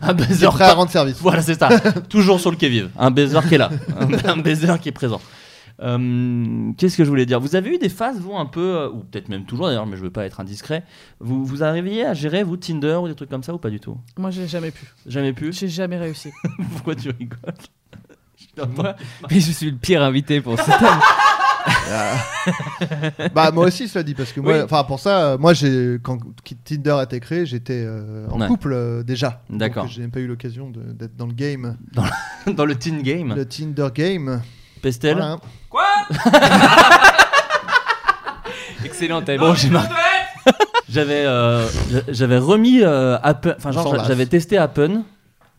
Speaker 6: Un baiser
Speaker 7: Qui est prêt à
Speaker 6: pas-
Speaker 7: rendre service.
Speaker 6: Voilà, c'est ça. Toujours sur le quai vive. Un baiser qui est là. Un, un baiser qui est présent. Euh, Qu'est-ce que je voulais dire Vous avez eu des phases, vous, un peu, euh, ou peut-être même toujours d'ailleurs, mais je veux pas être indiscret. Vous, vous arriviez à gérer, vous, Tinder ou des trucs comme ça, ou pas du tout
Speaker 9: Moi, j'ai jamais pu.
Speaker 6: Jamais pu
Speaker 9: J'ai jamais réussi.
Speaker 6: Pourquoi tu rigoles Je t'entends
Speaker 2: Moi,
Speaker 6: pas.
Speaker 2: mais je suis le pire invité pour cette
Speaker 7: bah moi aussi cela dit parce que moi
Speaker 2: Oui.
Speaker 7: enfin pour ça euh, moi j'ai quand Tinder a été créé j'étais euh, en
Speaker 6: Ouais.
Speaker 7: couple euh, déjà Donc,
Speaker 6: D'accord.
Speaker 7: j'ai pas eu l'occasion de- d'être dans le game
Speaker 6: dans le, dans le Teen Game
Speaker 7: Tinder game
Speaker 6: Pestel
Speaker 7: Voilà.
Speaker 6: Quoi
Speaker 2: Excellent,
Speaker 6: Bon, j'ai mar- J'avais euh, j'a- j'avais remis euh, Appen- enfin
Speaker 7: On
Speaker 6: genre
Speaker 7: s'en lasse.
Speaker 6: j'avais testé Appen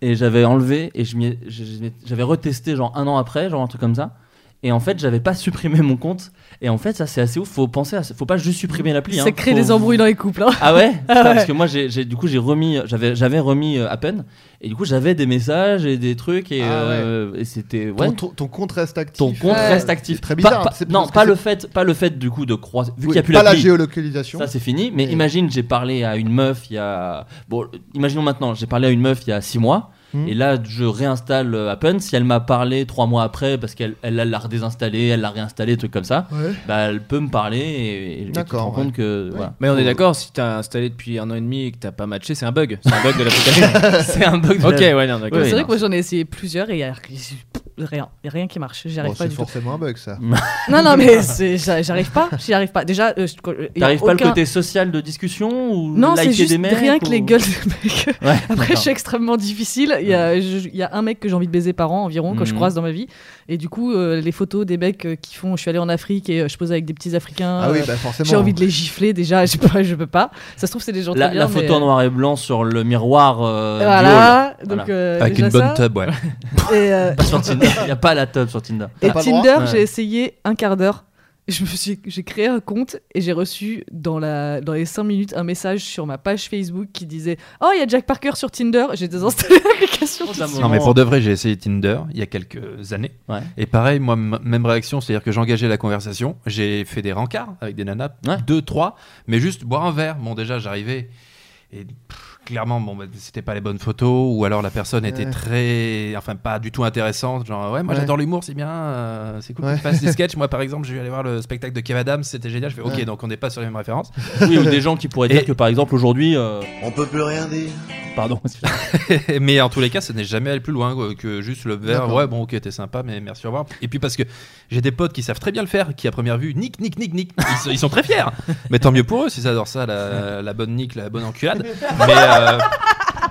Speaker 6: et j'avais enlevé et je m'y ai- je- je m'y ai- j'avais retesté genre un an après, genre un truc comme ça. Et en fait, j'avais pas supprimé mon compte. Et en fait, ça c'est assez ouf. Faut penser à, ça. faut pas juste supprimer l'appli.
Speaker 9: Ça
Speaker 6: hein.
Speaker 9: crée
Speaker 6: Faut-
Speaker 9: des embrouilles dans les couples, hein.
Speaker 6: Ah ouais,
Speaker 9: Ah
Speaker 6: Putain, Parce
Speaker 9: ouais.
Speaker 6: que moi, j'ai, j'ai- du coup, j'ai remis, j'avais, j'avais remis euh, Appen. Et du coup, j'avais des messages et des trucs et,
Speaker 7: Ah ouais.
Speaker 6: euh, et c'était.
Speaker 7: Ton,
Speaker 6: Ouais.
Speaker 7: ton- ton compte reste actif.
Speaker 6: Ton compte
Speaker 7: Ouais.
Speaker 6: reste actif.
Speaker 7: C'est Très bizarre.
Speaker 6: Pas- pas-
Speaker 7: c'est-
Speaker 6: non,
Speaker 7: parce que
Speaker 6: pas
Speaker 7: c'est-
Speaker 6: le fait, pas le fait du coup de croiser.
Speaker 7: Oui,
Speaker 6: Vu qu'il n'y a plus
Speaker 7: pas la
Speaker 6: l'appli,
Speaker 7: géolocalisation.
Speaker 6: Ça c'est fini. Mais
Speaker 7: Et-
Speaker 6: imagine, j'ai parlé à une meuf il y a. Bon, imaginons maintenant, j'ai parlé à une meuf il y a 6 mois.
Speaker 7: Hmm.
Speaker 6: Et là, je réinstalle euh, Appen. Si elle m'a parlé 3 mois après, parce qu'elle elle, elle l'a redésinstallé, elle l'a réinstallé, truc comme ça,
Speaker 7: Ouais.
Speaker 6: bah, elle peut me parler et, et tu te rends compte que. voilà.
Speaker 2: Mais on est d'accord, si t'as installé depuis un an et demi et que t'as pas matché, c'est un bug. C'est un bug de l'application. Ok, ouais, non, d'accord.
Speaker 9: C'est vrai que moi j'en ai essayé plusieurs et il y a rien, y a rien qui marche. J'arrive
Speaker 7: Bon,
Speaker 9: pas
Speaker 7: c'est
Speaker 9: du tout.
Speaker 7: forcément un bug ça.
Speaker 9: Non, non, mais c'est- j'a- j'arrive pas. J'y arrive pas. Déjà, euh, je- y a
Speaker 6: T'arrives pas
Speaker 9: aucun-
Speaker 6: le côté social de discussion ou
Speaker 9: Non, c'est
Speaker 6: liker
Speaker 9: juste
Speaker 6: des mecs
Speaker 9: rien que
Speaker 6: ou-
Speaker 9: les gueules de mecs.
Speaker 6: Ouais,
Speaker 9: Après, je
Speaker 6: d'accord.
Speaker 9: suis extrêmement difficile. Il y, a, je- il y a un mec que j'ai envie de baiser par an environ, que je
Speaker 6: Mhm.
Speaker 9: croise dans ma vie. Et du coup, euh, les photos des mecs euh, qui font. Je suis allée en Afrique et euh, je pose avec des petits Africains.
Speaker 6: Ah oui,
Speaker 9: euh,
Speaker 6: bah forcément.
Speaker 9: J'ai envie de les gifler déjà. Je, peux pas, je peux pas. Ça se trouve, c'est des gens
Speaker 6: La,
Speaker 9: très bien.
Speaker 6: la photo
Speaker 9: mais-
Speaker 6: en noir et blanc sur le miroir. euh, du
Speaker 9: Voilà,
Speaker 6: hall.
Speaker 9: donc, euh,
Speaker 8: Avec déjà une bonne ça. tub, ouais.
Speaker 9: Et, euh,
Speaker 6: Pas sur Tinder. Il n'y a pas la tub sur Tinder.
Speaker 9: Et Tinder,
Speaker 6: Ouais.
Speaker 9: j'ai essayé un quart d'heure. Je me suis- J'ai créé un compte et j'ai reçu dans, la, dans les 5 minutes un message sur ma page Facebook qui disait Oh, il y a Jack Parker sur Tinder. J'ai désinstallé
Speaker 6: Oh,
Speaker 9: l'application. tout de suite.
Speaker 8: Non, mais pour de vrai, j'ai essayé Tinder il y a quelques années. Et pareil, moi, m- même réaction, c'est-à-dire que j'engageais la conversation, j'ai fait des rencarts avec des nanas, deux, trois, mais juste boire un verre. Bon, déjà, j'arrivais et pff, clairement, bon, bah, c'était pas les bonnes photos, ou alors la personne était
Speaker 7: Ouais.
Speaker 8: très, enfin, pas du tout intéressante. Genre, ouais, moi
Speaker 7: Ouais.
Speaker 8: j'adore l'humour, c'est bien, euh, c'est cool
Speaker 7: Ouais.
Speaker 8: que tu fasses des sketchs. Moi, par exemple, je vais aller voir le spectacle de Kev Adams, c'était génial. Je fais, ok,
Speaker 7: Ouais.
Speaker 8: donc on n'est pas sur les mêmes références.
Speaker 6: Oui, ou des gens qui pourraient
Speaker 8: Et-
Speaker 6: dire que par exemple aujourd'hui. euh,
Speaker 14: On peut plus rien dire.
Speaker 6: Pardon.
Speaker 8: mais en tous les cas, ce n'est jamais allé plus loin euh, que juste le verre.
Speaker 7: D'accord.
Speaker 8: Ouais, bon, ok, t'es sympa, mais merci, au revoir. Et puis parce que j'ai des potes qui savent très bien le faire, qui à première vue, nick, nick, nick, nick. Ils sont, ils sont très fiers. Mais tant mieux pour eux si ça adorent ça, la, la bonne nick, la bonne enculade. Mais. euh,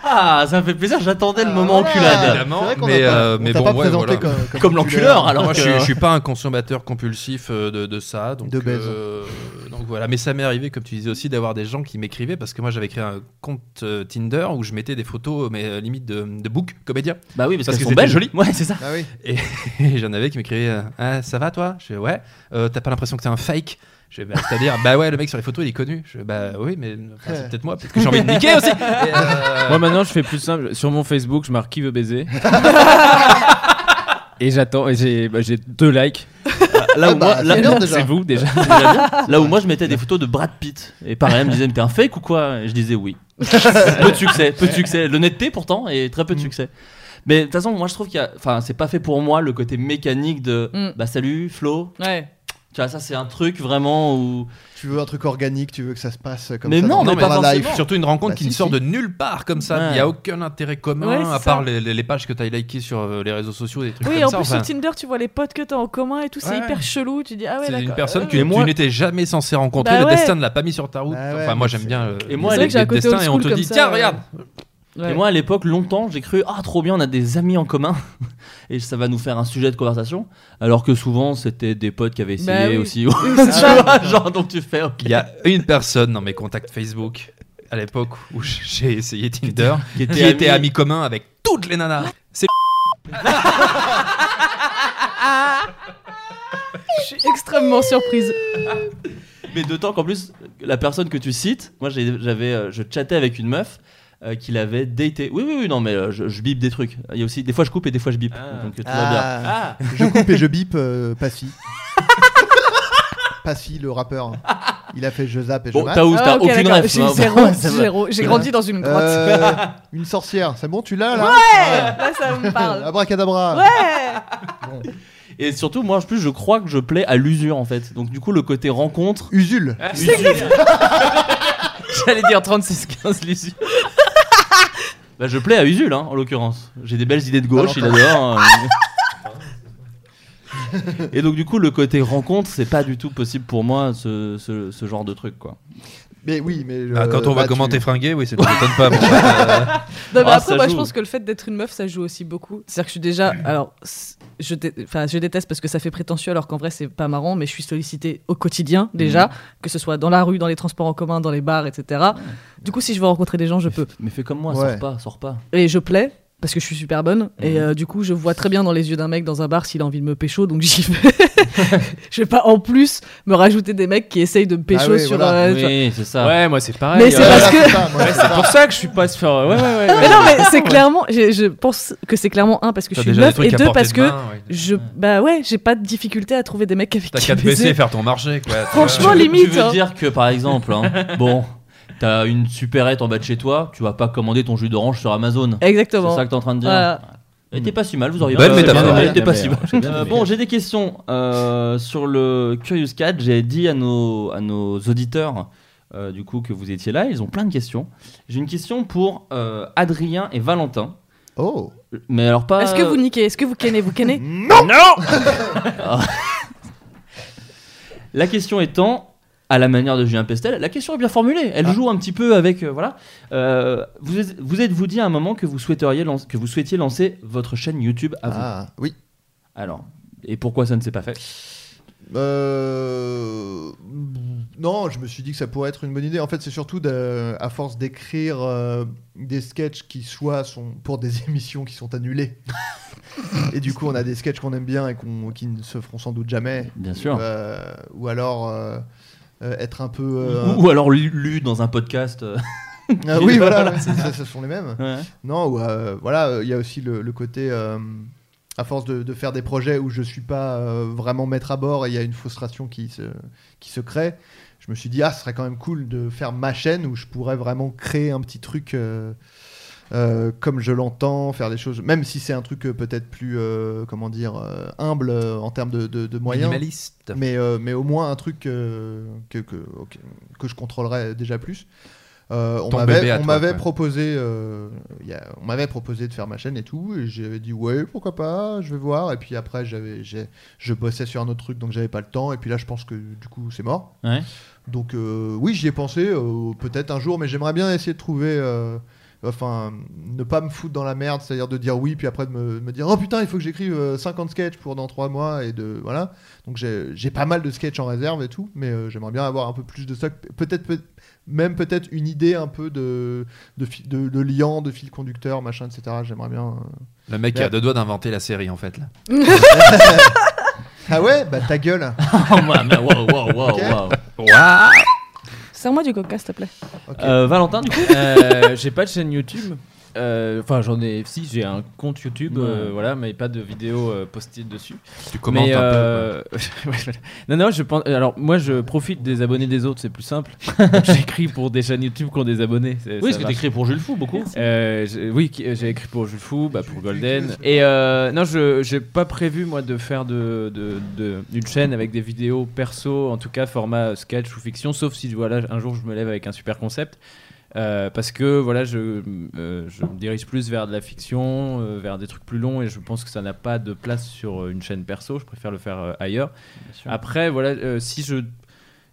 Speaker 6: Ah, ça me fait plaisir, j'attendais le moment enculade.
Speaker 8: Évidemment, mais, euh, mais bon, ouais, voilà.
Speaker 6: comme, l'enculeur. Alors
Speaker 8: Moi, je,
Speaker 6: que-
Speaker 8: suis- je suis pas un consommateur compulsif euh, de, de ça. Donc,
Speaker 7: De baise.
Speaker 8: euh, donc voilà. Mais ça m'est arrivé, comme tu disais aussi, d'avoir des gens qui m'écrivaient parce que moi j'avais créé un compte euh, Tinder où je mettais des photos, mais euh, limite de, de book, comédien.
Speaker 6: Bah oui, parce qu'elles
Speaker 8: que
Speaker 6: sont
Speaker 8: c'était
Speaker 6: belles.
Speaker 8: joli.
Speaker 6: Ouais, c'est ça.
Speaker 7: Ah oui.
Speaker 8: Et, et j'en avais qui m'écrivaient euh, Ah, Ça va toi Je fais Ouais. Euh, T'as pas l'impression que t'es un fake Je fais, Bah, C'est-à-dire, bah ouais, le mec sur les photos il est connu. Je fais, bah oui, mais enfin, c'est peut-être moi, peut-être que j'ai envie de niquer aussi. Et, euh,
Speaker 2: Moi maintenant, je fais plus simple. Sur mon Facebook, je marque qui veut baiser. Et j'attends, et j'ai bah, j'ai deux likes.
Speaker 6: Là où moi,
Speaker 2: c'est
Speaker 6: là-
Speaker 2: bien, déjà. C'est vous, déjà.
Speaker 6: C'est déjà bien. Là où moi je mettais des photos de Brad Pitt et pareil, elle me disait mais t'es un fake ou quoi Et je disais oui. peu de succès, peu de succès. L'honnêteté pourtant et très
Speaker 8: Mm.
Speaker 6: peu de succès. Mais de toute façon, moi je trouve qu'il y a, enfin c'est pas fait pour moi le côté mécanique de
Speaker 9: Mm.
Speaker 6: bah salut Flo.
Speaker 9: Ouais.
Speaker 6: Tu vois ça c'est un truc vraiment où
Speaker 7: Tu veux un truc organique, tu veux que ça se passe comme
Speaker 6: Mais
Speaker 7: ça.
Speaker 6: non,
Speaker 7: dans-
Speaker 6: mais
Speaker 7: dans
Speaker 6: pas
Speaker 7: un live.
Speaker 6: forcément.
Speaker 8: Surtout une rencontre
Speaker 7: Bah,
Speaker 8: qui
Speaker 7: si,
Speaker 8: ne sort
Speaker 7: si.
Speaker 8: de nulle part comme ça. Il
Speaker 7: Ouais.
Speaker 8: n'y a aucun intérêt commun
Speaker 9: Ouais, c'est
Speaker 8: à
Speaker 9: ça.
Speaker 8: part les, les- les pages que tu as likées sur euh, les réseaux sociaux, des trucs
Speaker 9: Oui,
Speaker 8: comme
Speaker 9: en
Speaker 8: ça.
Speaker 9: plus
Speaker 8: enfin.
Speaker 9: sur Tinder, tu vois les potes que t'as en commun et tout, c'est
Speaker 8: Ouais.
Speaker 9: hyper chelou. Tu dis Ah ouais,
Speaker 8: c'est une
Speaker 9: d'accord.
Speaker 8: personne
Speaker 9: euh,
Speaker 8: que tu n'étais jamais censé rencontrer.
Speaker 9: Bah
Speaker 8: le
Speaker 9: ouais.
Speaker 8: destin ne l'a pas mis sur ta route.
Speaker 7: Bah ouais,
Speaker 8: enfin, moi
Speaker 7: mais
Speaker 8: j'aime
Speaker 7: c'est-
Speaker 8: bien. euh,
Speaker 6: Et moi,
Speaker 8: les
Speaker 6: avec
Speaker 8: les
Speaker 6: un côté
Speaker 8: destins
Speaker 6: old
Speaker 8: et on
Speaker 6: school
Speaker 8: te
Speaker 6: comme
Speaker 8: dit
Speaker 6: ça,
Speaker 8: tiens
Speaker 6: ouais.
Speaker 8: regarde.
Speaker 6: Et moi, à l'époque, longtemps, j'ai cru Ah, trop bien, on a des amis en commun et ça va nous faire un sujet de conversation. Alors que souvent, c'était des potes qui avaient essayé
Speaker 8: Bah oui.
Speaker 6: aussi.
Speaker 8: Oui,
Speaker 6: Tu
Speaker 8: c'est ça.
Speaker 6: vois, genre, donc tu fais Ok.
Speaker 8: Il y a une personne dans mes contacts Facebook à l'époque où j'ai essayé Tinder
Speaker 6: Qui
Speaker 8: qui
Speaker 6: était
Speaker 8: était,
Speaker 6: ami-
Speaker 8: ami commun avec toutes les nanas. C'est
Speaker 9: Je suis extrêmement surprise.
Speaker 6: Mais d'autant qu'en plus, la personne que tu cites, moi, j'ai- j'avais, euh, je chattais avec une meuf. euh, qu'il avait daté. Oui, oui, oui, non, mais euh, je, je bip des trucs. Il y a aussi des fois je coupe et des fois je bip. Donc euh, tout va bien.
Speaker 7: Ah. Je coupe et je bip euh, Passy. Passy, le rappeur. Il a fait je zappe et je
Speaker 6: Bon,
Speaker 7: zappe.
Speaker 6: t'as où- Ah, t'as ok, aucune d'accord. ref, J'ai hein. zéro, Ouais, ça va.
Speaker 9: zéro. J'ai grandi dans une grotte.
Speaker 7: Euh, une sorcière, c'est bon, tu l'as là
Speaker 9: Ouais, là, ça me parle.
Speaker 7: Abracadabra.
Speaker 9: Ouais
Speaker 6: Et surtout, moi, en plus, je crois que je plais à l'usure en fait. Donc du coup, le côté rencontre. Ah,
Speaker 7: Usule.
Speaker 6: J'allais dire 36-15 l'usure. bah, je plais à Usul, hein, en l'occurrence. J'ai des belles idées de gauche, il
Speaker 7: Valentin.
Speaker 6: adore. euh. Et donc, du coup, le côté rencontre, c'est pas du tout possible pour moi, ce, ce- ce genre de truc, quoi.
Speaker 7: Mais oui, mais.
Speaker 8: Ah,
Speaker 7: euh,
Speaker 8: quand on voit
Speaker 7: là,
Speaker 8: comment
Speaker 7: tu-
Speaker 8: t'es fringué, oui, ça ne m'étonne pas. bon, euh,
Speaker 9: Non, mais
Speaker 6: Ah,
Speaker 9: après,
Speaker 6: ça
Speaker 9: moi, je
Speaker 6: joue.
Speaker 9: pense que le fait d'être une meuf, ça joue aussi beaucoup. C'est-à-dire que je suis déjà. Alors, c- je, dé- enfin, je déteste parce que ça fait prétentieux, alors qu'en vrai, c'est pas marrant, mais je suis sollicitée au quotidien, déjà,
Speaker 6: Mhm.
Speaker 9: que ce soit dans la rue, dans les transports en commun, dans les bars, etc. Du coup, si je veux rencontrer des gens, je peux.
Speaker 6: Mais fais comme moi,
Speaker 9: Ouais.
Speaker 6: sors pas, Mhm. sors pas.
Speaker 9: Et je plais. parce que je suis super bonne. Et euh, du coup, je vois très bien dans les yeux d'un mec dans un bar s'il a envie de me pécho, donc j'y vais. je vais pas en plus me rajouter des mecs qui essayent de me pécho sur. euh, sur-
Speaker 6: Oui, c'est ça.
Speaker 7: Ouais, moi c'est pareil. euh,
Speaker 9: Mais c'est parce que-
Speaker 7: Ouais, c'est pour ça que je suis pas sur. Ouais, ouais, ouais.
Speaker 9: mais non, mais c'est
Speaker 7: Ouais.
Speaker 9: clairement. Je, je pense que c'est clairement un parce que
Speaker 7: T'as
Speaker 9: je suis
Speaker 7: déjà des
Speaker 9: meuf
Speaker 7: trucs
Speaker 9: et
Speaker 7: à
Speaker 9: deux
Speaker 7: portée
Speaker 9: parce
Speaker 7: de
Speaker 9: que
Speaker 7: main, ouais.
Speaker 9: je bah ouais j'ai pas de difficulté à trouver des mecs avec
Speaker 11: T'as
Speaker 9: qui
Speaker 11: qu'à te
Speaker 9: baiser.
Speaker 11: baisser et faire ton marché, quoi. Tu
Speaker 9: Franchement,
Speaker 11: vois.
Speaker 9: limite.
Speaker 6: Tu veux
Speaker 9: hein.
Speaker 6: dire que par exemple, hein, bon, t'as une supérette en bas de chez toi, tu vas pas commander ton jus d'orange sur Amazon.
Speaker 9: Exactement.
Speaker 6: C'est ça que t'es en train de dire.
Speaker 9: Voilà.
Speaker 6: Elle était pas si mal, vous auriez
Speaker 11: Belle
Speaker 6: pas
Speaker 11: métaphore.
Speaker 6: Elle était pas si mal.
Speaker 11: J'ai bien
Speaker 6: Euh,
Speaker 11: aimé.
Speaker 6: Bon, j'ai des questions euh, sur le Curious Cat. J'ai dit à nos, à nos auditeurs euh, du coup que vous étiez là. Ils ont plein de questions. J'ai une question pour euh, Adrien et Valentin.
Speaker 8: Oh.
Speaker 6: Mais alors pas.
Speaker 9: Est-ce que vous niquez Est-ce que vous kennez Vous kennez
Speaker 6: Non Non La question étant, à la manière de Julien Pestel, la question est bien formulée.
Speaker 11: Ah.
Speaker 6: Elle joue un petit peu avec. euh, voilà. Euh, vous êtes- vous êtes-vous dit à un moment que vous, souhaiteriez lancer- que vous souhaitiez lancer votre chaîne YouTube à vous
Speaker 8: Ah, oui.
Speaker 6: Alors, et pourquoi ça ne s'est pas fait
Speaker 8: Euh, Non, je me suis dit que ça pourrait être une bonne idée. En fait, c'est surtout de- à force d'écrire euh, des sketchs qui soient sont pour des émissions qui sont annulées. et du coup, on a des sketchs qu'on aime bien et qu'on- qui ne se feront sans doute jamais.
Speaker 6: Bien sûr.
Speaker 8: Euh, ou alors euh, euh, être un peu. euh,
Speaker 6: Ou alors lu, lu dans un podcast euh,
Speaker 8: Ah oui, voilà, ouais, ça, ce sont les mêmes.
Speaker 6: Ouais.
Speaker 8: Non, ou, euh, voilà, euh, il y a aussi le, le côté, euh, à force de, de faire des projets où je suis pas euh, vraiment maître à bord et il y a une frustration qui se, qui se crée, je me suis dit, ah, ce serait quand même cool de faire ma chaîne où je pourrais vraiment créer un petit truc. euh, euh, comme je l'entends, faire les choses, même si c'est un truc euh, peut-être plus, euh, comment dire, euh, humble euh, en termes de, de- de moyens.
Speaker 11: Minimaliste.
Speaker 8: Mais, euh, mais au moins un truc euh, que, que, ok, que je contrôlerais déjà plus. Euh, on
Speaker 11: Ton bébé
Speaker 8: m'avait,
Speaker 11: à
Speaker 8: on
Speaker 11: toi,
Speaker 8: m'avait
Speaker 11: quoi.
Speaker 8: proposé, euh, il y a- on m'avait proposé de faire ma chaîne et tout, et j'avais dit ouais pourquoi pas, je vais voir. Et puis après j'avais, j'ai- je bossais sur un autre truc donc j'avais pas le temps. Et puis là je pense que du coup c'est mort.
Speaker 6: Ouais.
Speaker 8: Donc euh, oui j'y ai pensé euh, peut-être un jour, mais j'aimerais bien essayer de trouver, euh, enfin ne pas me foutre dans la merde, c'est-à-dire de dire oui puis après de me, me dire oh putain il faut que j'écrive euh, 50 sketchs pour dans 3 mois et de voilà. Donc j'ai, j'ai pas mal de sketchs en réserve et tout, mais euh, j'aimerais bien avoir un peu plus de ça, peut-être. peut- même peut-être une idée un peu de, de, fi- de, de liant, de fil conducteur, machin, etc. J'aimerais bien. euh,
Speaker 11: Le mec
Speaker 8: mais-
Speaker 11: a deux doigts d'inventer la série, en fait. Là.
Speaker 8: ah ouais Bah ta gueule
Speaker 6: Oh, ouais, mais waouh, waouh, waouh,
Speaker 8: Ok.
Speaker 6: waouh.
Speaker 9: Sers-moi du coca, s'il te plaît.
Speaker 6: Euh, Valentin, du coup
Speaker 7: Euh, J'ai pas de chaîne YouTube. Euh, Enfin, j'en ai. Si, j'ai un compte YouTube, euh,
Speaker 6: Ouais.
Speaker 7: voilà, mais pas de vidéo euh, postée dessus.
Speaker 11: Tu commentes
Speaker 7: Mais,
Speaker 11: un peu,
Speaker 7: euh, ouais, voilà. non, non, je pense. Alors, moi, je profite des abonnés des autres, c'est plus simple. Donc, J'écris pour des chaînes YouTube qui ont des abonnés. c'est-
Speaker 6: Oui,
Speaker 7: ça
Speaker 6: parce que
Speaker 7: marche.
Speaker 6: t'écris pour Jules Fou beaucoup.
Speaker 7: Euh, j'ai- oui, qui- j'ai écrit pour Jules Fou, bah, pour Golden. Et euh, non, je j'ai pas prévu moi de faire de, de- de- une chaîne avec des vidéos perso, en tout cas format euh, sketch ou fiction, sauf si voilà un jour je me lève avec un super concept. Euh, parce que voilà, je, euh, je me dirige plus vers de la fiction, euh, vers des trucs plus longs, et je pense que ça n'a pas de place sur euh, une chaîne perso. Je préfère le faire euh, ailleurs.
Speaker 6: sûr.
Speaker 7: Après, voilà, euh, si je,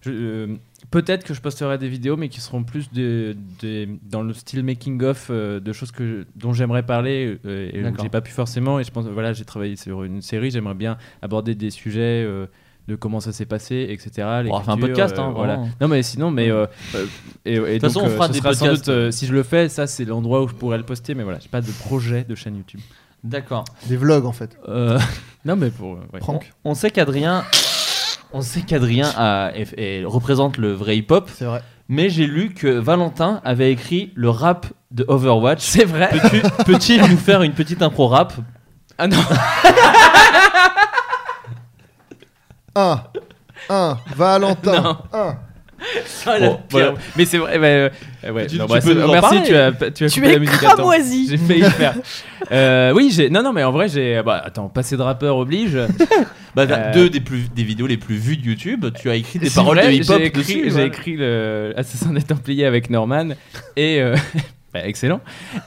Speaker 7: je, euh, peut-être que je posterai des vidéos, mais qui seront plus des- des- dans le style making of euh, de choses que dont j'aimerais parler euh, et où
Speaker 6: D'accord.
Speaker 7: j'ai pas pu forcément. Et je pense, voilà, j'ai travaillé sur une série, j'aimerais bien aborder des sujets. euh, de comment ça s'est passé, etc.
Speaker 6: On va faire un
Speaker 7: l'écriture, euh,
Speaker 6: podcast, hein,
Speaker 7: voilà.
Speaker 6: vraiment.
Speaker 7: Non, mais sinon, mais euh, euh, et, et
Speaker 6: De toute
Speaker 7: donc,
Speaker 6: façon, on
Speaker 7: euh,
Speaker 6: fera
Speaker 7: ce
Speaker 6: des
Speaker 7: sera sans
Speaker 6: podcasts.
Speaker 7: doute, euh, si je le fais, ça c'est l'endroit où je pourrais le poster, mais voilà, j'ai pas de projet de chaîne YouTube.
Speaker 6: D'accord.
Speaker 8: Des vlogs en fait.
Speaker 6: Euh,
Speaker 7: non mais pour euh, ouais.
Speaker 8: Prank.
Speaker 6: On sait qu'Adrien, on sait qu'Adrien a- est- est- représente le vrai hip-hop.
Speaker 8: C'est vrai.
Speaker 6: Mais j'ai lu que Valentin avait écrit le rap de Overwatch.
Speaker 7: C'est vrai.
Speaker 6: Peux-tu, peux-tu nous faire une petite impro rap
Speaker 7: Ah non.
Speaker 8: 1, 1, Valentin, 1.
Speaker 7: Ah, la
Speaker 6: Bon,
Speaker 7: pire.
Speaker 6: voilà.
Speaker 7: Mais c'est vrai. bah, euh, euh, ouais,
Speaker 6: Oh, Tu-
Speaker 7: non,
Speaker 6: tu
Speaker 7: bah,
Speaker 6: peux
Speaker 7: c'est-
Speaker 6: nous en
Speaker 7: merci,
Speaker 6: parler.
Speaker 7: tu as, tu as
Speaker 6: Tu
Speaker 7: coupé
Speaker 6: es
Speaker 7: la musique à temps.
Speaker 6: cramoisi.
Speaker 7: J'ai failli le faire. Euh, oui, j'ai. Non, non, mais en vrai, j'ai. Bah, attends, passer de rappeur oblige.
Speaker 6: Bah, t'as
Speaker 7: Euh,
Speaker 6: Deux des, plus, des vidéos les plus vues de YouTube, tu as écrit des
Speaker 7: c'est
Speaker 6: paroles
Speaker 7: vrai,
Speaker 6: de hip-hop
Speaker 7: J'ai écrit,
Speaker 6: dessus,
Speaker 7: j'ai
Speaker 6: voilà.
Speaker 7: écrit le Assassin des Templiers avec Norman et euh, bah, excellent.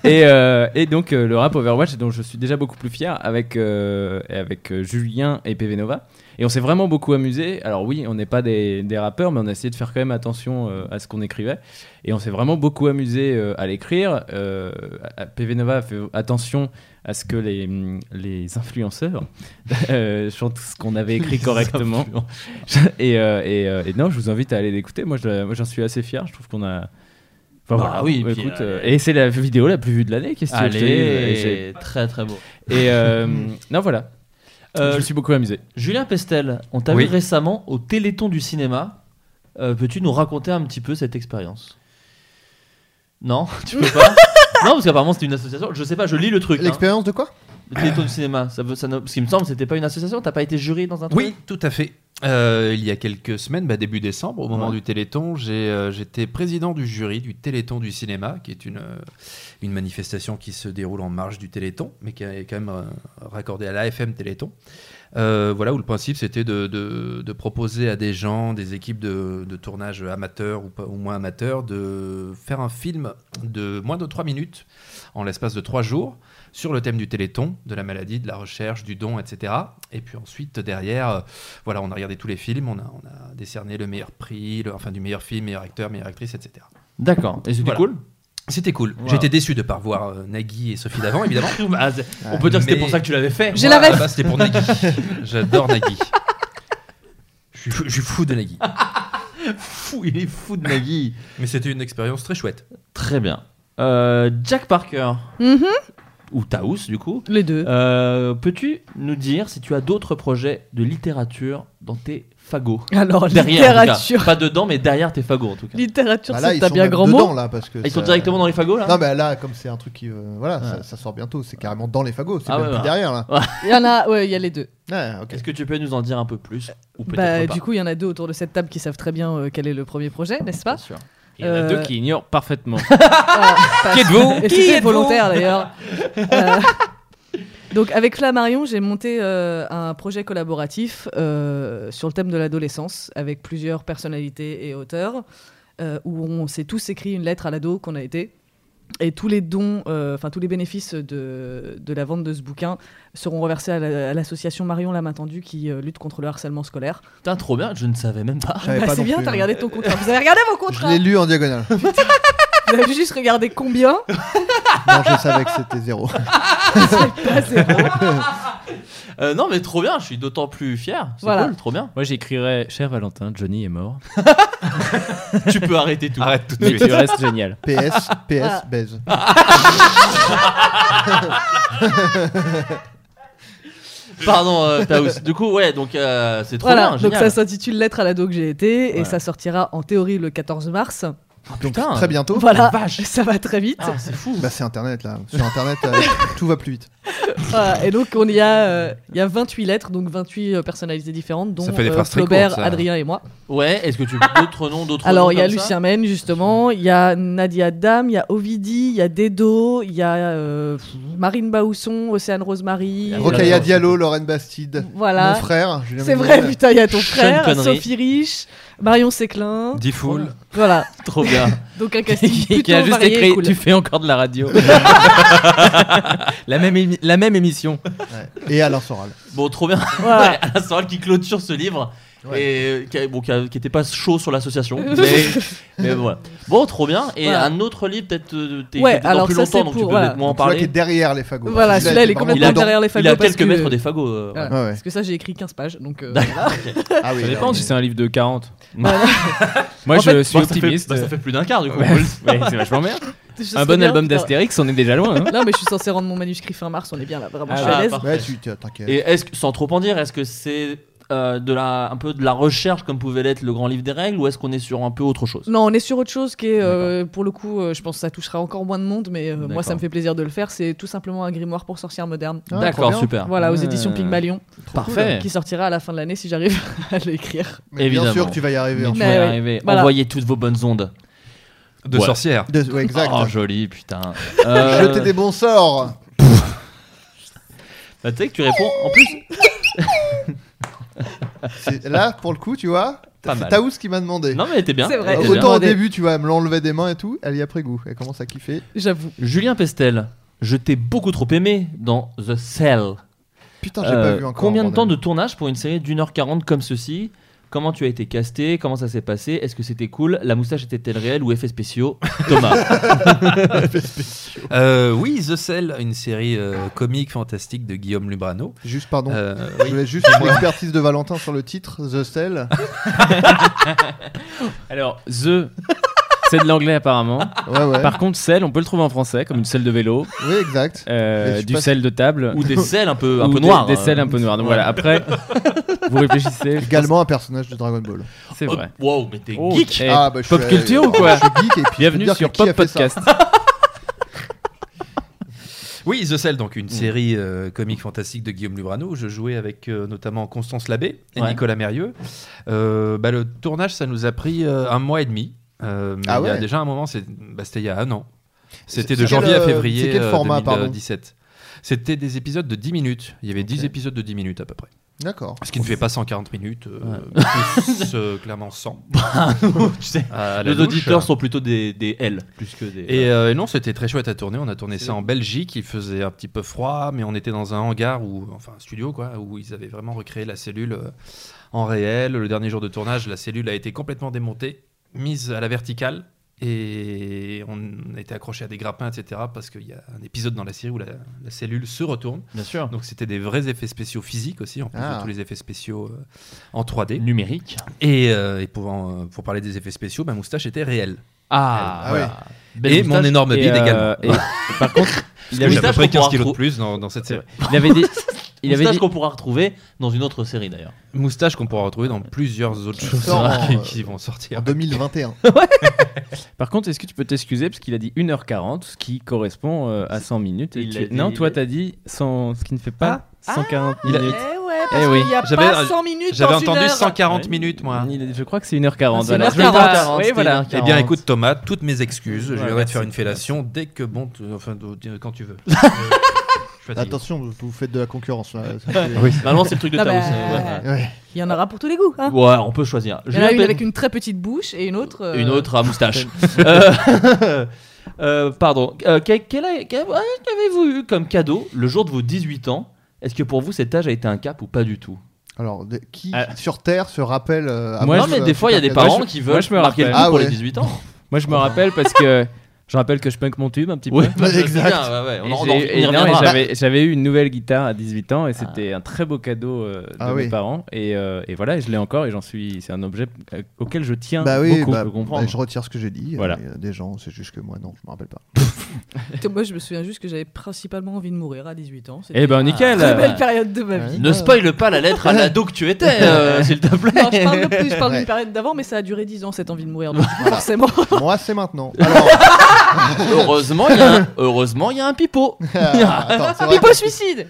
Speaker 7: Et, euh, et donc euh, le rap Overwatch dont je suis déjà beaucoup plus fier avec euh, et avec euh, Julien et PV Nova. Et on s'est vraiment beaucoup amusé. Alors oui, on n'est pas des, des rappeurs, mais on a essayé de faire quand même attention euh, à ce qu'on écrivait. Et on s'est vraiment beaucoup amusé euh, à l'écrire. Euh, à- à- PV Nova a fait attention à ce que les, les influenceurs euh, chantent ce qu'on avait écrit
Speaker 6: Les
Speaker 7: correctement.
Speaker 6: influenceurs.
Speaker 7: et, euh, et, euh, et non, je vous invite à aller l'écouter. Moi, je- moi, j'en suis assez fier. Je trouve qu'on a, Enfin,
Speaker 6: Bah
Speaker 7: voilà.
Speaker 6: oui, et puis,
Speaker 7: écoute,
Speaker 6: euh,
Speaker 7: euh, et c'est la vidéo la plus vue de l'année, qu'est-ce que tu veux que je te dise
Speaker 6: Allez,
Speaker 7: Et c'est-
Speaker 6: très, très beau.
Speaker 7: Et euh, non, voilà. je me suis beaucoup amusé.
Speaker 6: Euh, Julien Pestel, on t'a
Speaker 7: Oui.
Speaker 6: vu récemment au Téléthon du cinéma. Euh, Peux-tu nous raconter un petit peu cette expérience Non, tu peux pas. non, parce qu'apparemment c'était une association. Je sais pas, je lis le truc. hein.
Speaker 3: L'expérience de quoi
Speaker 6: Le Téléthon du cinéma. Ça, veut- ça, ne- parce qu'il me semble que c'était pas une association. T'as pas été juré dans un truc
Speaker 2: Oui, tout à fait. Euh, il y a quelques semaines, bah, début décembre, au moment
Speaker 6: Ouais.
Speaker 2: du Téléthon, j'ai, euh, j'étais président du jury du Téléthon du cinéma, qui est une, euh, une manifestation qui se déroule en marge du Téléthon, mais qui est quand même euh, raccordée à l'AFM Téléthon. Euh, voilà où le principe c'était de, de- de proposer à des gens, des équipes de, de tournage amateurs ou, pas, ou moins amateurs, de faire un film de moins de 3 minutes en l'espace de 3 jours sur le thème du téléthon, de la maladie, de la recherche, du don, etc. Et puis ensuite, derrière, euh, voilà, on a regardé tous les films, on a, on a décerné le meilleur prix, le- enfin du meilleur film, meilleur acteur, meilleure actrice, etc.
Speaker 6: D'accord. Et c'était
Speaker 2: Voilà.
Speaker 6: cool
Speaker 2: C'était cool.
Speaker 6: Wow.
Speaker 2: J'étais déçu de ne pas revoir euh, Nagui et Sophie d'avant, évidemment.
Speaker 6: Bah, c'est- on peut dire que c'était pour ça que tu l'avais fait. J'ai
Speaker 2: Voilà,
Speaker 6: la ref.
Speaker 2: bah, C'était pour Nagui. J'adore Nagui. Je suis fou- je suis fou de Nagui.
Speaker 6: fou, il est fou de Nagui.
Speaker 2: Mais c'était une expérience très chouette.
Speaker 6: Très bien. Euh, Jack Parker.
Speaker 8: Mhm.
Speaker 6: ou Taos du coup. Euh,
Speaker 8: Les deux.
Speaker 6: Peux-tu nous dire si tu as d'autres projets de littérature dans tes fagots
Speaker 8: Alors,
Speaker 6: Derrière, en tout cas.
Speaker 8: littérature.
Speaker 6: Pas dedans, mais derrière tes fagots en tout cas.
Speaker 8: Littérature,
Speaker 3: Bah là,
Speaker 8: c'est
Speaker 3: ils
Speaker 8: t'as
Speaker 3: sont
Speaker 8: bien
Speaker 3: même
Speaker 8: grand
Speaker 3: dedans,
Speaker 8: mot.
Speaker 3: là, parce que
Speaker 6: Ah, ils
Speaker 3: ça-
Speaker 6: sont directement dans les fagots, là
Speaker 3: Non, mais là, comme c'est un truc qui. euh, voilà, ça, ça sort bientôt. C'est carrément dans les fagots. C'est
Speaker 6: Ah
Speaker 3: même
Speaker 6: ouais,
Speaker 3: plus
Speaker 6: ouais.
Speaker 3: derrière, là.
Speaker 8: Il y en a, ouais, il y a les deux.
Speaker 6: Est-ce que tu peux nous en dire un peu plus ou peut-être
Speaker 8: Bah,
Speaker 6: pas
Speaker 8: du coup, il y en a deux autour de cette table qui savent très bien euh, quel est le premier projet, n'est-ce pas
Speaker 7: Il y en a
Speaker 8: Euh,
Speaker 7: deux qui ignorent parfaitement.
Speaker 8: Ah,
Speaker 7: Qui êtes-vous
Speaker 8: Et
Speaker 7: Qui
Speaker 8: c'était
Speaker 7: êtes-vous
Speaker 8: volontaire d'ailleurs. Euh, donc avec Flammarion, j'ai monté euh, un projet collaboratif euh, sur le thème de l'adolescence avec plusieurs personnalités et auteurs euh, où on s'est tous écrit une lettre à l'ado qu'on a été. Et tous les dons, euh, enfin tous les bénéfices de, de la vente de ce bouquin seront reversés à la- à l'association Marion La Main Tendue qui euh, lutte contre le harcèlement scolaire.
Speaker 6: Putain, trop bien, je ne savais même pas.
Speaker 8: Bah, c'est bien, t'as
Speaker 6: Mmh.
Speaker 8: regardé ton contrat. Vous avez regardé vos
Speaker 3: Je
Speaker 8: contrats
Speaker 3: l'ai lu en diagonale.
Speaker 8: Vous avez juste regardé combien
Speaker 3: non, je savais que c'était zéro.
Speaker 6: Euh, non, mais trop bien, je suis d'autant plus fier. C'est
Speaker 8: Voilà.
Speaker 6: cool, trop bien.
Speaker 7: Moi, j'écrirais Cher Valentin, Johnny est mort.
Speaker 6: tu peux arrêter tout.
Speaker 7: Arrête tout de Mais suite. tu restes génial.
Speaker 3: PS,
Speaker 8: Ah.
Speaker 3: PS, baise.
Speaker 6: Pardon, euh, Taos. Du coup, ouais, donc euh, c'est trop
Speaker 8: voilà,
Speaker 6: bien.
Speaker 8: donc
Speaker 6: Génial.
Speaker 8: ça s'intitule Lettre à l'ado que j'ai été et
Speaker 6: Ouais.
Speaker 8: ça sortira en théorie le 14 mars.
Speaker 3: Donc,
Speaker 6: putain.
Speaker 3: très bientôt.
Speaker 8: Voilà, ça va très vite.
Speaker 6: Ah, c'est fou.
Speaker 3: Bah, c'est internet, là. Sur internet, euh, tout va plus vite.
Speaker 8: Voilà, et donc on y a, euh, il y a 28 lettres, donc 28 euh, personnalités différentes, dont
Speaker 6: Ça fait des
Speaker 8: euh,
Speaker 6: phrases très
Speaker 8: Flaubert,
Speaker 6: courtes, ça.
Speaker 8: Adrien et moi.
Speaker 6: Ouais, est-ce que tu veux d'autres noms d'autres
Speaker 8: Alors
Speaker 6: noms
Speaker 8: il y a
Speaker 6: comme ça
Speaker 8: Lucien Mène justement, il y a Nadia Dame, il y a Ovidi, il y a Dedo, il y a euh, Marine Baousson, Océane Rosemary,
Speaker 3: Rokhaya Diallo, Lorraine Bastide.
Speaker 8: Voilà.
Speaker 3: Mon frère. Julien
Speaker 8: C'est
Speaker 3: Méniel.
Speaker 8: vrai, putain, il y a ton
Speaker 3: Sean
Speaker 8: frère,
Speaker 3: Connery.
Speaker 8: Sophie Rich, Marion Séclin.
Speaker 2: Diffoul.
Speaker 8: Voilà.
Speaker 6: Trop bien.
Speaker 8: Donc un casting
Speaker 7: Et
Speaker 8: plutôt
Speaker 7: qui a juste
Speaker 8: varié et
Speaker 7: écrit
Speaker 8: cool.
Speaker 7: Tu fais encore de la radio. la, même émi- la même émission.
Speaker 3: Et Alain Soral.
Speaker 6: Bon, trop bien.
Speaker 8: Voilà.
Speaker 6: Ouais, Alain Soral qui clôture ce livre. Et euh, qui, a- bon, qui, a- qui était pas chaud sur l'association, mais, mais voilà. Bon, trop bien. Et
Speaker 8: Voilà.
Speaker 6: un autre livre, peut-être, euh, t'es
Speaker 8: Ouais,
Speaker 6: t'es dedans
Speaker 8: alors
Speaker 6: plus
Speaker 8: ça,
Speaker 6: longtemps,
Speaker 8: c'est
Speaker 6: donc tu
Speaker 8: pour-
Speaker 6: peux
Speaker 8: voilà.
Speaker 6: peut-être moins en
Speaker 8: Donc, celui-là
Speaker 6: parler.
Speaker 3: qui est derrière les fagots.
Speaker 8: Voilà, celui-là, il est
Speaker 6: vraiment
Speaker 8: complètement
Speaker 6: dedans.
Speaker 8: derrière les fagots.
Speaker 6: Il a
Speaker 8: parce
Speaker 6: quelques
Speaker 8: que-
Speaker 6: mètres des fagots. euh,
Speaker 8: Voilà.
Speaker 6: voilà.
Speaker 8: Parce que ça, j'ai écrit 15 pages. Donc, euh,
Speaker 6: D'accord.
Speaker 8: voilà.
Speaker 3: Ah oui,
Speaker 7: ça dépend
Speaker 3: alors,
Speaker 7: si
Speaker 3: mais-
Speaker 7: c'est un livre de 40.
Speaker 8: Voilà.
Speaker 7: Moi,
Speaker 6: En
Speaker 7: je
Speaker 6: fait,
Speaker 7: suis
Speaker 6: bah, ça fait-
Speaker 7: optimiste.
Speaker 6: bah, ça fait plus d'un quart, du coup.
Speaker 7: Ouais, ouais, c'est vachement bien.
Speaker 8: Ce serait
Speaker 7: Un bon
Speaker 8: bien,
Speaker 7: album
Speaker 8: putain.
Speaker 7: d'Astérix, on est déjà loin. hein. bah,
Speaker 8: Non, mais je suis censé rendre mon manuscrit fin mars, on est bien là, vraiment, je suis
Speaker 6: Ah,
Speaker 8: à l'aise.
Speaker 6: parfait.
Speaker 3: Ouais, tu- tu- t'inquiète.
Speaker 6: Et est-ce que, sans trop en dire, est-ce que c'est euh, de la, un peu de la recherche comme pouvait l'être le grand livre des règles ou est-ce qu'on est sur un peu autre chose
Speaker 8: Non, on est sur autre chose qui est, euh, pour le coup, euh, je pense que ça touchera encore moins de monde, mais euh, moi,
Speaker 6: D'accord.
Speaker 8: ça me fait plaisir de le faire. C'est tout simplement un grimoire pour sorcières modernes.
Speaker 6: Ah, D'accord, trop bien. super.
Speaker 8: Voilà, aux
Speaker 6: Ah.
Speaker 8: éditions Pygmalion.
Speaker 6: Trop Parfait. cool.
Speaker 8: Qui sortira à la fin de l'année si j'arrive à l'écrire.
Speaker 3: Mais bien sûr que tu vas y arriver.
Speaker 6: Mais
Speaker 3: hein.
Speaker 6: tu vas y
Speaker 8: Mais oui.
Speaker 6: arriver.
Speaker 8: Voilà.
Speaker 6: Envoyez toutes vos bonnes ondes.
Speaker 2: De sorcières.
Speaker 3: De- ouais, exact.
Speaker 6: Oh, joli, putain.
Speaker 7: Euh,
Speaker 9: euh,
Speaker 3: Jeter des bons sorts.
Speaker 6: Bah, tu sais que tu réponds. En plus,
Speaker 3: C'est- Là, pour le coup, tu vois,
Speaker 6: Pas
Speaker 3: c'est
Speaker 6: mal.
Speaker 3: Taous qui m'a demandé.
Speaker 6: Non, mais elle était bien. C'est vrai.
Speaker 3: Euh,
Speaker 6: Elle était
Speaker 3: Autant
Speaker 6: bien.
Speaker 3: au début, tu vois, elle me l'enlevait des mains et tout, elle y a pris goût. Elle commence à kiffer.
Speaker 8: J'avoue.
Speaker 6: Julien Pestel, je t'ai beaucoup trop aimé dans The Cell. Euh,
Speaker 3: Putain, je l'ai pas vu encore,
Speaker 6: Combien de
Speaker 3: bordel.
Speaker 6: temps de tournage pour une série d'1h40 comme ceci Comment tu as été casté Comment ça s'est passé Est-ce que c'était cool La moustache était-elle réelle ou effets spéciaux Thomas.
Speaker 2: Euh, oui, The Cell, une série euh, comique fantastique de Guillaume Lubrano.
Speaker 3: Juste, pardon.
Speaker 2: Euh,
Speaker 3: Je voulais juste
Speaker 2: Dis-moi.
Speaker 3: l'expertise de Valentin sur le titre, The Cell.
Speaker 7: Alors, The.
Speaker 2: C'est de l'anglais apparemment.
Speaker 7: ouais.
Speaker 2: Par contre, sel, on peut le trouver en français, comme une selle de vélo.
Speaker 7: Oui, exact.
Speaker 6: Mais je
Speaker 2: Euh, du
Speaker 6: sais pas
Speaker 2: sel de table.
Speaker 6: Ou des selles un peu- un
Speaker 2: Ou
Speaker 6: peu
Speaker 2: des-
Speaker 6: noires,
Speaker 2: Des
Speaker 6: euh.
Speaker 2: selles un peu noires. Donc voilà, après, vous réfléchissez.
Speaker 7: Également un personnage de Dragon Ball.
Speaker 2: C'est vrai.
Speaker 6: wow, mais t'es
Speaker 2: Oh,
Speaker 6: geek
Speaker 2: eh,
Speaker 7: Ah, bah, je
Speaker 2: Pop
Speaker 7: suis-
Speaker 2: culture ou
Speaker 7: oh,
Speaker 2: quoi
Speaker 7: je suis geek et puis je peux
Speaker 2: Bienvenue
Speaker 7: te dire
Speaker 2: sur
Speaker 7: que qui
Speaker 2: Pop
Speaker 7: a fait ça.
Speaker 2: Podcast.
Speaker 8: Oui, The Cell, donc une série euh, comique fantastique de Guillaume Lubrano. où Je jouais avec euh, notamment Constance Labbé et
Speaker 6: Ouais.
Speaker 8: Nicolas Mérieux. Euh, bah, le tournage, ça nous a pris euh, un mois et demi. Euh, mais
Speaker 7: Ah
Speaker 8: Il y a
Speaker 7: ouais.
Speaker 8: déjà un moment, c'est- bah, c'était il y a un an.
Speaker 7: C'est-
Speaker 8: C'était de
Speaker 7: c'est quel,
Speaker 8: janvier à
Speaker 7: euh,
Speaker 8: février
Speaker 7: c'est quel
Speaker 8: euh,
Speaker 7: format, pardon
Speaker 8: 2017. C'était des épisodes de 10 minutes. Il y avait 10 épisodes de 10 minutes à peu près.
Speaker 7: D'accord.
Speaker 8: Ce qui ne fait pas 140 minutes, euh,
Speaker 6: Ouais.
Speaker 8: plus, euh, clairement 100.
Speaker 6: tu sais,
Speaker 8: À la
Speaker 6: nos
Speaker 8: louche.
Speaker 6: auditeurs sont plutôt des, des L plus que des.
Speaker 8: Et euh, non, c'était très chouette à tourner. On a tourné
Speaker 6: C'est
Speaker 8: ça en Belgique. Il faisait un petit peu froid, mais on était dans un hangar ou enfin un studio quoi, où ils avaient vraiment recréé la cellule euh, en réel. Le dernier jour de tournage, la cellule a été complètement démontée, mise à la verticale. Et on était accroché à des grappins, etc. Parce qu'il y a un épisode dans la série où la, la cellule se retourne.
Speaker 6: Bien sûr.
Speaker 8: Donc c'était des vrais effets spéciaux physiques aussi, en plus
Speaker 6: Ah.
Speaker 8: de tous les effets spéciaux euh, en 3D.
Speaker 6: Numérique.
Speaker 8: Et, euh, et pour, en- pour parler des effets spéciaux, ma moustache était réelle.
Speaker 6: Ah,
Speaker 8: Elle,
Speaker 6: ah ouais. Belle
Speaker 8: Et
Speaker 6: moustache.
Speaker 8: mon énorme
Speaker 6: Et,
Speaker 8: bide
Speaker 6: euh,
Speaker 8: également.
Speaker 6: et- et par contre, il
Speaker 8: il
Speaker 6: avait-
Speaker 8: avait à peu
Speaker 6: moustache
Speaker 8: près
Speaker 6: qu'on pourra
Speaker 8: 15 kilos de
Speaker 6: retrouver.
Speaker 8: plus dans, dans cette série.
Speaker 6: Il avait dit- il avait
Speaker 8: Moustache
Speaker 6: dit-
Speaker 8: qu'on-
Speaker 6: pourra retrouver dans une autre série d'ailleurs.
Speaker 8: Moustache qu'on pourra retrouver dans plusieurs autres choses
Speaker 7: sort en,
Speaker 8: qui,
Speaker 7: euh,
Speaker 8: qui vont sortir.
Speaker 7: en 2021.
Speaker 2: Par contre, est-ce que tu peux t'excuser parce qu'il a dit 1h40, ce qui correspond euh, à 100 minutes. et
Speaker 6: Il
Speaker 2: tu-
Speaker 6: l'a dit,
Speaker 2: Non,
Speaker 6: il Ah.
Speaker 2: toi, t'as dit 100, ce qui ne fait pas 140
Speaker 8: il a-
Speaker 2: minutes.
Speaker 8: Eh
Speaker 9: ouais, parce qu'il y a pas 100 minutes
Speaker 8: J'avais
Speaker 9: dans une
Speaker 8: entendu
Speaker 9: heure. Ah,
Speaker 8: 140 minutes, moi.
Speaker 2: Je crois que c'est 1h40.
Speaker 8: C'est
Speaker 2: voilà.
Speaker 6: hein,
Speaker 8: 1h40,
Speaker 2: Oui,
Speaker 8: c'était
Speaker 2: voilà.
Speaker 8: 1h40. Eh bien, écoute, Thomas, toutes mes excuses.
Speaker 2: Ouais,
Speaker 8: je viendrai te
Speaker 2: merci,
Speaker 8: faire une fellation dès que bon, tu- enfin, de- quand tu veux. Euh,
Speaker 7: Attention, vous- vous faites de la concurrence Hein. là.
Speaker 6: Oui. Normalement, c'est le truc de
Speaker 9: Ah
Speaker 6: Taos,
Speaker 9: bah,
Speaker 6: euh, ouais.
Speaker 9: Il y en aura pour tous les goûts. hein.
Speaker 6: Ouais, on peut choisir.
Speaker 9: Il
Speaker 6: Je
Speaker 9: y en a une
Speaker 6: l'appelle-
Speaker 9: avec une très petite bouche et une autre. euh,
Speaker 6: Une autre à moustache. Euh, euh, pardon. Euh, que- quel a- quel- euh, Qu'avez-vous eu comme cadeau le jour de vos 18 ans Est-ce que pour vous cet âge a été un cap ou pas du tout
Speaker 7: Alors, de- qui sur Terre se rappelle euh, à
Speaker 6: Ah, Moi,
Speaker 7: Mars,
Speaker 6: je-
Speaker 7: euh,
Speaker 6: des fois, il y a des
Speaker 7: Captain
Speaker 6: parents
Speaker 7: Kirk
Speaker 6: qui veulent marquer le coup
Speaker 7: Ah
Speaker 6: pour les 18 ans.
Speaker 2: Moi, je me rappelle parce que je rappelle que je punk mon tube un petit peu.
Speaker 6: Ouais, bah, Exact. bien, ouais, ouais, on
Speaker 2: Et
Speaker 6: en- on
Speaker 2: j'ai-
Speaker 6: en- on y
Speaker 2: et non, et
Speaker 6: reviendra.
Speaker 2: j'avais- J'avais eu une nouvelle guitare à 18 ans et c'était un très beau cadeau euh, de
Speaker 7: Ah
Speaker 2: mes
Speaker 7: oui.
Speaker 2: parents. Et, euh, et voilà, et je l'ai encore et j'en suis. C'est un objet euh, auquel je tiens
Speaker 7: Bah oui,
Speaker 2: beaucoup.
Speaker 7: bah,
Speaker 2: je peux comprendre.
Speaker 7: bah, je retire ce que j'ai dit. euh,
Speaker 2: Voilà.
Speaker 7: Il y a des gens, c'est juste que moi, non, je me rappelle pas.
Speaker 9: Moi, je me souviens juste que j'avais principalement envie de mourir à 18 ans. C'était
Speaker 2: Eh ben nickel.
Speaker 9: une Très belle période de ma vie.
Speaker 6: Ne spoile pas la lettre à l'ado que tu étais, euh, s'il te plaît.
Speaker 9: Non, je parle, de plus, je parle
Speaker 6: Ouais.
Speaker 9: d'une période d'avant, mais ça a duré 10 ans cette envie de mourir. donc, forcément.
Speaker 7: Moi, c'est maintenant. Alors,
Speaker 6: Heureusement, il y a un- heureusement, il y a un pipeau.
Speaker 7: Ah, Attends, c'est vrai
Speaker 9: Pipo suicide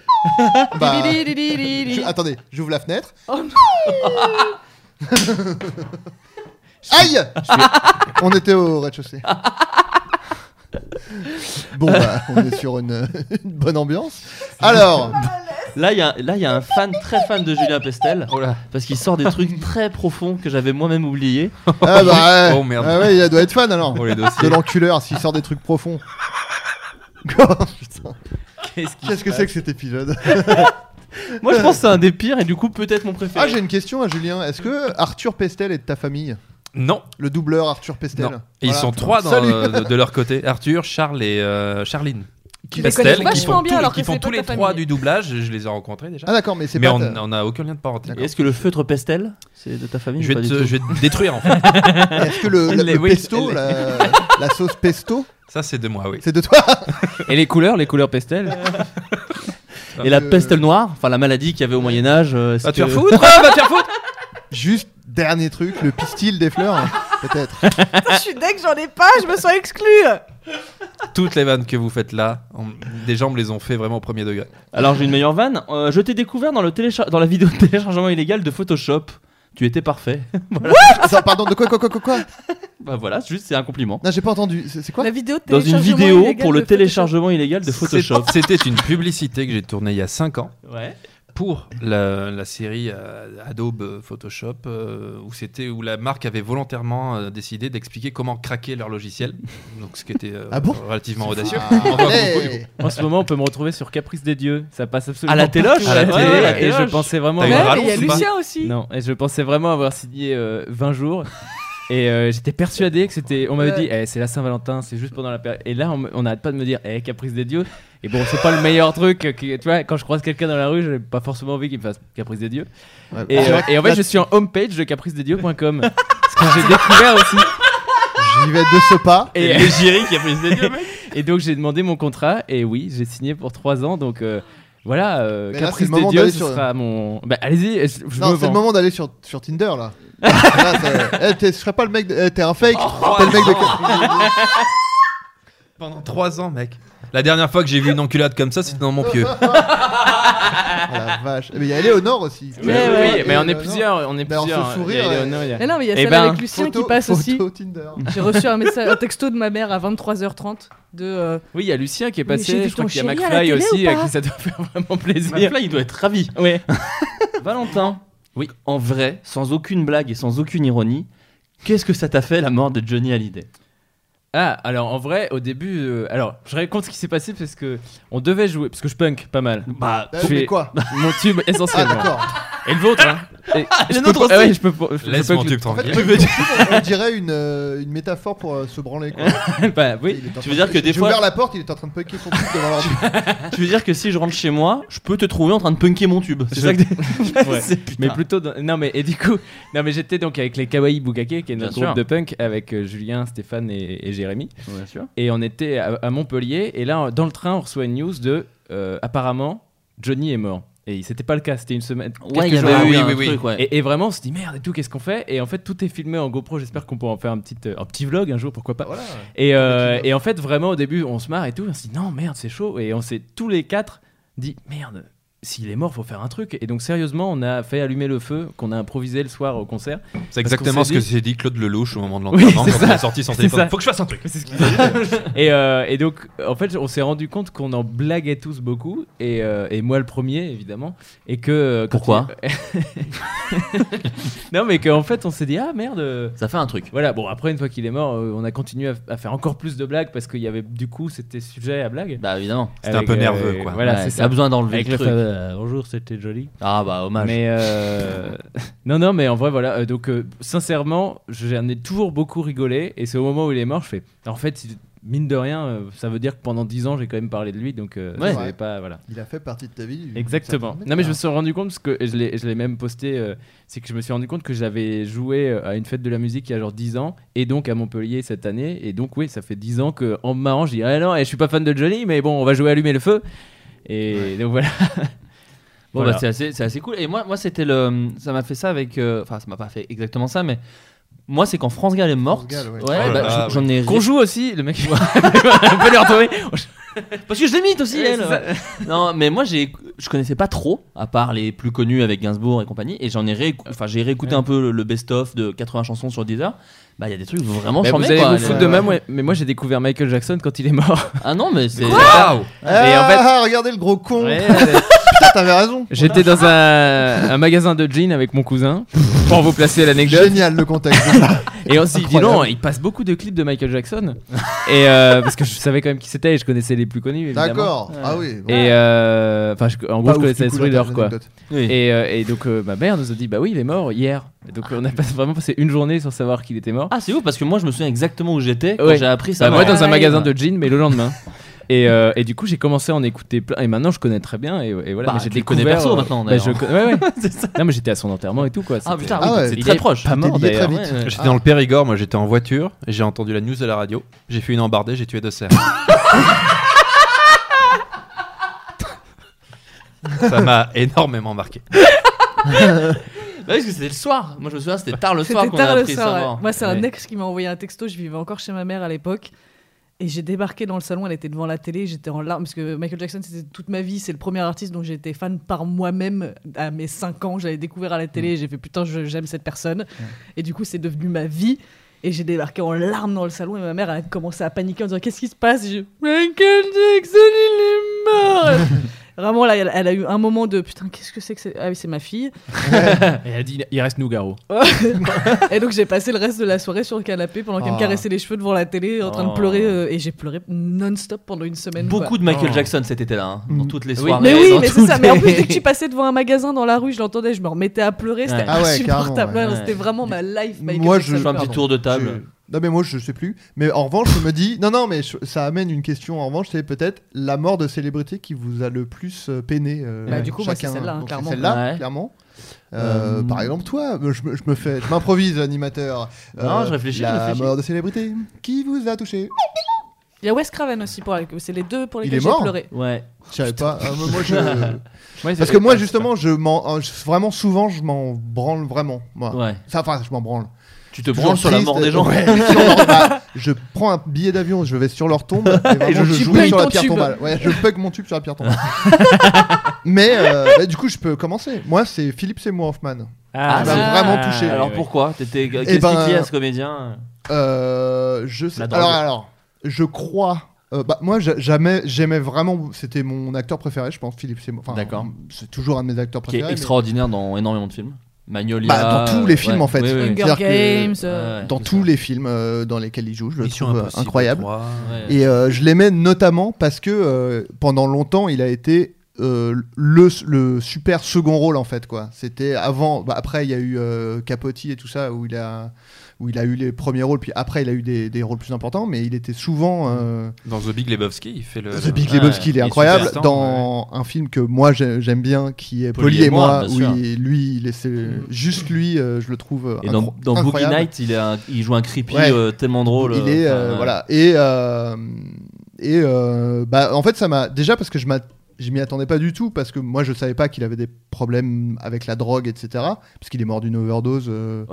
Speaker 7: Bah,
Speaker 9: Didididididi.
Speaker 7: je- attendez, j'ouvre la fenêtre.
Speaker 9: Oh non
Speaker 7: Aïe On était au rez-de-chaussée. Bon, bah, on est sur une, une bonne ambiance. Alors,
Speaker 8: Ah
Speaker 6: Là, il y, a- là, il y a un fan très fan de Julien Pestel.
Speaker 7: Oh
Speaker 6: Parce qu'il sort des trucs très profonds que j'avais moi-même oubliés.
Speaker 7: ah bah,
Speaker 8: Oh,
Speaker 7: ouais. Ah ouais, il doit être fan alors. de l'enculeur, s'il sort des trucs profonds. Putain.
Speaker 6: Qu'est-ce qui
Speaker 7: Qu'est-ce que
Speaker 6: se
Speaker 7: c'est
Speaker 6: passe
Speaker 7: que cet épisode
Speaker 6: Moi, je pense que c'est un des pires et du coup, peut-être mon préféré.
Speaker 7: Ah, j'ai une question à Julien. Est-ce que Arthur Pestel est de ta famille
Speaker 8: Non.
Speaker 7: Le doubleur Arthur Pestel.
Speaker 8: Non. Et ils
Speaker 7: Voilà.
Speaker 8: sont trois dans-
Speaker 7: Salut.
Speaker 8: euh, de, de leur côté Arthur, Charles et euh, Charline.
Speaker 7: Tu les
Speaker 8: Pestel,
Speaker 7: connais
Speaker 8: qui
Speaker 7: vachement
Speaker 8: font,
Speaker 7: bien
Speaker 8: tous-
Speaker 7: alors
Speaker 8: qui
Speaker 7: que
Speaker 8: font
Speaker 7: c'est
Speaker 8: tous
Speaker 7: pas
Speaker 8: les
Speaker 7: ta
Speaker 8: trois
Speaker 7: famille.
Speaker 8: du doublage. Je les ai rencontrés déjà.
Speaker 7: Ah, d'accord, mais c'est
Speaker 8: Mais
Speaker 7: pas
Speaker 8: on
Speaker 7: ta-
Speaker 8: on n'a aucun lien de parenté.
Speaker 6: Est-ce que le feutre Pestel, c'est de ta famille
Speaker 8: Je vais
Speaker 6: ou pas
Speaker 8: te-
Speaker 6: du tout
Speaker 8: je vais te détruire, en fait.
Speaker 7: Est-ce que le,
Speaker 8: Elle
Speaker 7: le-
Speaker 8: l'est,
Speaker 7: le
Speaker 8: oui,
Speaker 7: pesto,
Speaker 8: elle
Speaker 7: la,
Speaker 8: l'est.
Speaker 7: la sauce pesto
Speaker 8: Ça, c'est de moi, oui.
Speaker 7: C'est de toi
Speaker 2: Et les couleurs, les couleurs Pestel.
Speaker 8: Euh,
Speaker 6: Et la pestel noire, enfin la maladie qu'il y avait au Moyen-Âge. euh,
Speaker 8: Bah,
Speaker 6: est-ce
Speaker 7: Va te faire
Speaker 6: que-
Speaker 7: foutre, Juste dernier truc, le pistil des fleurs, peut-être.
Speaker 9: Je suis deg, j'en ai pas, je me sens exclue
Speaker 8: Toutes les vannes que vous faites là, on- des gens me les ont fait vraiment au premier degré.
Speaker 6: Alors, j'ai une meilleure vanne. Euh, je t'ai découvert dans, le téléchar- dans la vidéo de téléchargement illégal de Photoshop. Tu étais parfait. Voilà.
Speaker 7: Attends, pardon, de quoi, quoi, quoi, quoi, quoi
Speaker 6: bah voilà, c'est juste c'est un compliment.
Speaker 7: Non, j'ai pas entendu. C'est c'est quoi
Speaker 9: La vidéo
Speaker 6: Dans une vidéo pour le téléchargement illégal de Photoshop.
Speaker 8: C'est- C'était une publicité que j'ai tournée il y a 5 ans.
Speaker 6: Ouais.
Speaker 8: Pour la, la série euh, Adobe euh, Photoshop, euh, où c'était où la marque avait volontairement euh, décidé d'expliquer comment craquer leur logiciel, donc ce qui était euh,
Speaker 2: Ah bon
Speaker 8: relativement
Speaker 2: C'est
Speaker 8: audacieux.
Speaker 2: fou.
Speaker 8: Enfin,
Speaker 11: Eh.
Speaker 2: Allez.
Speaker 8: beaucoup, du coup.
Speaker 2: En ce moment, on peut me retrouver sur Caprice des Dieux. Ça passe absolument
Speaker 6: À la téloche
Speaker 2: partout. à la
Speaker 6: Ouais,
Speaker 2: télé.
Speaker 6: ouais, la
Speaker 2: et
Speaker 6: téloche.
Speaker 2: je pensais vraiment.
Speaker 6: T'as eu Ouais,
Speaker 9: mais il y a Lucien aussi.
Speaker 2: Non, et je pensais vraiment avoir signé euh, 20 jours. Et euh, j'étais persuadé que c'était. On m'avait
Speaker 9: Ouais.
Speaker 2: dit, eh, c'est la Saint-Valentin, c'est juste pendant la période. Et là, on m- on n'arrête pas de me dire, eh, Caprice des Dieux. Et bon, c'est pas le meilleur truc. euh, qui- tu vois, quand je croise quelqu'un dans la rue, j'ai pas forcément envie qu'il me fasse Caprice des Dieux.
Speaker 7: Ouais.
Speaker 2: et,
Speaker 6: Ah,
Speaker 7: C'est
Speaker 2: euh,
Speaker 7: vrai que
Speaker 2: et en
Speaker 7: là-
Speaker 2: fait, je suis en homepage de capricesdesdieux.com. ce que j'ai découvert aussi.
Speaker 3: J'y vais de ce pas.
Speaker 6: Et
Speaker 7: Et-
Speaker 6: le Jerry qui a fait ses yeux, mec.
Speaker 7: Et donc j'ai demandé mon contrat et oui, j'ai signé pour 3 ans donc euh, voilà, euh,
Speaker 3: Mais là, c'est
Speaker 7: Caprice
Speaker 3: le moment
Speaker 7: de Dieu,
Speaker 3: d'aller
Speaker 7: ce
Speaker 3: sur-
Speaker 7: sera mon. Bah allez-y, je, je
Speaker 3: non,
Speaker 7: me
Speaker 3: c'est le
Speaker 7: vends.
Speaker 3: moment d'aller sur, sur Tinder là. Là, c'est- Eh, t'es- je serais pas le mec. de- eh, T'es un fake.
Speaker 9: Oh,
Speaker 3: t'es le mec de.
Speaker 8: Pendant 3 ans, mec. La dernière fois que j'ai vu une enculade comme ça, c'était dans mon
Speaker 9: oh,
Speaker 8: pieu.
Speaker 3: Ah, la vache. Mais il y a Eleonore aussi.
Speaker 8: Mais oui,
Speaker 3: Et
Speaker 8: mais on est
Speaker 3: Eleonore.
Speaker 8: plusieurs, on est
Speaker 3: Ben,
Speaker 8: plusieurs.
Speaker 3: se sourire.
Speaker 8: Il y a
Speaker 3: euh,
Speaker 8: Eleonore, il y a-
Speaker 9: Eh Mais non, mais il y a
Speaker 8: Eh
Speaker 9: celle
Speaker 8: ben,
Speaker 9: avec Lucien
Speaker 3: photo-
Speaker 9: qui passe
Speaker 3: photo
Speaker 9: aussi.
Speaker 3: Tinder.
Speaker 9: J'ai reçu un, message, un texto de ma mère à 23h30 de. euh,
Speaker 7: Oui, il y a Lucien qui est
Speaker 9: Mais
Speaker 7: passé,
Speaker 9: j'ai vu
Speaker 7: je crois
Speaker 9: ton
Speaker 7: qu'il y a
Speaker 9: chéri à la
Speaker 7: McFly
Speaker 9: télé
Speaker 7: aussi
Speaker 9: ou
Speaker 7: à
Speaker 9: pas
Speaker 7: qui ça doit faire vraiment plaisir.
Speaker 6: McFly, il doit être ravi.
Speaker 7: Ouais.
Speaker 6: Valentin. Oui, en vrai, sans aucune blague et sans aucune ironie, qu'est-ce que ça t'a fait la mort de Johnny Hallyday
Speaker 7: Ah, alors en vrai, au début, euh, alors je raconte ce qui s'est passé parce que on devait jouer, parce que je punk pas mal.
Speaker 6: Bah,
Speaker 7: je
Speaker 3: mais quoi
Speaker 7: Mon tube essentiellement.
Speaker 3: Ah, d'accord.
Speaker 7: Et le vôtre, hein. Et
Speaker 3: Ah,
Speaker 7: je
Speaker 3: le
Speaker 7: peux
Speaker 3: nôtre
Speaker 7: pas- Eh
Speaker 3: aussi.
Speaker 7: ouais, je peux, pas- je- je
Speaker 8: Laisse
Speaker 7: peux
Speaker 8: mon
Speaker 7: que-
Speaker 8: tube
Speaker 3: En fait,
Speaker 8: tranquille.
Speaker 3: tu veux dire- on dirait une, euh, une métaphore pour euh, se branler. Quoi.
Speaker 7: bah oui.
Speaker 3: Il est en train
Speaker 6: Tu veux dire
Speaker 3: de-
Speaker 6: que des
Speaker 3: j'ai
Speaker 6: fois-
Speaker 3: ouvert la porte, il est en train de punker son truc devant l'ordi.
Speaker 6: Tu veux dire que si je rentre chez moi, je peux te trouver en train de punker mon tube C'est
Speaker 7: Je-
Speaker 6: ça que
Speaker 7: Ouais.
Speaker 6: C'est- putain.
Speaker 7: Mais plutôt dans- non mais et du coup non mais j'étais donc avec les Kawaii Bukake qui est
Speaker 6: Bien
Speaker 7: notre
Speaker 6: sûr.
Speaker 7: groupe de punk avec euh, Julien, Stéphane et, et Jérémy.
Speaker 6: Bien sûr.
Speaker 7: Et on était à, à Montpellier et là dans le train on reçoit une news de euh, apparemment Johnny est mort. Et c'était pas le cas, c'était une semaine.
Speaker 6: Ouais,
Speaker 7: quelques
Speaker 6: il y
Speaker 7: jours
Speaker 6: avait
Speaker 7: avant.
Speaker 6: eu un truc, ouais.
Speaker 7: Et, et vraiment, on se dit merde et tout, qu'est-ce qu'on fait Et en fait, tout est filmé en GoPro. J'espère qu'on pourra en faire un petit, euh, un petit vlog un jour, pourquoi pas. Et, euh, et en fait, vraiment, au début, on se marre et tout. On se dit non, merde, c'est chaud. Et on s'est tous les quatre dit merde, s'il est mort, faut faire un truc. Et donc, sérieusement, on a fait allumer le feu qu'on a improvisé le soir au concert.
Speaker 8: C'est
Speaker 7: Parce qu'on
Speaker 8: exactement
Speaker 7: s'est
Speaker 8: ce que
Speaker 7: dit-
Speaker 8: s'est dit Claude Lelouch au moment de
Speaker 7: Oui,
Speaker 8: l'enterrement
Speaker 7: c'est
Speaker 8: quand
Speaker 7: ça.
Speaker 8: il a sorti son
Speaker 7: C'est
Speaker 8: téléphone.
Speaker 7: ça.
Speaker 8: Faut que je fasse un truc.
Speaker 7: C'est ce qu'il dit. et, euh, et donc, en fait, on s'est rendu compte qu'on en blaguait tous beaucoup, et, euh, et moi le premier, évidemment. Et que. euh, quand
Speaker 6: Pourquoi
Speaker 7: il- Non, mais qu'en fait, on s'est dit, ah merde. euh,
Speaker 6: Ça fait un truc.
Speaker 7: Voilà, bon, après, une fois qu'il est mort, euh, on a continué à, à faire encore plus de blagues parce qu'il y avait, du coup, c'était sujet à blague.
Speaker 6: Bah, évidemment.
Speaker 8: C'était un peu nerveux, quoi.
Speaker 7: Voilà,
Speaker 6: Ouais,
Speaker 7: c'est
Speaker 6: t'as
Speaker 7: ça.
Speaker 6: besoin d'enlever
Speaker 7: Avec
Speaker 6: le truc.
Speaker 7: fameux,
Speaker 19: bonjour, c'était joli.
Speaker 6: Ah bah hommage.
Speaker 7: mais euh, non, non, mais en vrai, voilà. euh, donc, euh, sincèrement, j'en ai toujours beaucoup rigolé. Et c'est au moment où il est mort, je fais. En fait, il- mine de rien, euh, ça veut dire que pendant 10 ans, j'ai quand même parlé de lui. Donc, euh,
Speaker 3: Ouais.
Speaker 7: je vais pas. Voilà.
Speaker 3: Il a fait partie de ta vie.
Speaker 7: Exactement. Non, mais je me suis rendu compte, parce que et je l'ai je l'ai même posté, euh, c'est que je me suis rendu compte que j'avais joué euh, à une fête de la musique il y a genre 10 ans, et donc à Montpellier cette année. Et donc, oui, ça fait 10 ans que, en me marrant, je dis Ah non, eh, je suis pas fan de Johnny, mais bon, on va jouer à allumer le feu. Et donc, voilà.
Speaker 6: Bon
Speaker 7: Voilà.
Speaker 6: bah c'est assez, c'est assez cool. Et moi, moi c'était le, ça m'a fait ça avec, euh, enfin ça m'a pas fait exactement ça, mais moi c'est quand France Gall est morte.
Speaker 3: France Gall, ouais.
Speaker 6: Ouais,
Speaker 8: Oh là
Speaker 6: bah,
Speaker 8: là,
Speaker 6: j- j'en ai. ri-
Speaker 7: Qu'on joue aussi, le mec. on peut le retrouver.
Speaker 6: Parce que je l'imite aussi
Speaker 7: Ouais,
Speaker 6: elle. non, mais moi j'ai, je connaissais pas trop, à part les plus connus avec Gainsbourg et compagnie, et j'en ai réécou- enfin j'ai réécouté un peu le, le best-of de 80 chansons sur Deezer. Bah il y a des trucs vraiment
Speaker 7: Bah,
Speaker 6: charmés.
Speaker 7: vous allez
Speaker 6: quoi.
Speaker 7: vous foutre
Speaker 6: Les-
Speaker 7: de moi, moi- mais moi j'ai découvert Michael Jackson quand il est mort.
Speaker 6: Ah non mais c'est.
Speaker 8: Waouh
Speaker 3: Ah,
Speaker 7: Et en fait-
Speaker 3: ah, regardez le gros con.
Speaker 7: Ouais.
Speaker 3: Putain, t'avais raison.
Speaker 7: J'étais dans un, un magasin de jeans avec mon cousin pour vous placer l'anecdote.
Speaker 3: Génial le contexte.
Speaker 7: Et on s'est dit
Speaker 3: Incroyable.
Speaker 7: non, il passe beaucoup de clips de Michael Jackson. et euh, parce que je savais quand même qui c'était et je connaissais les plus connus. évidemment.
Speaker 3: D'accord. Ah oui. bon.
Speaker 7: Et euh, enfin, je- en gros,
Speaker 3: Pas
Speaker 7: je
Speaker 3: ouf,
Speaker 7: connaissais
Speaker 3: du coup,
Speaker 7: Thriller
Speaker 3: la-
Speaker 7: quoi.
Speaker 3: l'anecdote.
Speaker 6: Oui.
Speaker 7: Et, euh, et donc euh, ma mère nous a dit bah oui, il est mort hier. Et donc on a pas- vraiment passé une journée sans savoir qu'il était mort.
Speaker 6: Ah c'est ouf parce que moi je me souviens exactement où j'étais quand
Speaker 7: Ouais.
Speaker 6: j'ai appris ça.
Speaker 7: Bah, moi dans un
Speaker 6: Ouais.
Speaker 7: magasin de jeans, mais le lendemain. Et, euh, et du coup, j'ai commencé à en écouter plein. Et maintenant, je connais très bien. Et, et voilà,
Speaker 6: Bah,
Speaker 7: mais j'ai
Speaker 6: tu le connais
Speaker 7: découvert,
Speaker 6: perso,
Speaker 7: euh,
Speaker 6: maintenant,
Speaker 7: bah, je
Speaker 6: d'ailleurs.
Speaker 7: co- ouais, ouais. Non, mais j'étais à son enterrement et tout quoi.
Speaker 6: Ah
Speaker 7: C'était-
Speaker 6: putain,
Speaker 3: Ah
Speaker 6: oui,
Speaker 3: ouais.
Speaker 6: c'est
Speaker 3: T'es
Speaker 6: très
Speaker 3: lié-
Speaker 6: proche.
Speaker 7: Pas
Speaker 3: t'es
Speaker 7: mort
Speaker 3: lié très
Speaker 7: d'ailleurs.
Speaker 3: vite.
Speaker 6: Ouais, ouais.
Speaker 8: J'étais dans le Périgord, moi j'étais en voiture, j'ai entendu la news à la radio, j'ai fait une embardée, j'ai tué deux cerfs. ça m'a énormément marqué.
Speaker 6: Bah, parce que c'était le soir. Moi je me souviens c'était tard le soir
Speaker 9: C'était
Speaker 6: qu'on a
Speaker 9: tard le
Speaker 6: appris
Speaker 9: soir.
Speaker 6: ça.
Speaker 9: ouais.
Speaker 6: mort.
Speaker 9: Moi, c'est un
Speaker 6: Ouais.
Speaker 9: ex qui m'a envoyé un texto. Je vivais encore chez ma mère à l'époque. Et j'ai débarqué dans le salon, elle était devant la télé, j'étais en larmes, parce que Michael Jackson, c'était toute ma vie, c'est le premier artiste dont j'étais fan par moi-même à mes 5 ans, j'avais découvert à la télé,
Speaker 6: Mm.
Speaker 9: et j'ai fait putain, je- j'aime cette personne. Et du coup, c'est devenu ma vie. Et j'ai débarqué en larmes dans le salon, et ma mère a commencé à paniquer en disant Qu'est-ce qui se passe Et je, Michael Jackson, il est mort Vraiment, là, elle elle a eu un moment de putain, qu'est-ce que c'est que c'est Ah oui, c'est ma fille.
Speaker 7: Et elle a dit il reste nous, Garo.
Speaker 9: et donc j'ai passé le reste de la soirée sur le canapé pendant qu'elle
Speaker 3: Oh.
Speaker 9: me caressait les cheveux devant la télé en train
Speaker 6: Oh.
Speaker 9: de pleurer euh, et j'ai pleuré non-stop pendant une semaine.
Speaker 6: Beaucoup
Speaker 9: quoi.
Speaker 6: de Michael
Speaker 7: Oh. Mm.
Speaker 6: Jackson cet été-là, hein, dans toutes les
Speaker 7: Oui,
Speaker 6: soirées.
Speaker 9: Mais oui,
Speaker 6: dans
Speaker 9: mais c'est
Speaker 6: toutes
Speaker 9: ça. Mais en plus,
Speaker 6: les-
Speaker 9: dès que tu passais devant un magasin dans la rue, je l'entendais, je me remettais à pleurer. C'était
Speaker 6: Ouais.
Speaker 3: Ah ouais,
Speaker 9: insupportable.
Speaker 3: carrément, ouais.
Speaker 9: C'était vraiment ma life. Michael
Speaker 3: Moi,
Speaker 9: Jackson,
Speaker 6: Je fais un petit
Speaker 9: pardon.
Speaker 6: tour de table.
Speaker 7: Non Ah, mais moi je sais plus. Mais en revanche je me dis non non mais je- ça amène une question en revanche c'est peut-être la mort de célébrité qui vous a le plus euh, peiné. euh,
Speaker 9: Bah, du coup, moi, c'est
Speaker 7: chacun.
Speaker 9: celle-là, hein,
Speaker 7: Donc, c'est
Speaker 9: clairement.
Speaker 7: celle-là,
Speaker 9: Ouais.
Speaker 7: clairement. Euh,
Speaker 9: Euh,
Speaker 7: Par exemple toi, je, me- je me fais, je m'improvise animateur.
Speaker 6: Non, je réfléchis, je
Speaker 7: Euh, La
Speaker 6: réfléchis.
Speaker 7: mort de célébrité. Qui vous a touché
Speaker 9: Il y a Wes Craven aussi pour c'est les deux pour
Speaker 7: Il est
Speaker 9: lesquels j'ai
Speaker 7: mort.
Speaker 9: pleuré.
Speaker 6: Ouais.
Speaker 7: Je savais pas. Ah, moi, moi, je-
Speaker 6: Ouais, c'est-
Speaker 7: Parce que moi
Speaker 6: ouais,
Speaker 7: justement je m'en, euh, je- vraiment souvent je m'en branle vraiment. Moi.
Speaker 6: Ouais.
Speaker 7: Ça, enfin je m'en branle.
Speaker 6: Tu te
Speaker 7: Toujours
Speaker 6: branles sur la mort des gens.
Speaker 7: Ouais, sur leur- bah, je prends un billet d'avion, je vais sur leur tombe et, vraiment,
Speaker 6: Et je
Speaker 7: je,
Speaker 6: joue.
Speaker 7: jouis
Speaker 6: Paye
Speaker 7: sur la
Speaker 6: ton
Speaker 7: pierre
Speaker 6: tube.
Speaker 7: tombale. Ouais, je pug mon tube sur la pierre tombale. mais euh, bah, du coup, je peux commencer. Moi, c'est Philippe Seymour Hoffman.
Speaker 6: Ah,
Speaker 7: Il m'a
Speaker 6: ah,
Speaker 7: vraiment touché. Eh ben,
Speaker 6: Alors pourquoi T'étais- euh, qu'est-ce qui te lie à ce comédien
Speaker 7: euh, Je sais.
Speaker 6: La drogue.
Speaker 7: Alors, alors, je crois. euh, bah, moi, j'a- jamais, j'aimais vraiment. C'était mon acteur préféré, je pense, Philippe Seymour. Enfin,
Speaker 6: D'accord.
Speaker 7: C'est toujours un de mes acteurs
Speaker 6: Qui
Speaker 7: préférés.
Speaker 6: est
Speaker 7: mais-
Speaker 6: extraordinaire dans énormément de films. Magnolia.
Speaker 7: Bah, dans tous les films
Speaker 6: ouais,
Speaker 7: en fait.
Speaker 6: oui, oui, oui.
Speaker 7: C'est-à-dire que,
Speaker 9: Games, euh,
Speaker 7: dans tous les films euh, dans lesquels il joue, je le
Speaker 8: Mission
Speaker 7: trouve euh,
Speaker 8: Impossible
Speaker 7: incroyable.
Speaker 8: trois. Ouais.
Speaker 7: Et euh, je l'aimais notamment parce que euh, pendant longtemps, il a été euh, le, le super second rôle en fait quoi. C'était avant, bah, après il y a eu euh, Capote et tout ça où il a où il a eu les premiers rôles, puis après il a eu des, des rôles plus importants, mais il était souvent euh,
Speaker 18: Dans The Big Lebowski, il fait le.
Speaker 7: The Big
Speaker 18: Ouais,
Speaker 7: Lebowski, il est incroyable.
Speaker 18: super
Speaker 7: Dans un film que moi j'ai- j'aime bien, qui est Polly et moi, où il- lui, il est, c'est- juste lui, euh, je le trouve. euh,
Speaker 6: Et dans,
Speaker 7: incro-
Speaker 6: dans Boogie
Speaker 7: incroyable.
Speaker 6: Night, il, est un- il joue un creepy
Speaker 7: Ouais.
Speaker 6: euh, tellement drôle.
Speaker 7: Il
Speaker 6: euh,
Speaker 7: est
Speaker 6: enfin,
Speaker 7: euh,
Speaker 6: ouais.
Speaker 7: voilà et euh, et euh, bah en fait ça m'a déjà parce que je m'a je m'y attendais pas du tout parce que moi je savais pas qu'il avait des problèmes avec la drogue etc parce qu'il est mort d'une overdose euh,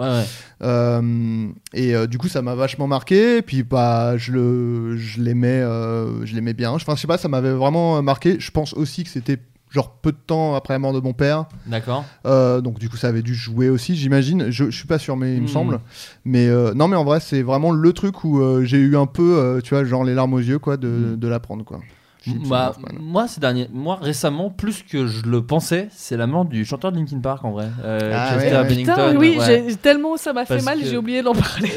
Speaker 7: euh, et euh, du coup ça m'a vachement marqué et puis bah je le je l'aimais euh, je l'aimais bien enfin je sais pas ça m'avait vraiment marqué je pense aussi que c'était genre peu de temps après la mort de mon père
Speaker 6: D'accord.
Speaker 7: euh, donc du coup ça avait dû jouer aussi j'imagine je, je suis pas sûr mais il me
Speaker 6: Hmm.
Speaker 7: semble mais euh, non mais en vrai c'est vraiment le truc où euh, j'ai eu un peu euh, tu vois genre les larmes aux yeux quoi de, de l'apprendre quoi Philippe
Speaker 6: Bah,
Speaker 7: Seymour Hoffman.
Speaker 6: moi, ces derniers, moi, récemment, plus que je le pensais, c'est la mort du chanteur de Linkin Park en vrai. Euh,
Speaker 7: Ah,
Speaker 6: Chester
Speaker 7: ouais, ouais.
Speaker 6: Bennington.
Speaker 9: Putain, oui,
Speaker 6: ouais.
Speaker 9: j'ai- tellement ça m'a fait
Speaker 6: Parce
Speaker 9: mal,
Speaker 6: que-
Speaker 9: j'ai oublié d'en parler.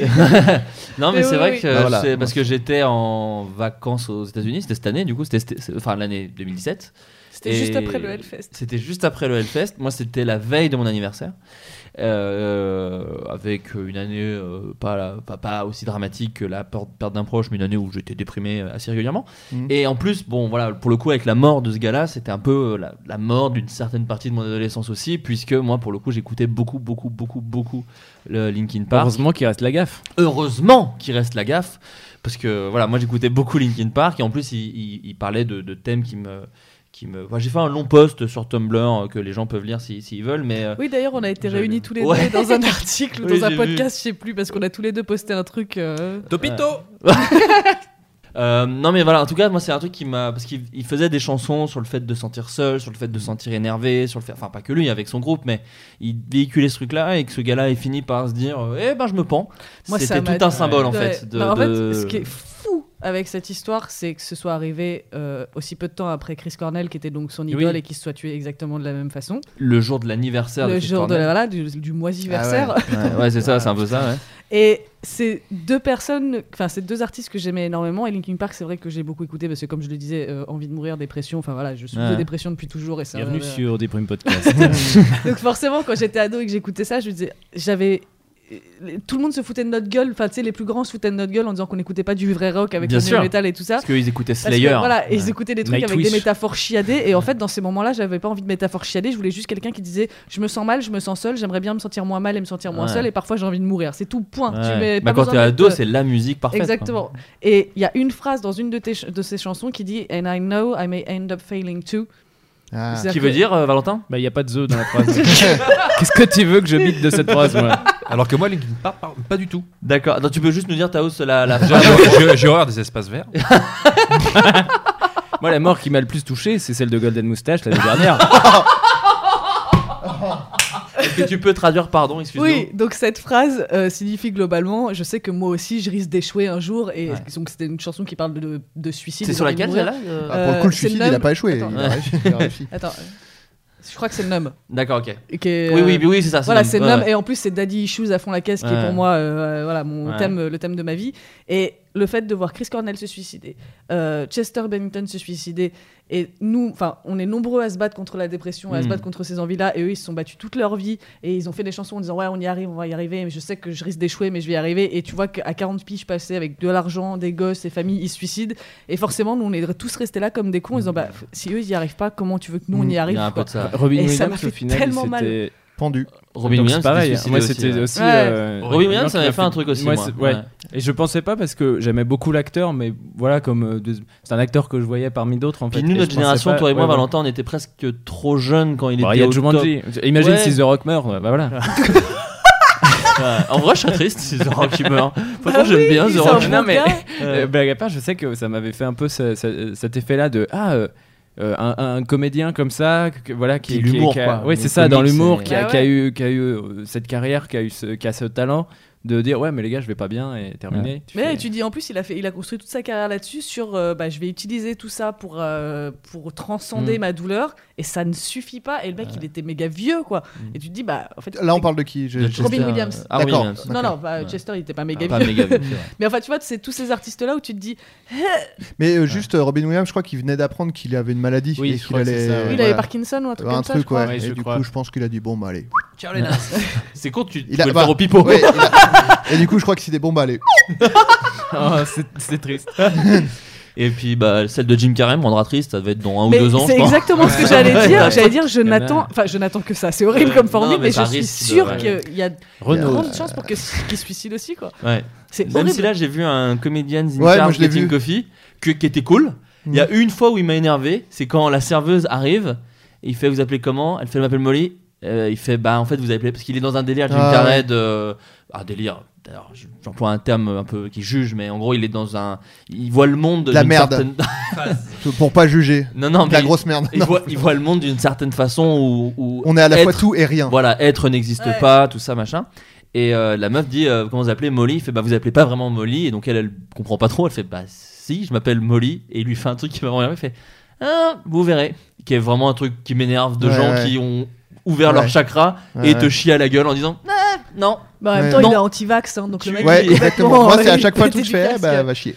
Speaker 6: non, mais,
Speaker 9: Mais
Speaker 6: c'est
Speaker 9: oui,
Speaker 6: vrai
Speaker 9: oui.
Speaker 6: que
Speaker 7: Ah,
Speaker 9: Bah, voilà.
Speaker 6: c'est parce que j'étais en vacances aux États-Unis, c'était cette année, du coup, c'était c'était- c'est- enfin l'année 2017.
Speaker 9: C'était
Speaker 6: Et
Speaker 9: juste après le Hellfest.
Speaker 6: C'était juste après le Hellfest. Moi, c'était la veille de mon anniversaire, Euh, avec une année euh, pas, la- pas pas aussi dramatique que la perte perte d'un proche, mais une année où j'étais déprimé euh, assez régulièrement.
Speaker 7: Mhm.
Speaker 6: Et en plus, bon, voilà, pour le coup, avec la mort de ce gars-là, c'était un peu euh, la, la mort d'une certaine partie de mon adolescence aussi, puisque moi, pour le coup, j'écoutais beaucoup, beaucoup, beaucoup, beaucoup le Linkin Park.
Speaker 2: Heureusement qu'il reste la gaffe.
Speaker 6: Heureusement qu'il reste la gaffe, parce que voilà, moi j'écoutais beaucoup Linkin Park et en plus il, il- il parlait de, de thèmes qui me, qui me. enfin, J'ai fait un long post sur Tumblr euh, que les gens peuvent lire s'ils s'ils veulent, mais euh,
Speaker 9: Oui, d'ailleurs, on a été
Speaker 6: j'avais-
Speaker 9: réunis tous les
Speaker 6: Ouais.
Speaker 9: deux dans un article ou
Speaker 6: Oui,
Speaker 9: dans un
Speaker 6: j'ai
Speaker 9: podcast, je sais plus, parce qu'on a tous les deux posté un truc. euh,
Speaker 6: Ouais. Euh, non mais voilà, en tout cas moi c'est un truc qui m'a parce qu'il il faisait des chansons sur le fait de se sentir seul, sur le fait de se sentir énervé, sur le fait enfin pas que lui avec son groupe mais il véhiculait ce truc-là et que ce gars-là il finit par se dire euh, eh ben je me pends.
Speaker 9: Moi, ça
Speaker 6: C'était
Speaker 9: m'a-
Speaker 6: tout un symbole en
Speaker 9: Ouais.
Speaker 6: fait. De,
Speaker 9: Non, en
Speaker 6: de-
Speaker 9: fait, ce qui est fou avec cette histoire, c'est que ce soit arrivé euh, aussi peu de temps après Chris Cornell, qui était donc son idole et qui se soit tué exactement de la même façon.
Speaker 6: le jour de l'anniversaire.
Speaker 9: le
Speaker 6: de Chris
Speaker 9: jour de
Speaker 6: Cornell.
Speaker 9: la, voilà, du, du moisiversaire.
Speaker 6: Ah Ouais, ouais, c'est ça, c'est un peu ça. Ouais.
Speaker 9: Et ces deux personnes, enfin ces deux artistes que j'aimais énormément, et Linkin Park, c'est vrai que j'ai beaucoup écouté parce que comme je le disais, euh, envie de mourir, dépression, enfin voilà, je suis
Speaker 2: Ouais.
Speaker 9: de dépression depuis toujours et ça.
Speaker 2: Bienvenue
Speaker 9: euh,
Speaker 2: sur Des Primes Podcast.
Speaker 9: donc forcément, quand j'étais ado et que j'écoutais ça, je me disais, j'avais euh, tout le monde se foutait de notre gueule, enfin tu sais les plus grands se foutaient de notre gueule en disant qu'on n'écoutait pas du vrai rock avec
Speaker 6: Bien
Speaker 9: le
Speaker 6: sûr.
Speaker 9: new metal et tout ça.
Speaker 6: Parce qu'ils écoutaient
Speaker 9: Parce que,
Speaker 6: Slayer.
Speaker 9: voilà, et
Speaker 6: Ouais.
Speaker 9: ils écoutaient des trucs avec
Speaker 6: Nightwish.
Speaker 9: des métaphores chiadées et en fait dans ces moments-là, j'avais pas envie de métaphores chiadées, je voulais juste quelqu'un qui disait je me sens mal, je me sens seul, j'aimerais bien me sentir moins mal et me sentir moins
Speaker 6: Ouais.
Speaker 9: seul et parfois j'ai envie de mourir, c'est tout point. Tu
Speaker 6: Ouais.
Speaker 9: mets
Speaker 6: Bah,
Speaker 9: pas
Speaker 6: quand
Speaker 9: besoin
Speaker 6: t'es
Speaker 9: d'être-
Speaker 6: ado, c'est la musique parfaite, quoi.
Speaker 9: Exactement. Et il y a une phrase dans une de tes ch- de ces chansons qui dit and I know I may end up failing too.
Speaker 8: Ah.
Speaker 9: C'est-à-dire
Speaker 6: Qui
Speaker 9: que-
Speaker 6: veut dire euh, Valentin
Speaker 2: Bah, il n'y a pas de ze dans la phrase. Qu'est-ce que tu veux que je bite de cette phrase, moi
Speaker 8: Alors que moi, Linkin Park, par- pas du tout.
Speaker 6: D'accord. Non, tu peux juste nous dire, Taos, la, la
Speaker 8: J'ai-
Speaker 6: phrase.
Speaker 8: j'ai- j'ai horreur des espaces verts.
Speaker 2: Moi, la mort qui m'a le plus touché, c'est celle de Golden Moustache l'année dernière.
Speaker 6: Est-ce que tu peux traduire, pardon, excuse-moi
Speaker 9: Oui, donc cette phrase euh, signifie globalement je sais que moi aussi je risque d'échouer un jour et
Speaker 6: Ouais.
Speaker 9: donc c'était une chanson qui parle de, de suicide.
Speaker 6: C'est
Speaker 9: et
Speaker 6: sur
Speaker 9: d'envie de
Speaker 6: laquelle,
Speaker 9: mourir.
Speaker 6: celle-là, euh
Speaker 7: Ah, pour le coup, le
Speaker 9: c'est
Speaker 7: suicide, il
Speaker 9: Numb.
Speaker 7: a pas échoué,
Speaker 9: Attends.
Speaker 7: il a réussi, il a réussi.
Speaker 9: Attends, euh, Je crois que c'est le Numb.
Speaker 6: D'accord, ok.
Speaker 9: Et qui est,
Speaker 6: Oui, oui,
Speaker 9: euh,
Speaker 6: oui, oui, c'est ça, c'est
Speaker 9: Voilà,
Speaker 6: Numb,
Speaker 9: c'est
Speaker 6: ouais,
Speaker 9: Numb
Speaker 6: ouais.
Speaker 9: et en plus c'est Daddy Issues à fond la caisse qui est
Speaker 6: Ouais.
Speaker 9: pour moi euh, voilà mon
Speaker 6: Ouais.
Speaker 9: thème, le thème de ma vie. Et le fait de voir Chris Cornell se suicider, euh, Chester Bennington se suicider, et nous, enfin, on est nombreux à se battre contre la dépression, à se
Speaker 6: Hmm.
Speaker 18: Mm.
Speaker 9: battre contre ces envies-là, et eux, ils se sont battus toute leur vie, et ils ont fait des chansons en disant ouais, on y arrive, on va y arriver, mais je sais que je risque d'échouer, mais je vais y arriver, et tu vois qu'à 40 piges passées avec de l'argent, des gosses, des familles, ils se suicident, et forcément, nous, on est tous restés là comme des cons, en disant bah, f- si eux, ils y arrivent pas, comment tu veux que nous, on
Speaker 6: Mm. Hmm. Il y
Speaker 9: y
Speaker 6: a
Speaker 9: arrive
Speaker 6: un peu
Speaker 9: quoi.
Speaker 6: de ça.
Speaker 2: Robin
Speaker 9: Et ça m'a
Speaker 2: Williams, au
Speaker 9: fait
Speaker 2: final, il
Speaker 9: tellement mal.
Speaker 2: s'était
Speaker 7: pendu.
Speaker 6: Robin
Speaker 2: Donc,
Speaker 6: Williams,
Speaker 2: c'est pareil.
Speaker 6: c'était
Speaker 2: Moi,
Speaker 6: suicidé
Speaker 2: c'était
Speaker 6: aussi, ouais.
Speaker 2: aussi.
Speaker 6: Ouais.
Speaker 2: euh,
Speaker 6: Robin Williams
Speaker 2: Williams qui
Speaker 6: avait
Speaker 2: l'a
Speaker 6: fait un truc aussi,
Speaker 2: Moi,
Speaker 6: moi.
Speaker 2: c'est- ouais.
Speaker 6: Ouais.
Speaker 2: Et je pensais pas parce que j'aimais beaucoup l'acteur, mais voilà, comme euh, de- c'est un acteur que je voyais parmi d'autres. En
Speaker 6: Puis
Speaker 2: fait.
Speaker 6: nous,
Speaker 2: Et
Speaker 6: notre
Speaker 2: je pensais
Speaker 6: génération,
Speaker 2: pas-
Speaker 6: toi et moi,
Speaker 2: ouais, voilà.
Speaker 6: Valentin, on était presque trop jeunes quand il
Speaker 2: Bah,
Speaker 6: était
Speaker 2: il y a
Speaker 6: au
Speaker 2: Jumanji.
Speaker 6: top.
Speaker 2: Imagine
Speaker 6: Ouais. Ah
Speaker 2: si The Rock meurt, bah, voilà.
Speaker 6: Ouais. En vrai, je serais triste si The Rock il meurt. Pourtant, j'aime bien The Rock.
Speaker 2: Non, mais
Speaker 6: Ouais.
Speaker 2: euh, blague à part, je sais que ça m'avait fait un peu ce- ce- cet effet-là de ah. euh, euh, un, un comédien comme ça, que- que- voilà, qui,
Speaker 6: Qui est
Speaker 2: qui-
Speaker 6: l'humour,
Speaker 2: qui a-
Speaker 6: quoi.
Speaker 2: ouais,
Speaker 6: Le
Speaker 2: c'est ça, dans
Speaker 6: comique,
Speaker 2: l'humour,
Speaker 6: c'est-
Speaker 2: qui, a-
Speaker 9: Bah
Speaker 6: Ouais,
Speaker 2: qui a
Speaker 6: ouais.
Speaker 2: eu, qui a eu euh, cette carrière, qui a eu ce, qui a ce talent de dire ouais, mais les gars, je vais pas bien et terminé. Tu
Speaker 9: mais
Speaker 2: fais-
Speaker 9: là, tu dis en plus, il a, fait, il a construit toute sa carrière là-dessus sur euh, bah, je vais utiliser tout ça pour, euh, pour transcender
Speaker 7: Mm.
Speaker 9: ma douleur et ça ne suffit pas. Et le mec, il était méga vieux quoi. Et tu te dis, bah en fait.
Speaker 7: Là, on parle de qui J'ai-
Speaker 9: Robin Williams.
Speaker 7: Ah, D'accord. Williams.
Speaker 9: euh, Non, non, bah, Chester, il était pas méga
Speaker 7: Pas
Speaker 9: vieux.
Speaker 7: méga vieux, c'est vrai.
Speaker 9: mais enfin, tu vois, c'est tous ces artistes-là où tu te dis. Eh,
Speaker 7: Mais euh, juste, euh, Robin Williams, je crois qu'il venait d'apprendre qu'il avait une maladie.
Speaker 9: Oui,
Speaker 7: et
Speaker 9: je
Speaker 7: qu'il
Speaker 9: crois que
Speaker 7: allait-
Speaker 9: c'est ça, ouais. Il avait Parkinson ou un truc
Speaker 7: Un
Speaker 9: comme ça,
Speaker 7: truc,
Speaker 9: je crois.
Speaker 7: ouais.
Speaker 9: Ouais,
Speaker 7: et
Speaker 9: je
Speaker 7: du
Speaker 9: crois.
Speaker 7: coup, je pense qu'il a dit bon, bah allez.
Speaker 6: Ciao, les nazes. C'est con, tu, tu
Speaker 7: Il
Speaker 6: peux
Speaker 7: a-
Speaker 6: le
Speaker 7: bah,
Speaker 6: faire au pipeau.
Speaker 7: ouais, il a- et du coup, je crois que c'était bon, bah allez.
Speaker 2: Oh, c'est- c'est triste.
Speaker 6: Et puis, bah, celle de Jim Carrey me rendra triste, ça devait être dans un
Speaker 9: Mais
Speaker 6: ou deux ans.
Speaker 9: c'est
Speaker 6: je pense.
Speaker 9: exactement ce que j'allais dire. J'allais dire, je
Speaker 6: Il y en a-
Speaker 9: n'attends, enfin, je n'attends que ça. C'est horrible
Speaker 6: Euh,
Speaker 9: comme formule,
Speaker 6: non, mais
Speaker 9: mais, je
Speaker 6: ça
Speaker 9: suis
Speaker 6: risque de-
Speaker 9: sûre
Speaker 6: ouais.
Speaker 9: qu'il y a de
Speaker 6: Renaud.
Speaker 9: grandes chances pour que- qu'il suicide aussi, quoi.
Speaker 6: Euh, Ouais.
Speaker 9: C'est
Speaker 6: Même
Speaker 9: horrible.
Speaker 6: si là j'ai vu un Comedians in
Speaker 7: Ouais,
Speaker 6: Charge
Speaker 7: moi, je l'ai
Speaker 6: Getting
Speaker 7: vu. Mm.
Speaker 6: Coffee que- qui était cool. Il y a une fois où il m'a énervé, c'est quand la serveuse arrive, et il fait vous appelez comment Elle fait elle m'appelle Molly. Euh, il fait bah en fait vous appelez parce qu'il est dans un délire Jim
Speaker 7: Ah,
Speaker 6: Carrey
Speaker 7: ouais.
Speaker 6: de ah délire. D'ailleurs, je- J'emploie un terme un peu qui juge, mais en gros il est dans un il voit le monde
Speaker 7: De la
Speaker 6: d'une
Speaker 7: merde.
Speaker 6: certaine-
Speaker 7: Pour pas juger.
Speaker 6: Non, non,
Speaker 7: De la
Speaker 6: mais
Speaker 7: grosse merde.
Speaker 6: Il
Speaker 7: Non.
Speaker 6: voit, il voit le monde d'une certaine façon où, où
Speaker 7: On est à la fois
Speaker 6: être-
Speaker 7: tout et rien.
Speaker 6: Voilà, être n'existe pas, tout ça, machin. Et euh, la meuf dit euh, comment vous appelez Molly Il fait bah vous appelez pas vraiment Molly et donc elle elle comprend pas trop. Elle fait bah si je m'appelle Molly et il lui fait un truc qui m'a vraiment énervé. Il fait ah, vous verrez qui est vraiment un truc qui m'énerve de
Speaker 7: Ouais,
Speaker 6: gens
Speaker 7: ouais.
Speaker 6: qui ont ouvert
Speaker 7: Ouais.
Speaker 6: leur chakra
Speaker 7: Ouais,
Speaker 6: et te
Speaker 7: ouais.
Speaker 6: chient à la gueule en disant
Speaker 9: Ah,
Speaker 6: non.
Speaker 9: Bah, en même
Speaker 6: Ouais.
Speaker 9: temps,
Speaker 6: Non.
Speaker 9: il est anti-vax, hein, donc le mec.
Speaker 7: Ouais,
Speaker 9: il est
Speaker 7: exactement.
Speaker 9: complètement- euh,
Speaker 7: Moi, c'est à
Speaker 9: il
Speaker 7: chaque fois
Speaker 9: est
Speaker 7: tout je
Speaker 9: du
Speaker 7: fais,
Speaker 9: casque.
Speaker 7: bah va chier.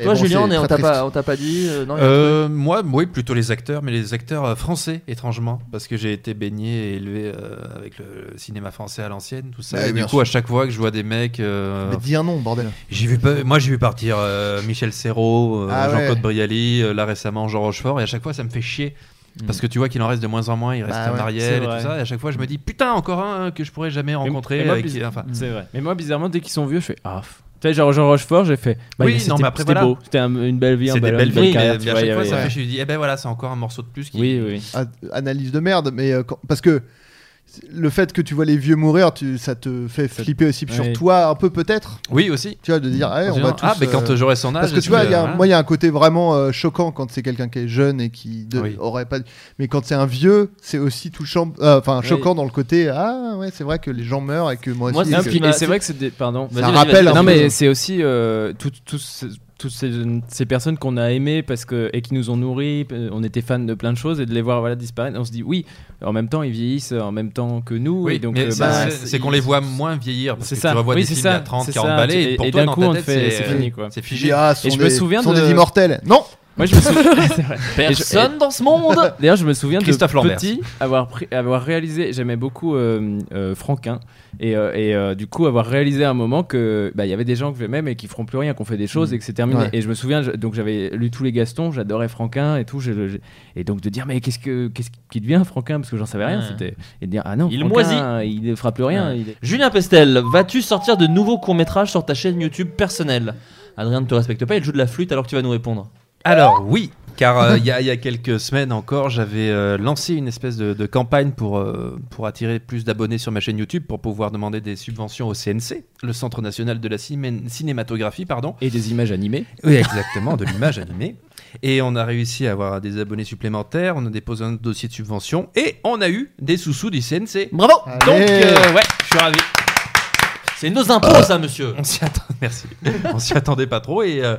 Speaker 7: Et
Speaker 6: Toi
Speaker 7: bon,
Speaker 6: Julien
Speaker 7: c'est
Speaker 6: on est- on
Speaker 7: très
Speaker 6: t'a pas
Speaker 7: triste.
Speaker 6: on t'a pas dit euh, non, il y a un truc.
Speaker 8: Euh, moi, oui, plutôt les acteurs, mais les acteurs euh, français, étrangement, parce que j'ai été baigné et élevé euh, avec le cinéma français à l'ancienne, tout ça.
Speaker 7: Ouais,
Speaker 8: et du
Speaker 7: bien
Speaker 8: coup,
Speaker 7: sûr.
Speaker 8: à chaque fois que je vois des mecs, euh,
Speaker 7: Mais dis un nom, bordel.
Speaker 8: j'ai vu pas- moi j'ai vu partir euh, Michel Serrault, euh,
Speaker 7: Ah ouais.
Speaker 8: Jean-Claude Brialy, euh, là récemment Jean Rochefort, et à chaque fois ça me fait chier.
Speaker 7: Hmm.
Speaker 8: Parce que tu vois qu'il en reste de moins en moins, il reste
Speaker 2: Bah ouais,
Speaker 8: Marielle
Speaker 2: c'est
Speaker 8: et
Speaker 2: vrai.
Speaker 8: tout ça. Et à chaque fois, je me
Speaker 7: Hmm.
Speaker 8: dis putain, encore un hein, que je pourrais jamais rencontrer.
Speaker 2: Et moi,
Speaker 8: avec-
Speaker 2: biz-
Speaker 8: enfin,
Speaker 2: C'est
Speaker 7: Hmm.
Speaker 2: vrai. Mais moi, bizarrement, dès qu'ils sont vieux, je fais ah. f- Tu sais, genre Jean Rochefort, j'ai fait. Bah,
Speaker 8: Oui,
Speaker 2: il-
Speaker 8: non,
Speaker 2: c'était-
Speaker 8: mais après,
Speaker 2: c'était
Speaker 8: voilà.
Speaker 2: beau. C'était un- une belle vie, un
Speaker 8: C'est des
Speaker 2: bel homme,
Speaker 8: belles
Speaker 2: une belle
Speaker 8: vies, mais-
Speaker 2: carrière,
Speaker 8: mais
Speaker 2: tu
Speaker 8: à
Speaker 2: vois,
Speaker 8: chaque
Speaker 2: il y
Speaker 8: fois,
Speaker 2: avait-
Speaker 8: ça fait- je me dis, eh ben voilà, c'est encore un morceau de plus qui.
Speaker 2: Oui, oui.
Speaker 7: A- analyse de merde, mais euh, quand- parce que le fait que tu vois les vieux mourir, tu- ça te fait flipper aussi
Speaker 8: ouais.
Speaker 7: sur toi un peu peut-être.
Speaker 8: Oui, aussi.
Speaker 7: Tu vois, de dire,
Speaker 8: En
Speaker 7: eh, on
Speaker 8: disant,
Speaker 7: va tous.
Speaker 8: ah, mais quand j'aurai son âge,
Speaker 7: Parce que
Speaker 8: est-ce
Speaker 7: tu vois,
Speaker 8: que-
Speaker 7: il y a-
Speaker 8: voilà.
Speaker 7: moi, il y a un côté vraiment euh, choquant quand c'est quelqu'un qui est jeune et qui de- aurait pas. Mais quand c'est un vieux, c'est aussi touchant, euh, enfin
Speaker 2: Oui.
Speaker 7: choquant dans le côté. Ah ouais, c'est vrai que les gens meurent et que moi, aussi. euh,
Speaker 2: Non,
Speaker 7: que-
Speaker 2: puis- et c'est vrai que c'est des- pardon.
Speaker 7: Ça rappelle. un
Speaker 2: Non
Speaker 7: peu.
Speaker 2: mais c'est aussi euh, tout- tout ce- toutes ces, ces personnes qu'on a aimées parce que et qui nous ont nourris, euh, on était fans de plein de choses et de les voir voilà disparaître, on se dit oui. En même temps, ils vieillissent en même temps que nous
Speaker 8: Oui,
Speaker 2: et donc
Speaker 8: mais
Speaker 2: euh,
Speaker 8: c'est-
Speaker 2: bah,
Speaker 8: c'est- c'est qu'on les voit moins vieillir, parce
Speaker 2: C'est
Speaker 8: que
Speaker 2: ça.
Speaker 8: tu revois
Speaker 2: Oui,
Speaker 8: des
Speaker 2: c'est
Speaker 8: films
Speaker 2: ça,
Speaker 8: à 30,
Speaker 2: c'est
Speaker 8: 40
Speaker 2: ça.
Speaker 8: balais, et
Speaker 2: et,
Speaker 8: pour
Speaker 2: et
Speaker 8: toi,
Speaker 2: d'un
Speaker 8: dans
Speaker 2: coup,
Speaker 8: ta
Speaker 2: on te
Speaker 8: tête,
Speaker 2: fait,
Speaker 8: c'est-
Speaker 2: c'est fini quoi.
Speaker 8: c'est
Speaker 7: figé. Ah,
Speaker 2: et
Speaker 7: sont
Speaker 2: je me
Speaker 7: des-
Speaker 2: souviens
Speaker 7: sont
Speaker 2: de-
Speaker 7: des immortels. Non.
Speaker 2: Moi, je me souviens. c'est vrai. Et je-
Speaker 6: Personne dans ce monde.
Speaker 2: D'ailleurs, je me souviens de
Speaker 8: Christophe Lambert.
Speaker 2: petit avoir, pris- avoir réalisé, j'aimais beaucoup euh, euh, Franquin, et, euh, et, euh, du coup avoir réalisé à un moment que bah, il y avait des gens que j'aimais mais qui feront plus rien, qu'on fait des choses
Speaker 8: Mm.
Speaker 2: et que c'est terminé.
Speaker 8: Ouais.
Speaker 2: Et je me souviens, je- donc j'avais lu tous les Gaston, j'adorais Franquin et tout, je- je- et donc de dire mais qu'est-ce que qu'est-ce qui devient Franquin parce que j'en savais rien,
Speaker 6: Ouais.
Speaker 2: c'était et de dire ah non,
Speaker 6: Il
Speaker 2: Franquin, il ne fera plus rien.
Speaker 6: Ouais.
Speaker 2: il est-
Speaker 6: Julien Pestel, vas-tu sortir de nouveaux courts-métrages sur ta chaîne YouTube personnelle Adrien ne te respecte pas, il joue de la flûte alors que tu vas nous répondre.
Speaker 8: Alors oui, car euh, il y, a- il y a quelques semaines encore, j'avais euh, lancé une espèce de, de campagne pour, euh, pour attirer plus d'abonnés sur ma chaîne YouTube pour pouvoir demander des subventions au CNC, le Centre National de la Cimé- Cinématographie, pardon.
Speaker 2: Et des images animées.
Speaker 8: Oui, exactement, de l'image animée. Et on a réussi à avoir des abonnés supplémentaires, on a déposé un dossier de subvention et on a eu des sous-sous du CNC.
Speaker 6: Bravo
Speaker 8: Donc, euh, ouais, je suis ravi.
Speaker 6: C'est nos impôts, ça, monsieur.
Speaker 8: On s'y attend- Merci. on s'y attendait pas trop et euh,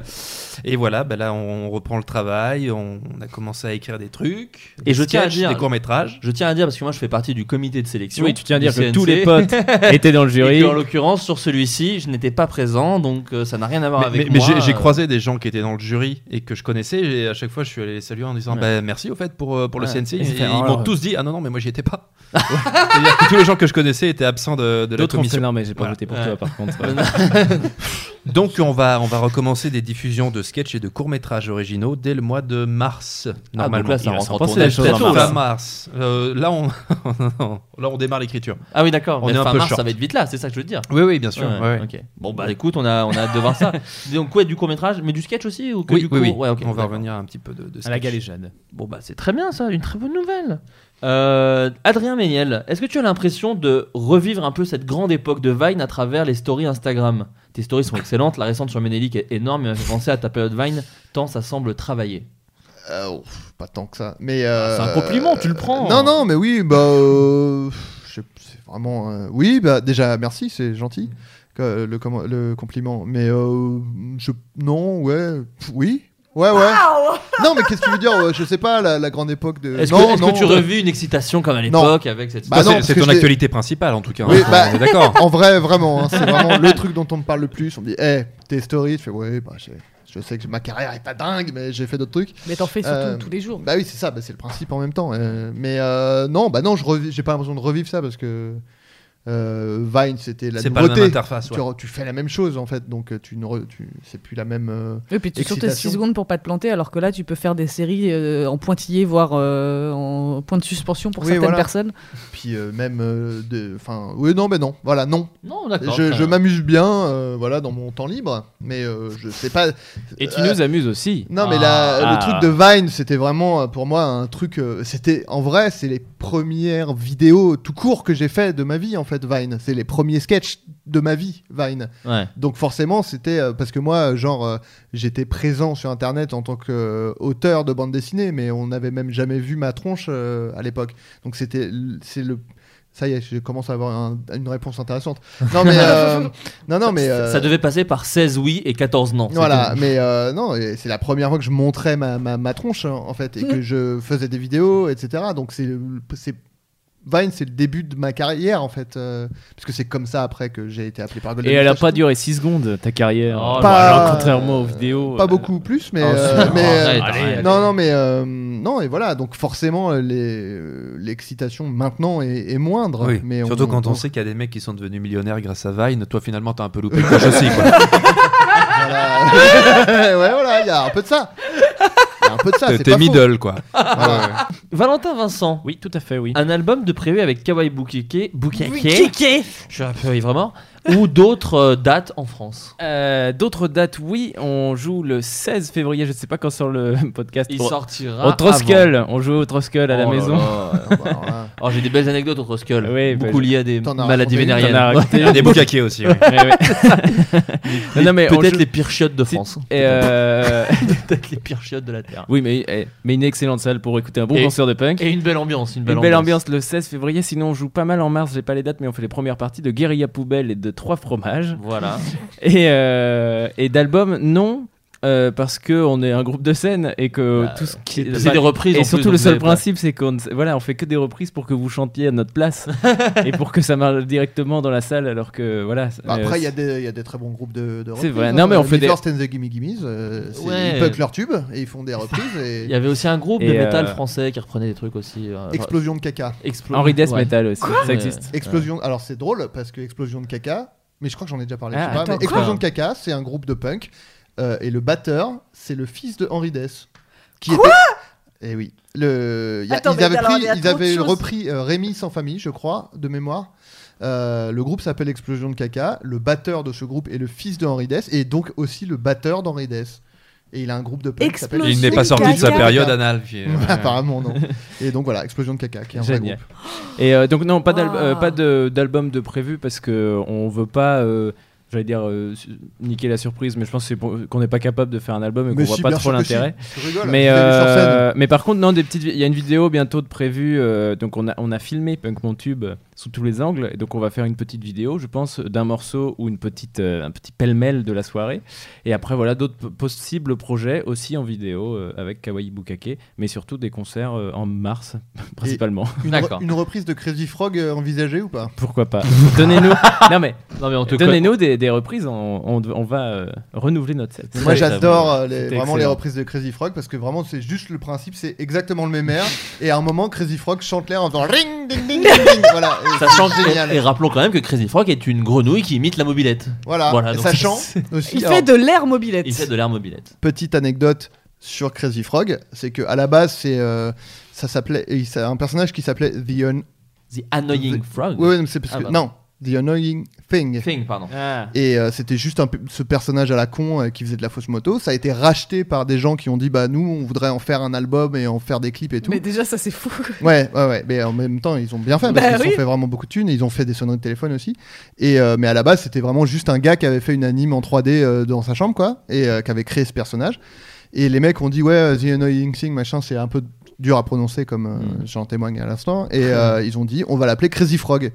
Speaker 8: et voilà, bah là on reprend le travail, on, on a commencé à écrire des trucs,
Speaker 6: Et
Speaker 8: des
Speaker 6: je tiens à
Speaker 8: sketchs,
Speaker 6: dire,
Speaker 8: des courts métrages.
Speaker 6: Je tiens à dire parce que moi je fais partie du comité de sélection.
Speaker 2: Oui, tu tiens à dire
Speaker 6: du
Speaker 2: que
Speaker 6: CNC.
Speaker 2: tous les potes étaient dans le jury.
Speaker 6: Et que, en l'occurrence sur celui-ci, je n'étais pas présent, donc euh, ça n'a rien à voir
Speaker 8: Mais,
Speaker 6: avec
Speaker 8: mais- mais
Speaker 6: moi.
Speaker 8: j'ai- j'ai
Speaker 6: euh,
Speaker 8: croisé des gens qui étaient dans le jury et que je connaissais et à chaque fois je suis allé les saluer en disant
Speaker 6: Ouais.
Speaker 8: bah, merci au fait pour, euh, pour le
Speaker 6: Ouais.
Speaker 8: CNC
Speaker 6: Et
Speaker 8: et
Speaker 6: c'est fait,
Speaker 8: ils
Speaker 6: alors,
Speaker 8: m'ont
Speaker 6: ouais.
Speaker 8: tous dit ah non non mais moi j'y étais pas C'est-à-dire que tous les gens que je connaissais étaient absents de, de la
Speaker 2: D'autres ont
Speaker 8: commission
Speaker 2: fait, non, mais j'ai pas voté pour toi, par
Speaker 7: Ah,
Speaker 2: contre.
Speaker 8: donc on va, on va recommencer des diffusions de sketchs et de courts métrages originaux dès le mois de mars normalement
Speaker 6: Ah, donc là, ça
Speaker 8: Il
Speaker 6: rentre
Speaker 8: s'en
Speaker 6: en
Speaker 8: passe
Speaker 6: tournage
Speaker 8: très
Speaker 6: en
Speaker 8: tôt,
Speaker 6: mars.
Speaker 8: fin mars. Euh, là on là on démarre l'écriture
Speaker 6: Ah oui, d'accord.
Speaker 8: on
Speaker 6: mais
Speaker 8: est
Speaker 6: fin
Speaker 8: un peu
Speaker 6: mars,
Speaker 8: short.
Speaker 6: ça va être vite là, c'est ça que je veux te dire.
Speaker 8: Oui, oui, bien sûr, ouais.
Speaker 6: ok. Bon, bah écoute, on a, on a hâte de voir ça. Donc, quoi, du court-métrage, mais du sketch aussi ou que
Speaker 8: Oui,
Speaker 6: du
Speaker 8: oui,
Speaker 6: court-
Speaker 8: oui.
Speaker 6: Ouais, ok,
Speaker 8: on va
Speaker 6: d'accord.
Speaker 8: revenir un petit peu de, de
Speaker 6: À la
Speaker 8: sketch.
Speaker 2: galéjade.
Speaker 6: Bon, bah c'est très bien ça, une très bonne nouvelle. Euh, Adrien Méniel, est-ce que tu as l'impression de revivre un peu cette grande époque de Vine à travers les stories Instagram Tes stories sont excellentes, la récente sur Ménélique est énorme et m'a fait penser à ta période Vine, tant ça semble travailler.
Speaker 7: Euh, ouf, pas tant que ça. Mais euh,
Speaker 6: Ah, c'est un compliment, tu le prends.
Speaker 7: Non, non, mais oui, bah, euh, je- c'est vraiment. euh, oui, bah, déjà, merci, c'est gentil que- le, commen- le compliment. Mais euh, je, non, ouais, pff, oui. Ouais, ouais. non, mais qu'est-ce que tu veux dire ouais, Je sais pas, la, la grande époque de.
Speaker 6: Est-ce que,
Speaker 7: non,
Speaker 6: est-ce que
Speaker 7: non,
Speaker 6: tu
Speaker 7: euh,
Speaker 6: revis une excitation comme à
Speaker 7: non.
Speaker 6: l'époque avec cette
Speaker 7: Bah
Speaker 8: Toi,
Speaker 7: non,
Speaker 8: c'est-
Speaker 7: parce
Speaker 8: c'est
Speaker 7: que
Speaker 8: ton
Speaker 7: je l'ai-
Speaker 8: actualité principale en tout cas
Speaker 7: Oui,
Speaker 8: hein,
Speaker 7: bah,
Speaker 8: on est d'accord
Speaker 7: En vrai, vraiment, hein, c'est vraiment le truc dont on me parle le plus. On me dit, hé, tes stories, je fais, ouais, bah, je, je sais que ma carrière est pas dingue, mais j'ai fait d'autres trucs.
Speaker 9: Mais t'en fais surtout tous les jours.
Speaker 7: Bah oui, c'est ça, bah, c'est le principe en même temps. euh, mais euh, non, bah non, je revis- j'ai pas l'impression de revivre ça parce que. euh, Vine, c'était la
Speaker 8: C'est
Speaker 7: nouveauté.
Speaker 8: pas la même interface, ouais.
Speaker 7: Tu, re- tu fais la même chose en fait, donc euh, tu ne re- tu- c'est plus la même. euh,
Speaker 9: Et puis tu surtout
Speaker 7: excitation.
Speaker 9: 6 secondes pour pas te planter, alors que là tu peux faire des séries euh, en pointillé, voire euh, en point de suspension pour
Speaker 7: Oui,
Speaker 9: certaines
Speaker 7: voilà.
Speaker 9: personnes.
Speaker 7: Puis euh, même, euh, de- enfin, oui, non, mais non, voilà, non.
Speaker 6: Non, d'accord,
Speaker 7: Je,
Speaker 6: très
Speaker 7: je
Speaker 6: bien.
Speaker 7: m'amuse bien, euh, voilà, dans mon temps libre, mais euh, je sais pas.
Speaker 2: Et tu
Speaker 7: Euh,
Speaker 2: nous amuses aussi.
Speaker 7: Non, mais la-
Speaker 2: Ah.
Speaker 7: le truc de Vine, c'était vraiment euh, pour moi un truc. euh, c'était en vrai, c'est les premières vidéos tout court que j'ai fait de ma vie en fait. Vine, c'est les premiers sketchs de ma vie. Vine.
Speaker 6: Ouais.
Speaker 7: Donc forcément, c'était euh, parce que moi, genre, euh, j'étais présent sur Internet en tant qu'auteur de bande dessinée, mais on n'avait même jamais vu ma tronche euh, à l'époque. Donc c'était, l- c'est le. Ça y est, je commence à avoir un- une réponse intéressante. Non mais euh, non non mais euh,
Speaker 6: Ça devait passer par 16 oui et 14 non.
Speaker 7: voilà,
Speaker 6: C'était-
Speaker 7: mais euh, non, et c'est la première fois que je montrais ma, ma, ma tronche hein, en fait et
Speaker 2: Mm.
Speaker 7: que je faisais des vidéos, etc. Donc c'est c'est- Vine, c'est le début de ma carrière en fait, euh, parce que c'est comme ça après que j'ai été appelé par Golden
Speaker 2: Et elle a
Speaker 7: Moustache.
Speaker 2: pas duré 6 secondes ta carrière.
Speaker 7: Oh,
Speaker 2: Bon,
Speaker 7: pas-
Speaker 2: alors, contrairement aux vidéos.
Speaker 7: Pas
Speaker 2: euh,
Speaker 7: beaucoup plus, mais,
Speaker 2: Ah,
Speaker 7: euh,
Speaker 2: si,
Speaker 7: mais,
Speaker 2: non,
Speaker 7: euh,
Speaker 2: arrête, arrête.
Speaker 7: non, non, mais euh, non, et voilà. Donc forcément, euh, les- euh, l'excitation maintenant est, est moindre.
Speaker 8: Oui,
Speaker 7: mais
Speaker 8: Surtout quand on,
Speaker 7: on-
Speaker 8: sait qu'il y a des mecs qui sont devenus millionnaires grâce à Vine, toi finalement t'as un peu loupé le coche aussi quoi.
Speaker 7: Voilà. ouais, voilà, il y a un peu de ça. Il y a un peu de ça.
Speaker 8: T'es-
Speaker 7: c'est
Speaker 8: t'es
Speaker 7: pas
Speaker 8: middle,
Speaker 7: faux.
Speaker 8: quoi.
Speaker 7: Voilà.
Speaker 6: Valentin Vincent.
Speaker 2: Oui, tout à fait, oui.
Speaker 6: Un album de prévu avec Kawaii Bukike.
Speaker 2: Bukeke.
Speaker 6: Je suis un peu ivre mort. Ou d'autres euh, dates en France.
Speaker 2: Euh, D'autres dates, oui. On joue le 16 février. Je ne sais pas quand sort le podcast.
Speaker 6: Il
Speaker 2: Au-
Speaker 6: sortira
Speaker 2: Au Troskull. On joue au Troskull à la
Speaker 6: Oh là
Speaker 2: maison.
Speaker 6: là, ouais, bah alors là. Alors, j'ai des belles anecdotes au Troskull.
Speaker 2: Oui, bah,
Speaker 6: Beaucoup
Speaker 2: je-
Speaker 6: liées à des
Speaker 2: T'en as raconté
Speaker 6: maladies
Speaker 2: une,
Speaker 6: vénériennes.
Speaker 2: t'en as raconté
Speaker 6: Ouais.
Speaker 2: une. Des boucaquets aussi, oui. Ouais, ouais.
Speaker 6: Les-
Speaker 2: Non, non, mais on
Speaker 6: Peut-être
Speaker 2: joue-
Speaker 6: les pires chiottes de France.
Speaker 2: Et euh,
Speaker 6: Peut-être les pires chiottes de la Terre.
Speaker 2: Oui, mais, eh, mais une excellente salle pour écouter un bon
Speaker 6: Et-
Speaker 2: concert de punk.
Speaker 6: et une belle ambiance, une belle
Speaker 2: ambiance. le 16 février. Sinon, on joue pas mal en mars. J'ai pas les dates, mais on fait les premières parties de Guérilla Poubelle et de Trois Fromages.
Speaker 6: Voilà.
Speaker 2: Et, euh, et d'album, non. euh, parce que on est un groupe de scène et
Speaker 6: Euh,
Speaker 2: que tout ce qui
Speaker 6: c'est des reprises en
Speaker 2: et
Speaker 6: plus,
Speaker 2: surtout
Speaker 6: donc
Speaker 2: Euh, le
Speaker 6: vous
Speaker 2: seul
Speaker 6: avez pas-
Speaker 2: principe c'est qu'on voilà on fait que des reprises pour que vous chantiez à notre place et pour que ça marche directement dans la salle alors que voilà
Speaker 7: Bah,
Speaker 2: euh,
Speaker 7: Après, il y, a des- il y a des très bons groupes de, de
Speaker 2: C'est
Speaker 7: reprises,
Speaker 2: vrai.
Speaker 7: hein.
Speaker 2: Non, mais on fait des-
Speaker 7: Liefers and the Gimme Gimmes, euh, c'est-
Speaker 6: Ouais.
Speaker 7: Ils puck leur tube et ils font des reprises. et-
Speaker 6: Il y avait aussi un groupe de
Speaker 2: Et, euh,
Speaker 6: métal français qui reprenait des trucs aussi. euh,
Speaker 7: Explosion de caca.
Speaker 6: Explosion-
Speaker 2: Henri Death
Speaker 6: ouais.
Speaker 2: Metal aussi, Quoi ça existe.
Speaker 7: Explosion. Alors c'est drôle parce que explosion de caca. Mais je crois que j'en ai déjà parlé. je
Speaker 2: Ah,
Speaker 7: sais pas,
Speaker 2: attends,
Speaker 7: mais
Speaker 2: quoi
Speaker 7: explosion de caca, c'est un groupe de punk euh, et le batteur, c'est le fils de Henri Dess. Qui
Speaker 18: Quoi
Speaker 7: était... Eh oui. Le... il y a-
Speaker 18: Attends,
Speaker 7: ils
Speaker 18: mais
Speaker 7: avaient,
Speaker 18: alors,
Speaker 7: pris-
Speaker 18: il y a
Speaker 7: ils
Speaker 18: trop de
Speaker 7: avaient
Speaker 18: choses.
Speaker 7: repris euh, Rémi sans famille, je crois, de mémoire. Euh, le groupe s'appelle Explosion de caca. Le batteur de ce groupe est le fils de Henri Dess et donc aussi le batteur d'Henri Dess. Et il a un groupe de punk qui s'appelle
Speaker 8: Explosion Il n'est pas de sorti de sa caca. période anale, puis, euh, ouais.
Speaker 7: Apparemment, non. Et donc voilà, Explosion de caca, qui est un vrai
Speaker 2: Génial.
Speaker 7: groupe.
Speaker 2: Et euh, donc non, pas d'al- euh, pas de- d'album de prévu parce que on veut pas. euh, J'allais dire euh, su- niquer la surprise, mais je pense que c'est pour- qu'on n'est pas capable de faire un album et qu'on
Speaker 7: Mais
Speaker 2: voit
Speaker 7: si,
Speaker 2: pas
Speaker 7: bien
Speaker 2: trop
Speaker 7: sûr que si.
Speaker 2: l'intérêt.
Speaker 7: Je rigole,
Speaker 2: Mais,
Speaker 7: je l'ai vu sur
Speaker 2: euh, mais par contre, non, des petites. vi- Il y a une vidéo bientôt de prévu. euh, donc on a on a filmé Punk mon tube sous tous les angles. Et donc on va faire une petite vidéo, je pense, d'un morceau ou une petite, euh, un petit pêle-mêle de la soirée. Et après, voilà, d'autres p- possibles projets aussi en vidéo euh, avec Kawaii Bukake, mais surtout des concerts euh, en mars, principalement.
Speaker 7: Et Une, re- une reprise de Crazy Frog euh, envisagée ou pas
Speaker 2: Pourquoi pas Donnez-nous. non mais,
Speaker 7: Non, mais on te
Speaker 2: donnez-nous des, des reprises. On, on- on va euh, renouveler notre set.
Speaker 7: Moi j'adore euh, les-
Speaker 2: C'était
Speaker 7: vraiment les
Speaker 2: excellent.
Speaker 7: reprises de Crazy Frog parce que vraiment c'est juste le principe, c'est exactement le même air et à un moment Crazy Frog chante l'air en faisant ring ding ding ding, ding. voilà, et
Speaker 6: Ça
Speaker 7: c'est
Speaker 6: change
Speaker 7: génial.
Speaker 6: et, et rappelons quand même que Crazy Frog est une grenouille qui imite la mobilette.
Speaker 7: Voilà, et
Speaker 6: donc
Speaker 7: ça
Speaker 6: c'est-
Speaker 7: chante
Speaker 6: c'est-
Speaker 7: aussi.
Speaker 9: Il
Speaker 7: Alors,
Speaker 9: fait de l'air mobilette.
Speaker 6: Il fait de l'air mobilette.
Speaker 7: Petite anecdote sur Crazy Frog, c'est que à la base c'est euh, ça s'appelait et ça- un personnage qui s'appelait The Un-
Speaker 6: The Annoying Frog.
Speaker 7: Oui, oui, mais c'est parce
Speaker 6: Ah,
Speaker 7: que
Speaker 6: bah.
Speaker 7: non, The Annoying Thing.
Speaker 6: Thing, pardon. Ah.
Speaker 7: Et euh, c'était juste un pe- ce personnage à la con euh, qui faisait de la fausse moto. Ça a été racheté par des gens qui ont dit bah nous on voudrait en faire un album et en faire des clips et tout.
Speaker 9: Mais déjà, ça c'est fou.
Speaker 7: Ouais, ouais, ouais. Mais en même temps, ils ont bien fait. Parce
Speaker 9: Bah
Speaker 7: qu'ils
Speaker 9: oui.
Speaker 7: ont fait vraiment beaucoup de thunes. Et ils ont fait des sonneries de téléphone aussi. Et euh, mais à la base, c'était vraiment juste un gars qui avait fait une anime en 3D euh, dans sa chambre, quoi, et euh, qui avait créé ce personnage. Et les mecs ont dit ouais, euh, The Annoying Thing, machin, c'est un peu dur à prononcer, comme euh, j'en témoigne à l'instant. Et euh, ils ont dit on va l'appeler Crazy Frog.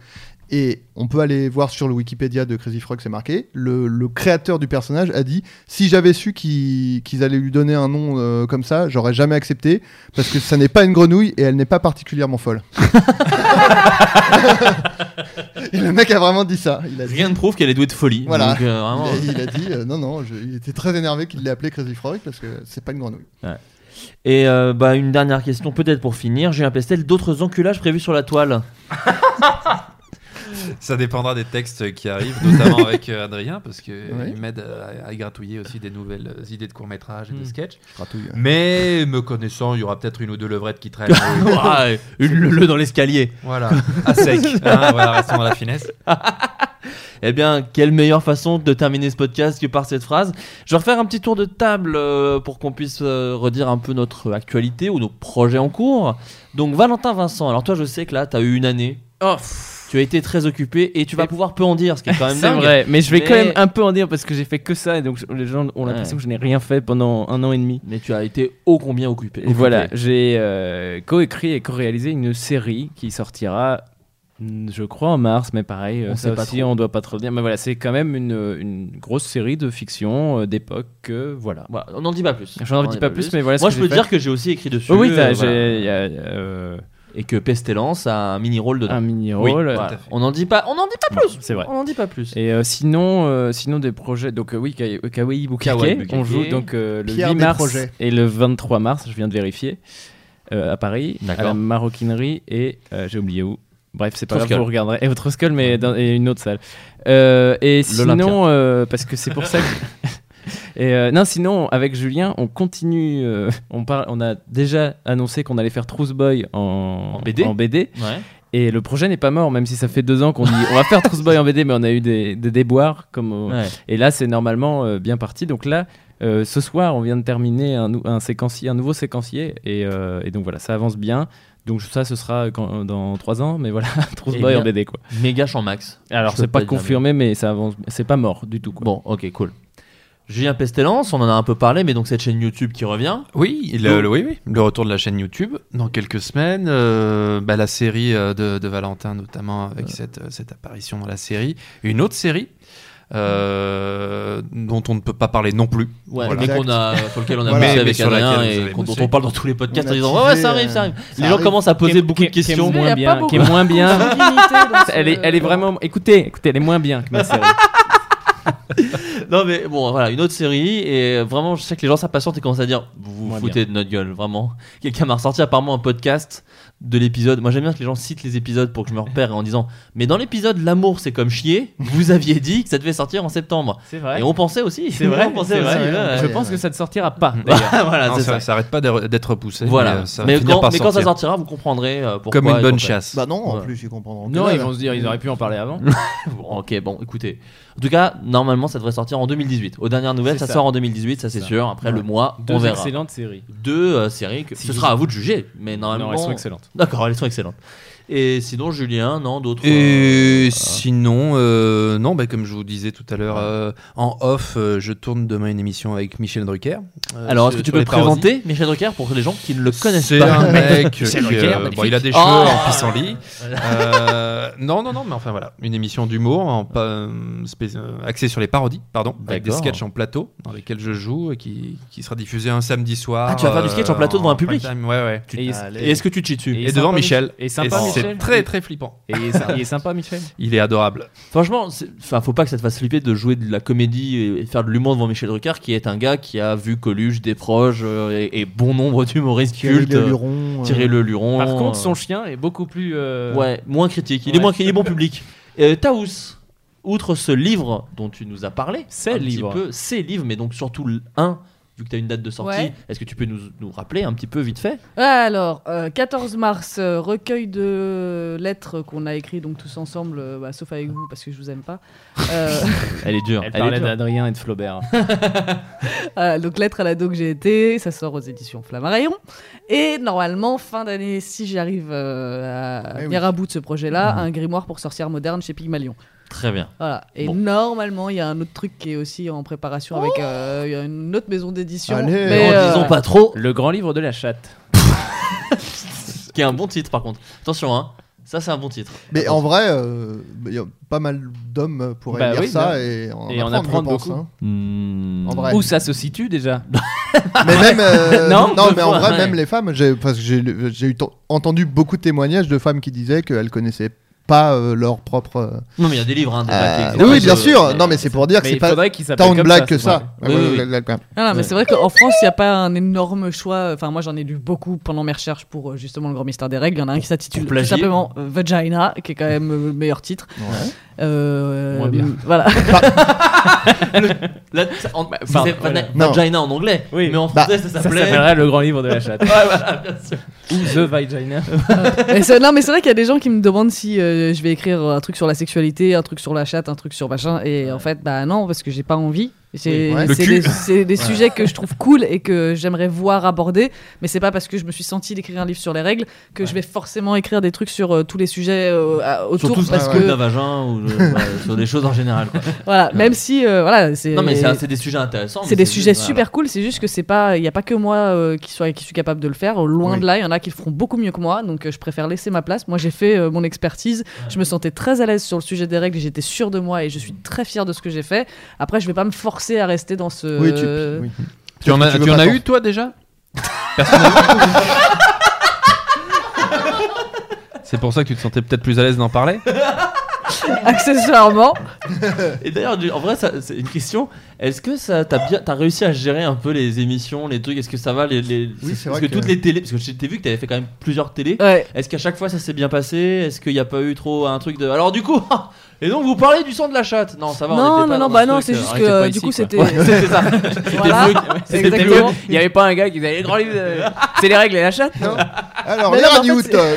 Speaker 7: Et on peut aller voir sur le Wikipédia de Crazy Frog, c'est marqué. Le, le créateur du personnage a dit Si j'avais su qu'il- qu'ils allaient lui donner un nom euh, comme ça, j'aurais jamais accepté, parce que ça n'est pas une grenouille et elle n'est pas particulièrement folle. et le mec a vraiment dit ça. Il a dit-
Speaker 6: Rien ne prouve qu'elle est douée de folie.
Speaker 7: Voilà.
Speaker 6: Donc, euh, vraiment.
Speaker 7: il, a, il a dit euh, Non, non, je- il était très énervé qu'il l'ait appelé Crazy Frog, parce que c'est pas une grenouille.
Speaker 6: Ouais. Et euh, bah, une dernière question, peut-être pour finir. J'ai un Pestel, d'autres enculages prévus sur la toile
Speaker 8: Ça dépendra des textes qui arrivent, notamment avec euh, Adrien, parce que il m'aide à, à gratouiller aussi des nouvelles euh, idées de courts métrages et
Speaker 6: Hmm.
Speaker 8: de sketchs.
Speaker 6: Je gratouille, hein.
Speaker 8: Mais me connaissant, il y aura peut-être une ou deux levrettes qui traînent.
Speaker 6: Ah, une leu dans l'escalier.
Speaker 8: Voilà, à sec. Hein, voilà, restons dans la finesse.
Speaker 6: Eh bien, quelle meilleure façon de terminer ce podcast que par cette phrase. Je vais refaire un petit tour de table euh, pour qu'on puisse euh, redire un peu notre actualité ou nos projets en cours. Donc, Valentin Vincent, alors toi, je sais que là, t'as eu une année. Tu as été très occupé et tu vas pouvoir peu en dire, ce qui est quand même
Speaker 2: C'est
Speaker 6: dingue.
Speaker 2: vrai, mais je vais quand même un peu en dire parce que j'ai fait que ça et donc je- les gens ont l'impression
Speaker 6: Ouais.
Speaker 2: que je n'ai rien fait pendant un an et demi.
Speaker 6: Mais tu as été ô combien occupé.
Speaker 2: Et voilà, j'ai euh, coécrit et co-réalisé une série qui sortira, mm, je crois, en mars, mais pareil, euh,
Speaker 6: On
Speaker 2: ça
Speaker 6: sait pas
Speaker 2: aussi,
Speaker 6: trop.
Speaker 2: on doit pas trop le dire. Mais voilà, c'est quand même une, une grosse série de fiction euh, d'époque. euh, voilà.
Speaker 6: Voilà, Bah, on n'en dit pas plus.
Speaker 2: J'en
Speaker 6: On en
Speaker 2: dis
Speaker 6: dit
Speaker 2: pas
Speaker 6: pas
Speaker 2: plus,
Speaker 6: plus.
Speaker 2: mais voilà.
Speaker 6: Moi,
Speaker 2: ce
Speaker 6: je
Speaker 2: que
Speaker 6: peux
Speaker 2: j'ai
Speaker 6: dire
Speaker 2: fait.
Speaker 6: que j'ai aussi écrit dessus,
Speaker 2: Oui,
Speaker 6: euh,
Speaker 2: t'as-
Speaker 6: voilà.
Speaker 2: j'ai- il y a, euh,
Speaker 6: Et que Pestelance a un mini-rôle dedans.
Speaker 2: Un mini-rôle,
Speaker 6: Oui,
Speaker 2: tout
Speaker 6: voilà.
Speaker 2: à fait.
Speaker 6: On n'en dit pas, on en dit pas plus.
Speaker 2: C'est vrai.
Speaker 6: On n'en dit pas plus.
Speaker 2: Et euh, sinon, euh, sinon des projets. Donc euh, oui, Ka- euh, Kawaii
Speaker 6: Kawaii
Speaker 2: Bukake.
Speaker 6: Bukake.
Speaker 2: On joue donc euh, le
Speaker 7: Pierre
Speaker 2: 8
Speaker 7: des
Speaker 2: mars
Speaker 7: projets.
Speaker 2: et le 23 mars. Je viens de vérifier euh, à Paris, à
Speaker 6: D'accord.
Speaker 2: la Maroquinerie et euh, j'ai oublié où. Bref, c'est pas grave,
Speaker 6: Trouscol.
Speaker 2: vous regarderez. Et votre Skull, mais dans et une autre salle. Euh, et
Speaker 6: L'Olympia.
Speaker 2: sinon, euh, parce que c'est pour ça que. Et euh, non, sinon, avec Julien, on continue. euh, on, parle, on a déjà annoncé qu'on allait faire Trousse Boy en,
Speaker 6: En BD. Ouais.
Speaker 2: et le projet n'est pas mort, même si ça fait deux ans qu'on dit on va faire Trousse Boy en BD, mais on a eu des, des déboires. Comme au-
Speaker 6: Ouais.
Speaker 2: Et là, c'est normalement euh, bien parti. Donc là, euh, ce soir, on vient de terminer un, nou- un, séquencier, un nouveau séquencier. Et, euh, et donc voilà, ça avance bien. Donc ça, ce sera quand- euh, dans trois ans. Mais voilà, Trousse
Speaker 6: Eh
Speaker 2: Boy
Speaker 6: bien,
Speaker 2: en BD, quoi.
Speaker 6: Méga champ max.
Speaker 2: Alors,
Speaker 6: Je
Speaker 2: c'est
Speaker 6: peux
Speaker 2: pas,
Speaker 6: dire, mais-
Speaker 2: confirmé, mais ça avance. C'est pas mort du tout, quoi.
Speaker 6: Bon, ok, cool. Julien Pestelance, on en a un peu parlé, mais donc cette chaîne YouTube qui revient.
Speaker 8: Oui, il-
Speaker 6: Donc-
Speaker 8: le, oui, oui, le retour de la chaîne YouTube dans quelques semaines. euh, bah, la série euh, de, de Valentin, notamment, avec cette, euh, cette apparition dans la série. Une autre série euh, dont on ne peut pas parler non plus.
Speaker 6: Ouais, mais qu'on a, sur lequel on a
Speaker 8: Mais-
Speaker 6: bossé
Speaker 8: mais
Speaker 6: avec
Speaker 8: sur laquelle
Speaker 6: Adrien
Speaker 8: vous avez
Speaker 6: et qu'on- dont
Speaker 8: bossé.
Speaker 6: on parle dans tous les podcasts
Speaker 8: On a
Speaker 6: en disant Ouais, ouais,
Speaker 8: teasé,
Speaker 6: ça arrive, ça arrive.
Speaker 8: euh,
Speaker 6: les
Speaker 8: ça
Speaker 6: gens
Speaker 8: arrive.
Speaker 6: commencent à poser
Speaker 2: Qui est-
Speaker 6: beaucoup de
Speaker 2: qui est- qui est
Speaker 6: questions.
Speaker 2: moins bien, qui est moins bien. elle, est, elle est vraiment. Écoutez, écoutez, elle est moins bien que ma série.
Speaker 6: non mais bon voilà une autre série et vraiment je sais que les gens s'impatientent et commencent à dire vous vous
Speaker 2: Moins
Speaker 6: foutez de notre gueule vraiment quelqu'un m'a ressorti apparemment un podcast de l'épisode moi j'aime bien que les gens citent les épisodes pour que je me repère en disant mais dans l'épisode l'amour c'est comme chier vous aviez dit que ça devait sortir en septembre
Speaker 2: C'est vrai.
Speaker 6: et on pensait aussi
Speaker 2: C'est vrai,
Speaker 6: on pensait
Speaker 2: c'est vrai.
Speaker 6: aussi, ouais.
Speaker 2: Je pense que ça ne sortira pas.
Speaker 6: Bah,
Speaker 2: d'ailleurs.
Speaker 6: voilà,
Speaker 8: Non,
Speaker 6: c'est
Speaker 8: ça-
Speaker 6: ça.
Speaker 8: ça arrête pas d'être- d'être poussé.
Speaker 6: Voilà.
Speaker 8: euh, ça va
Speaker 6: mais,
Speaker 8: finir
Speaker 6: quand,
Speaker 8: par
Speaker 6: mais quand ça
Speaker 8: sortir.
Speaker 6: sortira, vous comprendrez euh, pourquoi.
Speaker 8: Comme une
Speaker 6: et
Speaker 8: bonne
Speaker 6: pourquoi.
Speaker 8: chasse.
Speaker 7: Bah non, en plus, ils comprendront
Speaker 2: Non,
Speaker 7: que dalle.
Speaker 2: ils vont se dire, ils auraient pu en parler avant.
Speaker 6: Bon, ok, bon, écoutez. En tout cas, normalement, ça devrait sortir en 2018. Aux dernières nouvelles,
Speaker 2: C'est
Speaker 6: ça,
Speaker 2: ça.
Speaker 6: sort en 2018, ça c'est
Speaker 2: Ça.
Speaker 6: sûr. Après
Speaker 2: Ouais.
Speaker 6: le mois,
Speaker 2: Deux
Speaker 6: on verra.
Speaker 7: Ah.
Speaker 2: excellentes séries.
Speaker 6: Deux euh, séries que
Speaker 2: Si
Speaker 6: ce
Speaker 2: je-
Speaker 6: sera à vous de juger, mais normalement.
Speaker 2: Non, elles sont excellentes.
Speaker 6: D'accord, elles sont excellentes. Et sinon, Julien, non, d'autres.
Speaker 8: Et sinon, euh, non, bah, comme je vous disais tout à l'heure, euh, en off, euh, je tourne demain une émission avec Michel Drucker. euh,
Speaker 6: Alors, est-ce
Speaker 8: sur-
Speaker 6: que tu
Speaker 8: sur
Speaker 6: peux
Speaker 8: les
Speaker 6: présenter Michel Drucker pour les gens qui ne le connaissent
Speaker 8: C'est
Speaker 6: pas
Speaker 8: un mec qui,
Speaker 6: Michel
Speaker 8: euh,
Speaker 6: Drucker,
Speaker 8: bon,
Speaker 6: magnifique.
Speaker 8: il a des
Speaker 6: Oh
Speaker 8: cheveux en pissenlit. Euh, non, non, non, mais enfin voilà, une émission d'humour en pa- euh, spé- euh, axée sur les parodies, pardon, avec des
Speaker 6: D'accord.
Speaker 8: sketchs en plateau dans lesquels je joue et qui, qui sera diffusé un samedi soir. euh,
Speaker 6: Ah, tu vas faire du sketch en plateau devant un public
Speaker 8: prime time, Ouais, ouais.
Speaker 6: Et est- Allez. et est-ce que tu te chies dessus
Speaker 8: Et,
Speaker 6: Et
Speaker 8: devant
Speaker 6: sympa,
Speaker 8: Michel.
Speaker 6: Michel. Et sympa,
Speaker 8: c'est
Speaker 6: Michel.
Speaker 8: très très flippant.
Speaker 2: Et il est sy- il est sympa, Michel
Speaker 8: Il est adorable.
Speaker 6: Franchement, c'est- enfin, faut pas que ça te fasse flipper de jouer de la comédie et- et faire de l'humour devant Michel Drucker, qui est un gars qui a vu Coluche, des proches et, et bon nombre d'humoristes
Speaker 7: Thierry
Speaker 6: cultes.
Speaker 7: Le Luron, euh.
Speaker 6: Thierry Le Luron.
Speaker 2: Par contre,
Speaker 6: euh,
Speaker 2: son chien est beaucoup plus. euh,
Speaker 6: Ouais, moins critique. Il est
Speaker 2: Ouais.
Speaker 6: moins il est bon public. Euh, Taous, outre ce livre dont tu nous as parlé,
Speaker 2: Ces
Speaker 6: un petit
Speaker 2: livres.
Speaker 6: peu, ces livres, mais donc surtout le 1, vu que tu as une date de sortie,
Speaker 9: Ouais.
Speaker 6: est-ce que tu peux nous, nous rappeler un petit peu vite fait
Speaker 9: Alors, euh, 14 mars, euh, recueil de lettres qu'on a écrit donc tous ensemble, euh, bah, sauf avec vous parce que je vous aime pas. Euh,
Speaker 6: Elle est dure.
Speaker 2: Elle
Speaker 6: elle est
Speaker 2: parlait
Speaker 6: dure.
Speaker 2: d'Adrien et de Flaubert.
Speaker 9: euh, donc, lettre à l'ado que j'ai été, ça sort aux éditions Flammarion. Et normalement, fin d'année, si j'arrive euh, à
Speaker 6: Eh
Speaker 9: venir
Speaker 6: oui.
Speaker 9: à bout de ce projet-là,
Speaker 6: Mhm.
Speaker 9: un grimoire pour sorcières modernes chez Pygmalion.
Speaker 6: Très bien.
Speaker 9: Voilà. Et
Speaker 6: Bon.
Speaker 9: normalement, il y a un autre truc qui est aussi en préparation avec euh, il y a une autre maison d'édition.
Speaker 2: Allez.
Speaker 9: mais,
Speaker 7: euh,
Speaker 6: Ne disons pas trop.
Speaker 2: Le grand livre de la chatte.
Speaker 6: Qui est un bon titre par contre. Attention, hein. ça c'est un bon titre.
Speaker 7: Mais en vrai, euh, il y a pas mal d'hommes euh, pourraient
Speaker 2: Bah
Speaker 7: lire
Speaker 2: oui,
Speaker 7: ça
Speaker 2: bien.
Speaker 7: et en
Speaker 2: Et en apprendre
Speaker 7: apprendre, je pense,
Speaker 2: beaucoup.
Speaker 7: hein.
Speaker 6: Hmm.
Speaker 7: En vrai.
Speaker 2: Où ça se situe déjà
Speaker 7: Mais même, euh, non,
Speaker 2: Non,
Speaker 7: mais
Speaker 2: deux
Speaker 7: en
Speaker 2: fois,
Speaker 7: vrai,
Speaker 2: ouais.
Speaker 7: même les femmes, j'ai, parce que j'ai, j'ai eu t- entendu beaucoup de témoignages de femmes qui disaient qu'elles connaissaient pas euh, leur propre. euh,
Speaker 6: Non, mais il y a des livres, hein, des
Speaker 7: euh,
Speaker 6: paquets,
Speaker 7: oui,
Speaker 6: des
Speaker 7: oui, bien
Speaker 6: paquets,
Speaker 7: sûr.
Speaker 6: euh,
Speaker 7: non, mais c'est pour dire que
Speaker 2: mais
Speaker 7: c'est
Speaker 2: il
Speaker 7: pas
Speaker 2: faudrait qu'ils s'appellent
Speaker 7: tant de
Speaker 2: comme
Speaker 7: blague
Speaker 2: ça,
Speaker 7: que
Speaker 2: ce
Speaker 7: ça.
Speaker 2: moment-là. Oui,
Speaker 7: Ouais,
Speaker 2: oui,
Speaker 7: ouais,
Speaker 2: oui.
Speaker 7: ouais, ouais.
Speaker 9: Non, non, mais c'est vrai qu'en France, il n'y a pas un énorme choix. Enfin, moi, j'en ai lu beaucoup pendant mes recherches pour euh, justement le grand mystère des règles. Il y en a un qui s'intitule
Speaker 6: pour
Speaker 9: tout
Speaker 6: plagier.
Speaker 9: simplement euh, Vagina, qui est quand même euh, le meilleur titre.
Speaker 7: Ouais.
Speaker 9: Euh,
Speaker 6: Moins bien.
Speaker 9: Voilà.
Speaker 6: Là, ça- en-
Speaker 2: Bah,
Speaker 6: c'est
Speaker 2: voilà.
Speaker 6: vana-
Speaker 2: Non.
Speaker 6: vagina en anglais,
Speaker 2: Oui.
Speaker 6: mais en
Speaker 2: Bah,
Speaker 6: français ça
Speaker 2: ça
Speaker 6: s'appelait.
Speaker 2: s'appellerait le grand livre de la chatte.
Speaker 6: ouais, voilà, bien sûr.
Speaker 2: Ou The Vagina.
Speaker 9: Mais c'est- non, mais c'est vrai qu'il y a des gens qui me demandent si euh, je vais écrire un truc sur la sexualité, un truc sur la chatte, un truc sur machin. Et en fait, bah non, parce que j'ai pas envie. C'est
Speaker 7: Oui. Ouais.
Speaker 9: c'est
Speaker 7: Le
Speaker 9: des,
Speaker 7: cul.
Speaker 9: c'est des
Speaker 7: Ouais.
Speaker 9: sujets que je trouve cool et que j'aimerais voir abordés, mais c'est pas parce que je me suis senti d'écrire un livre sur les règles que je vais forcément écrire des trucs sur euh, tous les sujets euh, à- autour.
Speaker 6: Surtout le
Speaker 9: parce
Speaker 6: parce
Speaker 9: que
Speaker 6: d'un vagin ou euh, ouais, sur des choses en général. quoi.
Speaker 9: voilà, même si euh, voilà, c'est
Speaker 6: Non, mais c'est c'est des sujets intéressants. mais
Speaker 9: c'est des sujets
Speaker 6: voilà.
Speaker 9: super cool, c'est juste que c'est pas, il n'y a pas que moi euh, qui, soit, qui suis capable de le faire. Loin
Speaker 6: Oui.
Speaker 9: de là, il y en a qui le feront beaucoup mieux que moi, donc euh, je préfère laisser ma place. Moi, j'ai fait euh, mon expertise, je me sentais très à l'aise sur le sujet des règles, j'étais sûre de moi et je suis très fière de ce que j'ai fait. Après, je vais pas me forcer à rester dans ce.
Speaker 7: Oui, tu- oui.
Speaker 8: Tu en
Speaker 7: Parce
Speaker 8: as,
Speaker 7: que tu
Speaker 8: tu
Speaker 7: veux
Speaker 8: en
Speaker 7: pas
Speaker 8: as
Speaker 7: t'en-
Speaker 8: eu toi déjà C'est pour ça que tu te sentais peut-être plus à l'aise d'en parler.
Speaker 9: Accessoirement.
Speaker 6: Et d'ailleurs, du- en vrai, ça- c'est une question. Est-ce que ça, t'as bien, t'as réussi à gérer un peu les émissions, les trucs Est-ce que ça va les, les-
Speaker 7: Oui, c'est
Speaker 6: Parce
Speaker 7: vrai
Speaker 6: que,
Speaker 7: que-
Speaker 6: toutes les télés, parce que j'ai t'ai vu que t'avais fait quand même plusieurs télés.
Speaker 9: Ouais.
Speaker 6: Est-ce qu'à chaque fois ça s'est bien passé Est-ce qu'il n'y a pas eu trop un truc de Alors du coup, et donc vous parlez du sang de la chatte Non, ça va.
Speaker 9: Non,
Speaker 6: on était
Speaker 9: non,
Speaker 6: pas
Speaker 9: non,
Speaker 6: dans
Speaker 9: bah
Speaker 6: ce
Speaker 9: non,
Speaker 6: truc,
Speaker 9: c'est
Speaker 6: euh,
Speaker 9: juste
Speaker 6: on
Speaker 9: que,
Speaker 6: était pas
Speaker 9: du coup,
Speaker 6: ici, quoi.
Speaker 9: c'était-
Speaker 6: Ouais, c'était ça. C'était
Speaker 9: Voilà.
Speaker 6: vlog. C'était
Speaker 9: Exactement.
Speaker 6: vlog.
Speaker 2: Il n'y avait pas un gars qui faisait les grands livres. de- C'est les règles et la chatte
Speaker 7: Non. Alors,
Speaker 9: Mais non,
Speaker 7: Léa
Speaker 9: mais en
Speaker 7: Newt,
Speaker 9: fait, c'est-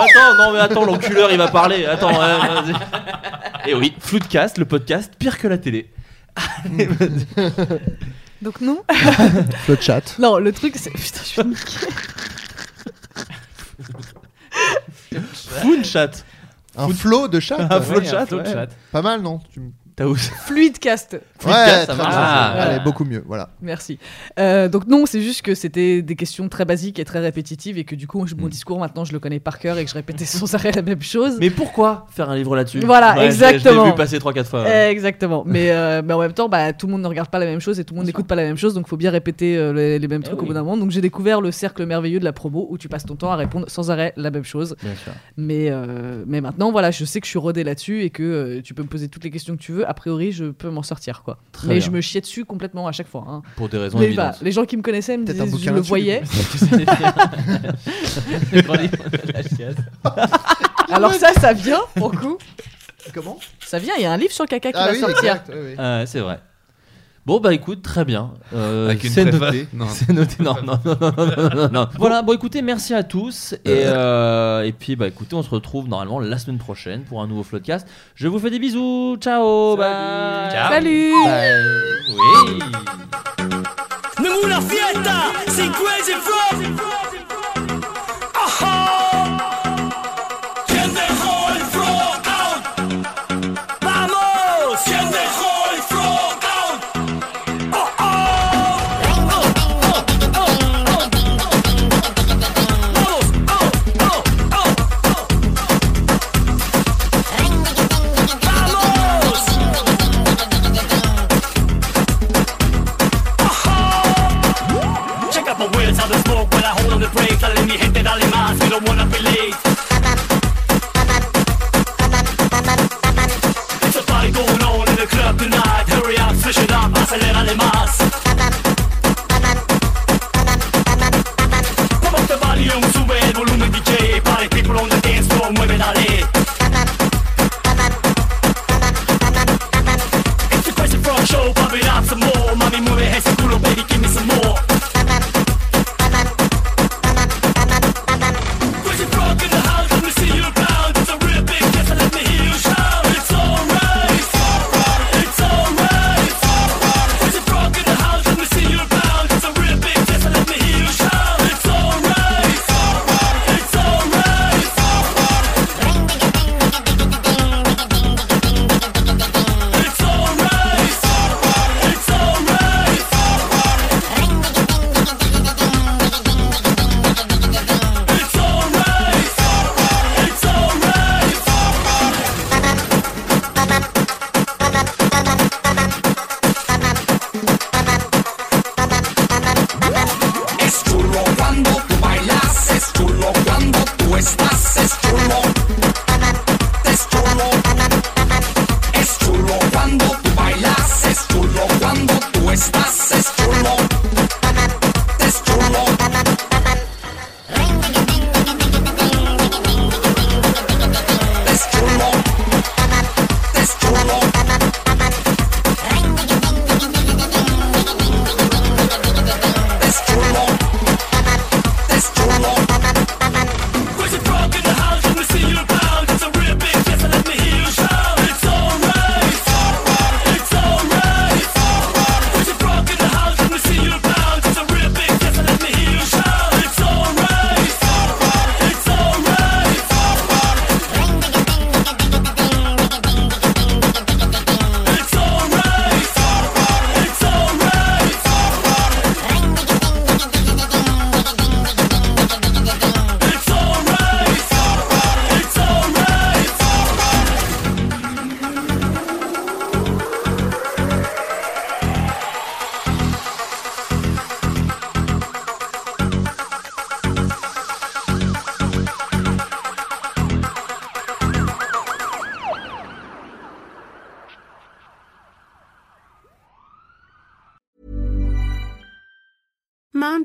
Speaker 6: Attends, non mais attends, l'enculeur il va parler. Attends, euh, vas-y. Et oui, Floodcast, le podcast pire que la télé. Allez, vas-y.
Speaker 9: Donc non.
Speaker 7: le chat.
Speaker 9: non, le truc, c'est putain, je suis niquée.
Speaker 6: Food chat.
Speaker 7: Un flot de chat.
Speaker 6: Un flot de chat,
Speaker 2: flot de
Speaker 6: ouais.
Speaker 2: chat.
Speaker 7: Pas mal, non Tu me-
Speaker 6: T'as où
Speaker 9: Fluidcast.
Speaker 7: Ouais,
Speaker 6: Fluidcast, ça
Speaker 7: très
Speaker 6: marche.
Speaker 7: bien.
Speaker 6: Ah,
Speaker 7: Allez,
Speaker 6: voilà.
Speaker 7: beaucoup mieux, voilà.
Speaker 9: Merci. Euh, donc non, c'est juste que c'était des questions très basiques et très répétitives et que du coup, je- mon discours maintenant, je le connais par cœur et que je répétais sans arrêt la même chose.
Speaker 6: Mais pourquoi faire un livre là-dessus
Speaker 9: Voilà,
Speaker 6: Ouais, je-
Speaker 9: exactement.
Speaker 6: Je l'ai vu passer 3-4 fois. ouais.
Speaker 9: Exactement. Mais, euh, mais en même temps, bah, tout le monde ne regarde pas la même chose et tout le monde n'écoute pas la même chose, donc faut bien répéter euh, les, les mêmes
Speaker 6: Eh
Speaker 9: trucs au bout d'un moment. Donc j'ai découvert le cercle merveilleux de la promo où tu passes ton temps à répondre sans arrêt la même chose.
Speaker 6: Bien sûr.
Speaker 9: Mais, euh, mais maintenant, voilà, je sais que je suis rodée là-dessus et que euh, tu peux me poser toutes les questions que tu veux. A priori, je peux m'en sortir, quoi.
Speaker 6: Très
Speaker 9: mais
Speaker 6: bien.
Speaker 9: je me chiais dessus complètement à chaque fois. hein.
Speaker 6: Pour des raisons
Speaker 9: Mais
Speaker 6: évidentes.
Speaker 9: bah, les gens qui me connaissaient me
Speaker 7: Peut-être un
Speaker 9: disaient,
Speaker 7: bouquin
Speaker 9: je le voyais.
Speaker 7: là-dessus,
Speaker 6: Le grand livre de la chatte.
Speaker 9: Alors ça, ça vient, pour le coup.
Speaker 7: Comment
Speaker 9: Ça vient, il y a un livre sur le caca qui
Speaker 7: Ah
Speaker 9: va
Speaker 7: oui,
Speaker 9: sortir.
Speaker 7: exact, oui, oui.
Speaker 6: Ah Ouais, c'est vrai. Bon bah écoute, très bien. Euh,
Speaker 8: Avec une
Speaker 6: c'est
Speaker 8: préface.
Speaker 6: noté.
Speaker 8: Non.
Speaker 6: C'est noté. Non, non, non, non, non, non, non, non. Voilà. Bon écoutez, merci à tous et euh, et puis bah écoutez, on se retrouve normalement la semaine prochaine pour un nouveau podcast. Je vous fais des bisous. Ciao. Bye.
Speaker 8: Ciao.
Speaker 9: Salut
Speaker 6: Oui.
Speaker 18: Ninguna fiesta sin Crazy Frog. Ajá.
Speaker 6: accélère les masses. Come balli non sube il volume DJ, pare people on the dance floor, mueve dale. It's a crazy front show, pump it up some more, mami mueve ese culo, baby give me some more. Crazy frog in the house, let me see you around, it's a real big dance, let me hear you shout, it's alright, it's alright, it's alright, it's alright. Crazy frog in the house, let me see you around, it's a real big dance, let me hear you shout, it's alright, it's alright, it's alright, it's alright. It's alright, it's alright, it's alright, it's alright. It's alright, it's alright, it's alright, it's alright. Es chulo cuando tú bailas, es chulo cuando tú estás, es chulo. Es chulo. Es chulo cuando tú bailas, es chulo cuando tú estás, es chulo. Es chulo. Es chulo. Es chulo. Es chulo. It's chulo. Crazy frog in the house, let me see you around. It's a real big yes, and let me hear you shout. It's alright, it's alright, it's alright, it's alright. Crazy frog in the house, let me see you around. It's a real big yes, and let me hear you shout. It's alright, it's alright, it's alright, it's alright. It's alright, it's alright, it's alright, it's alright. It's alright, it's alright, it's alright, it's alright.
Speaker 9: Mom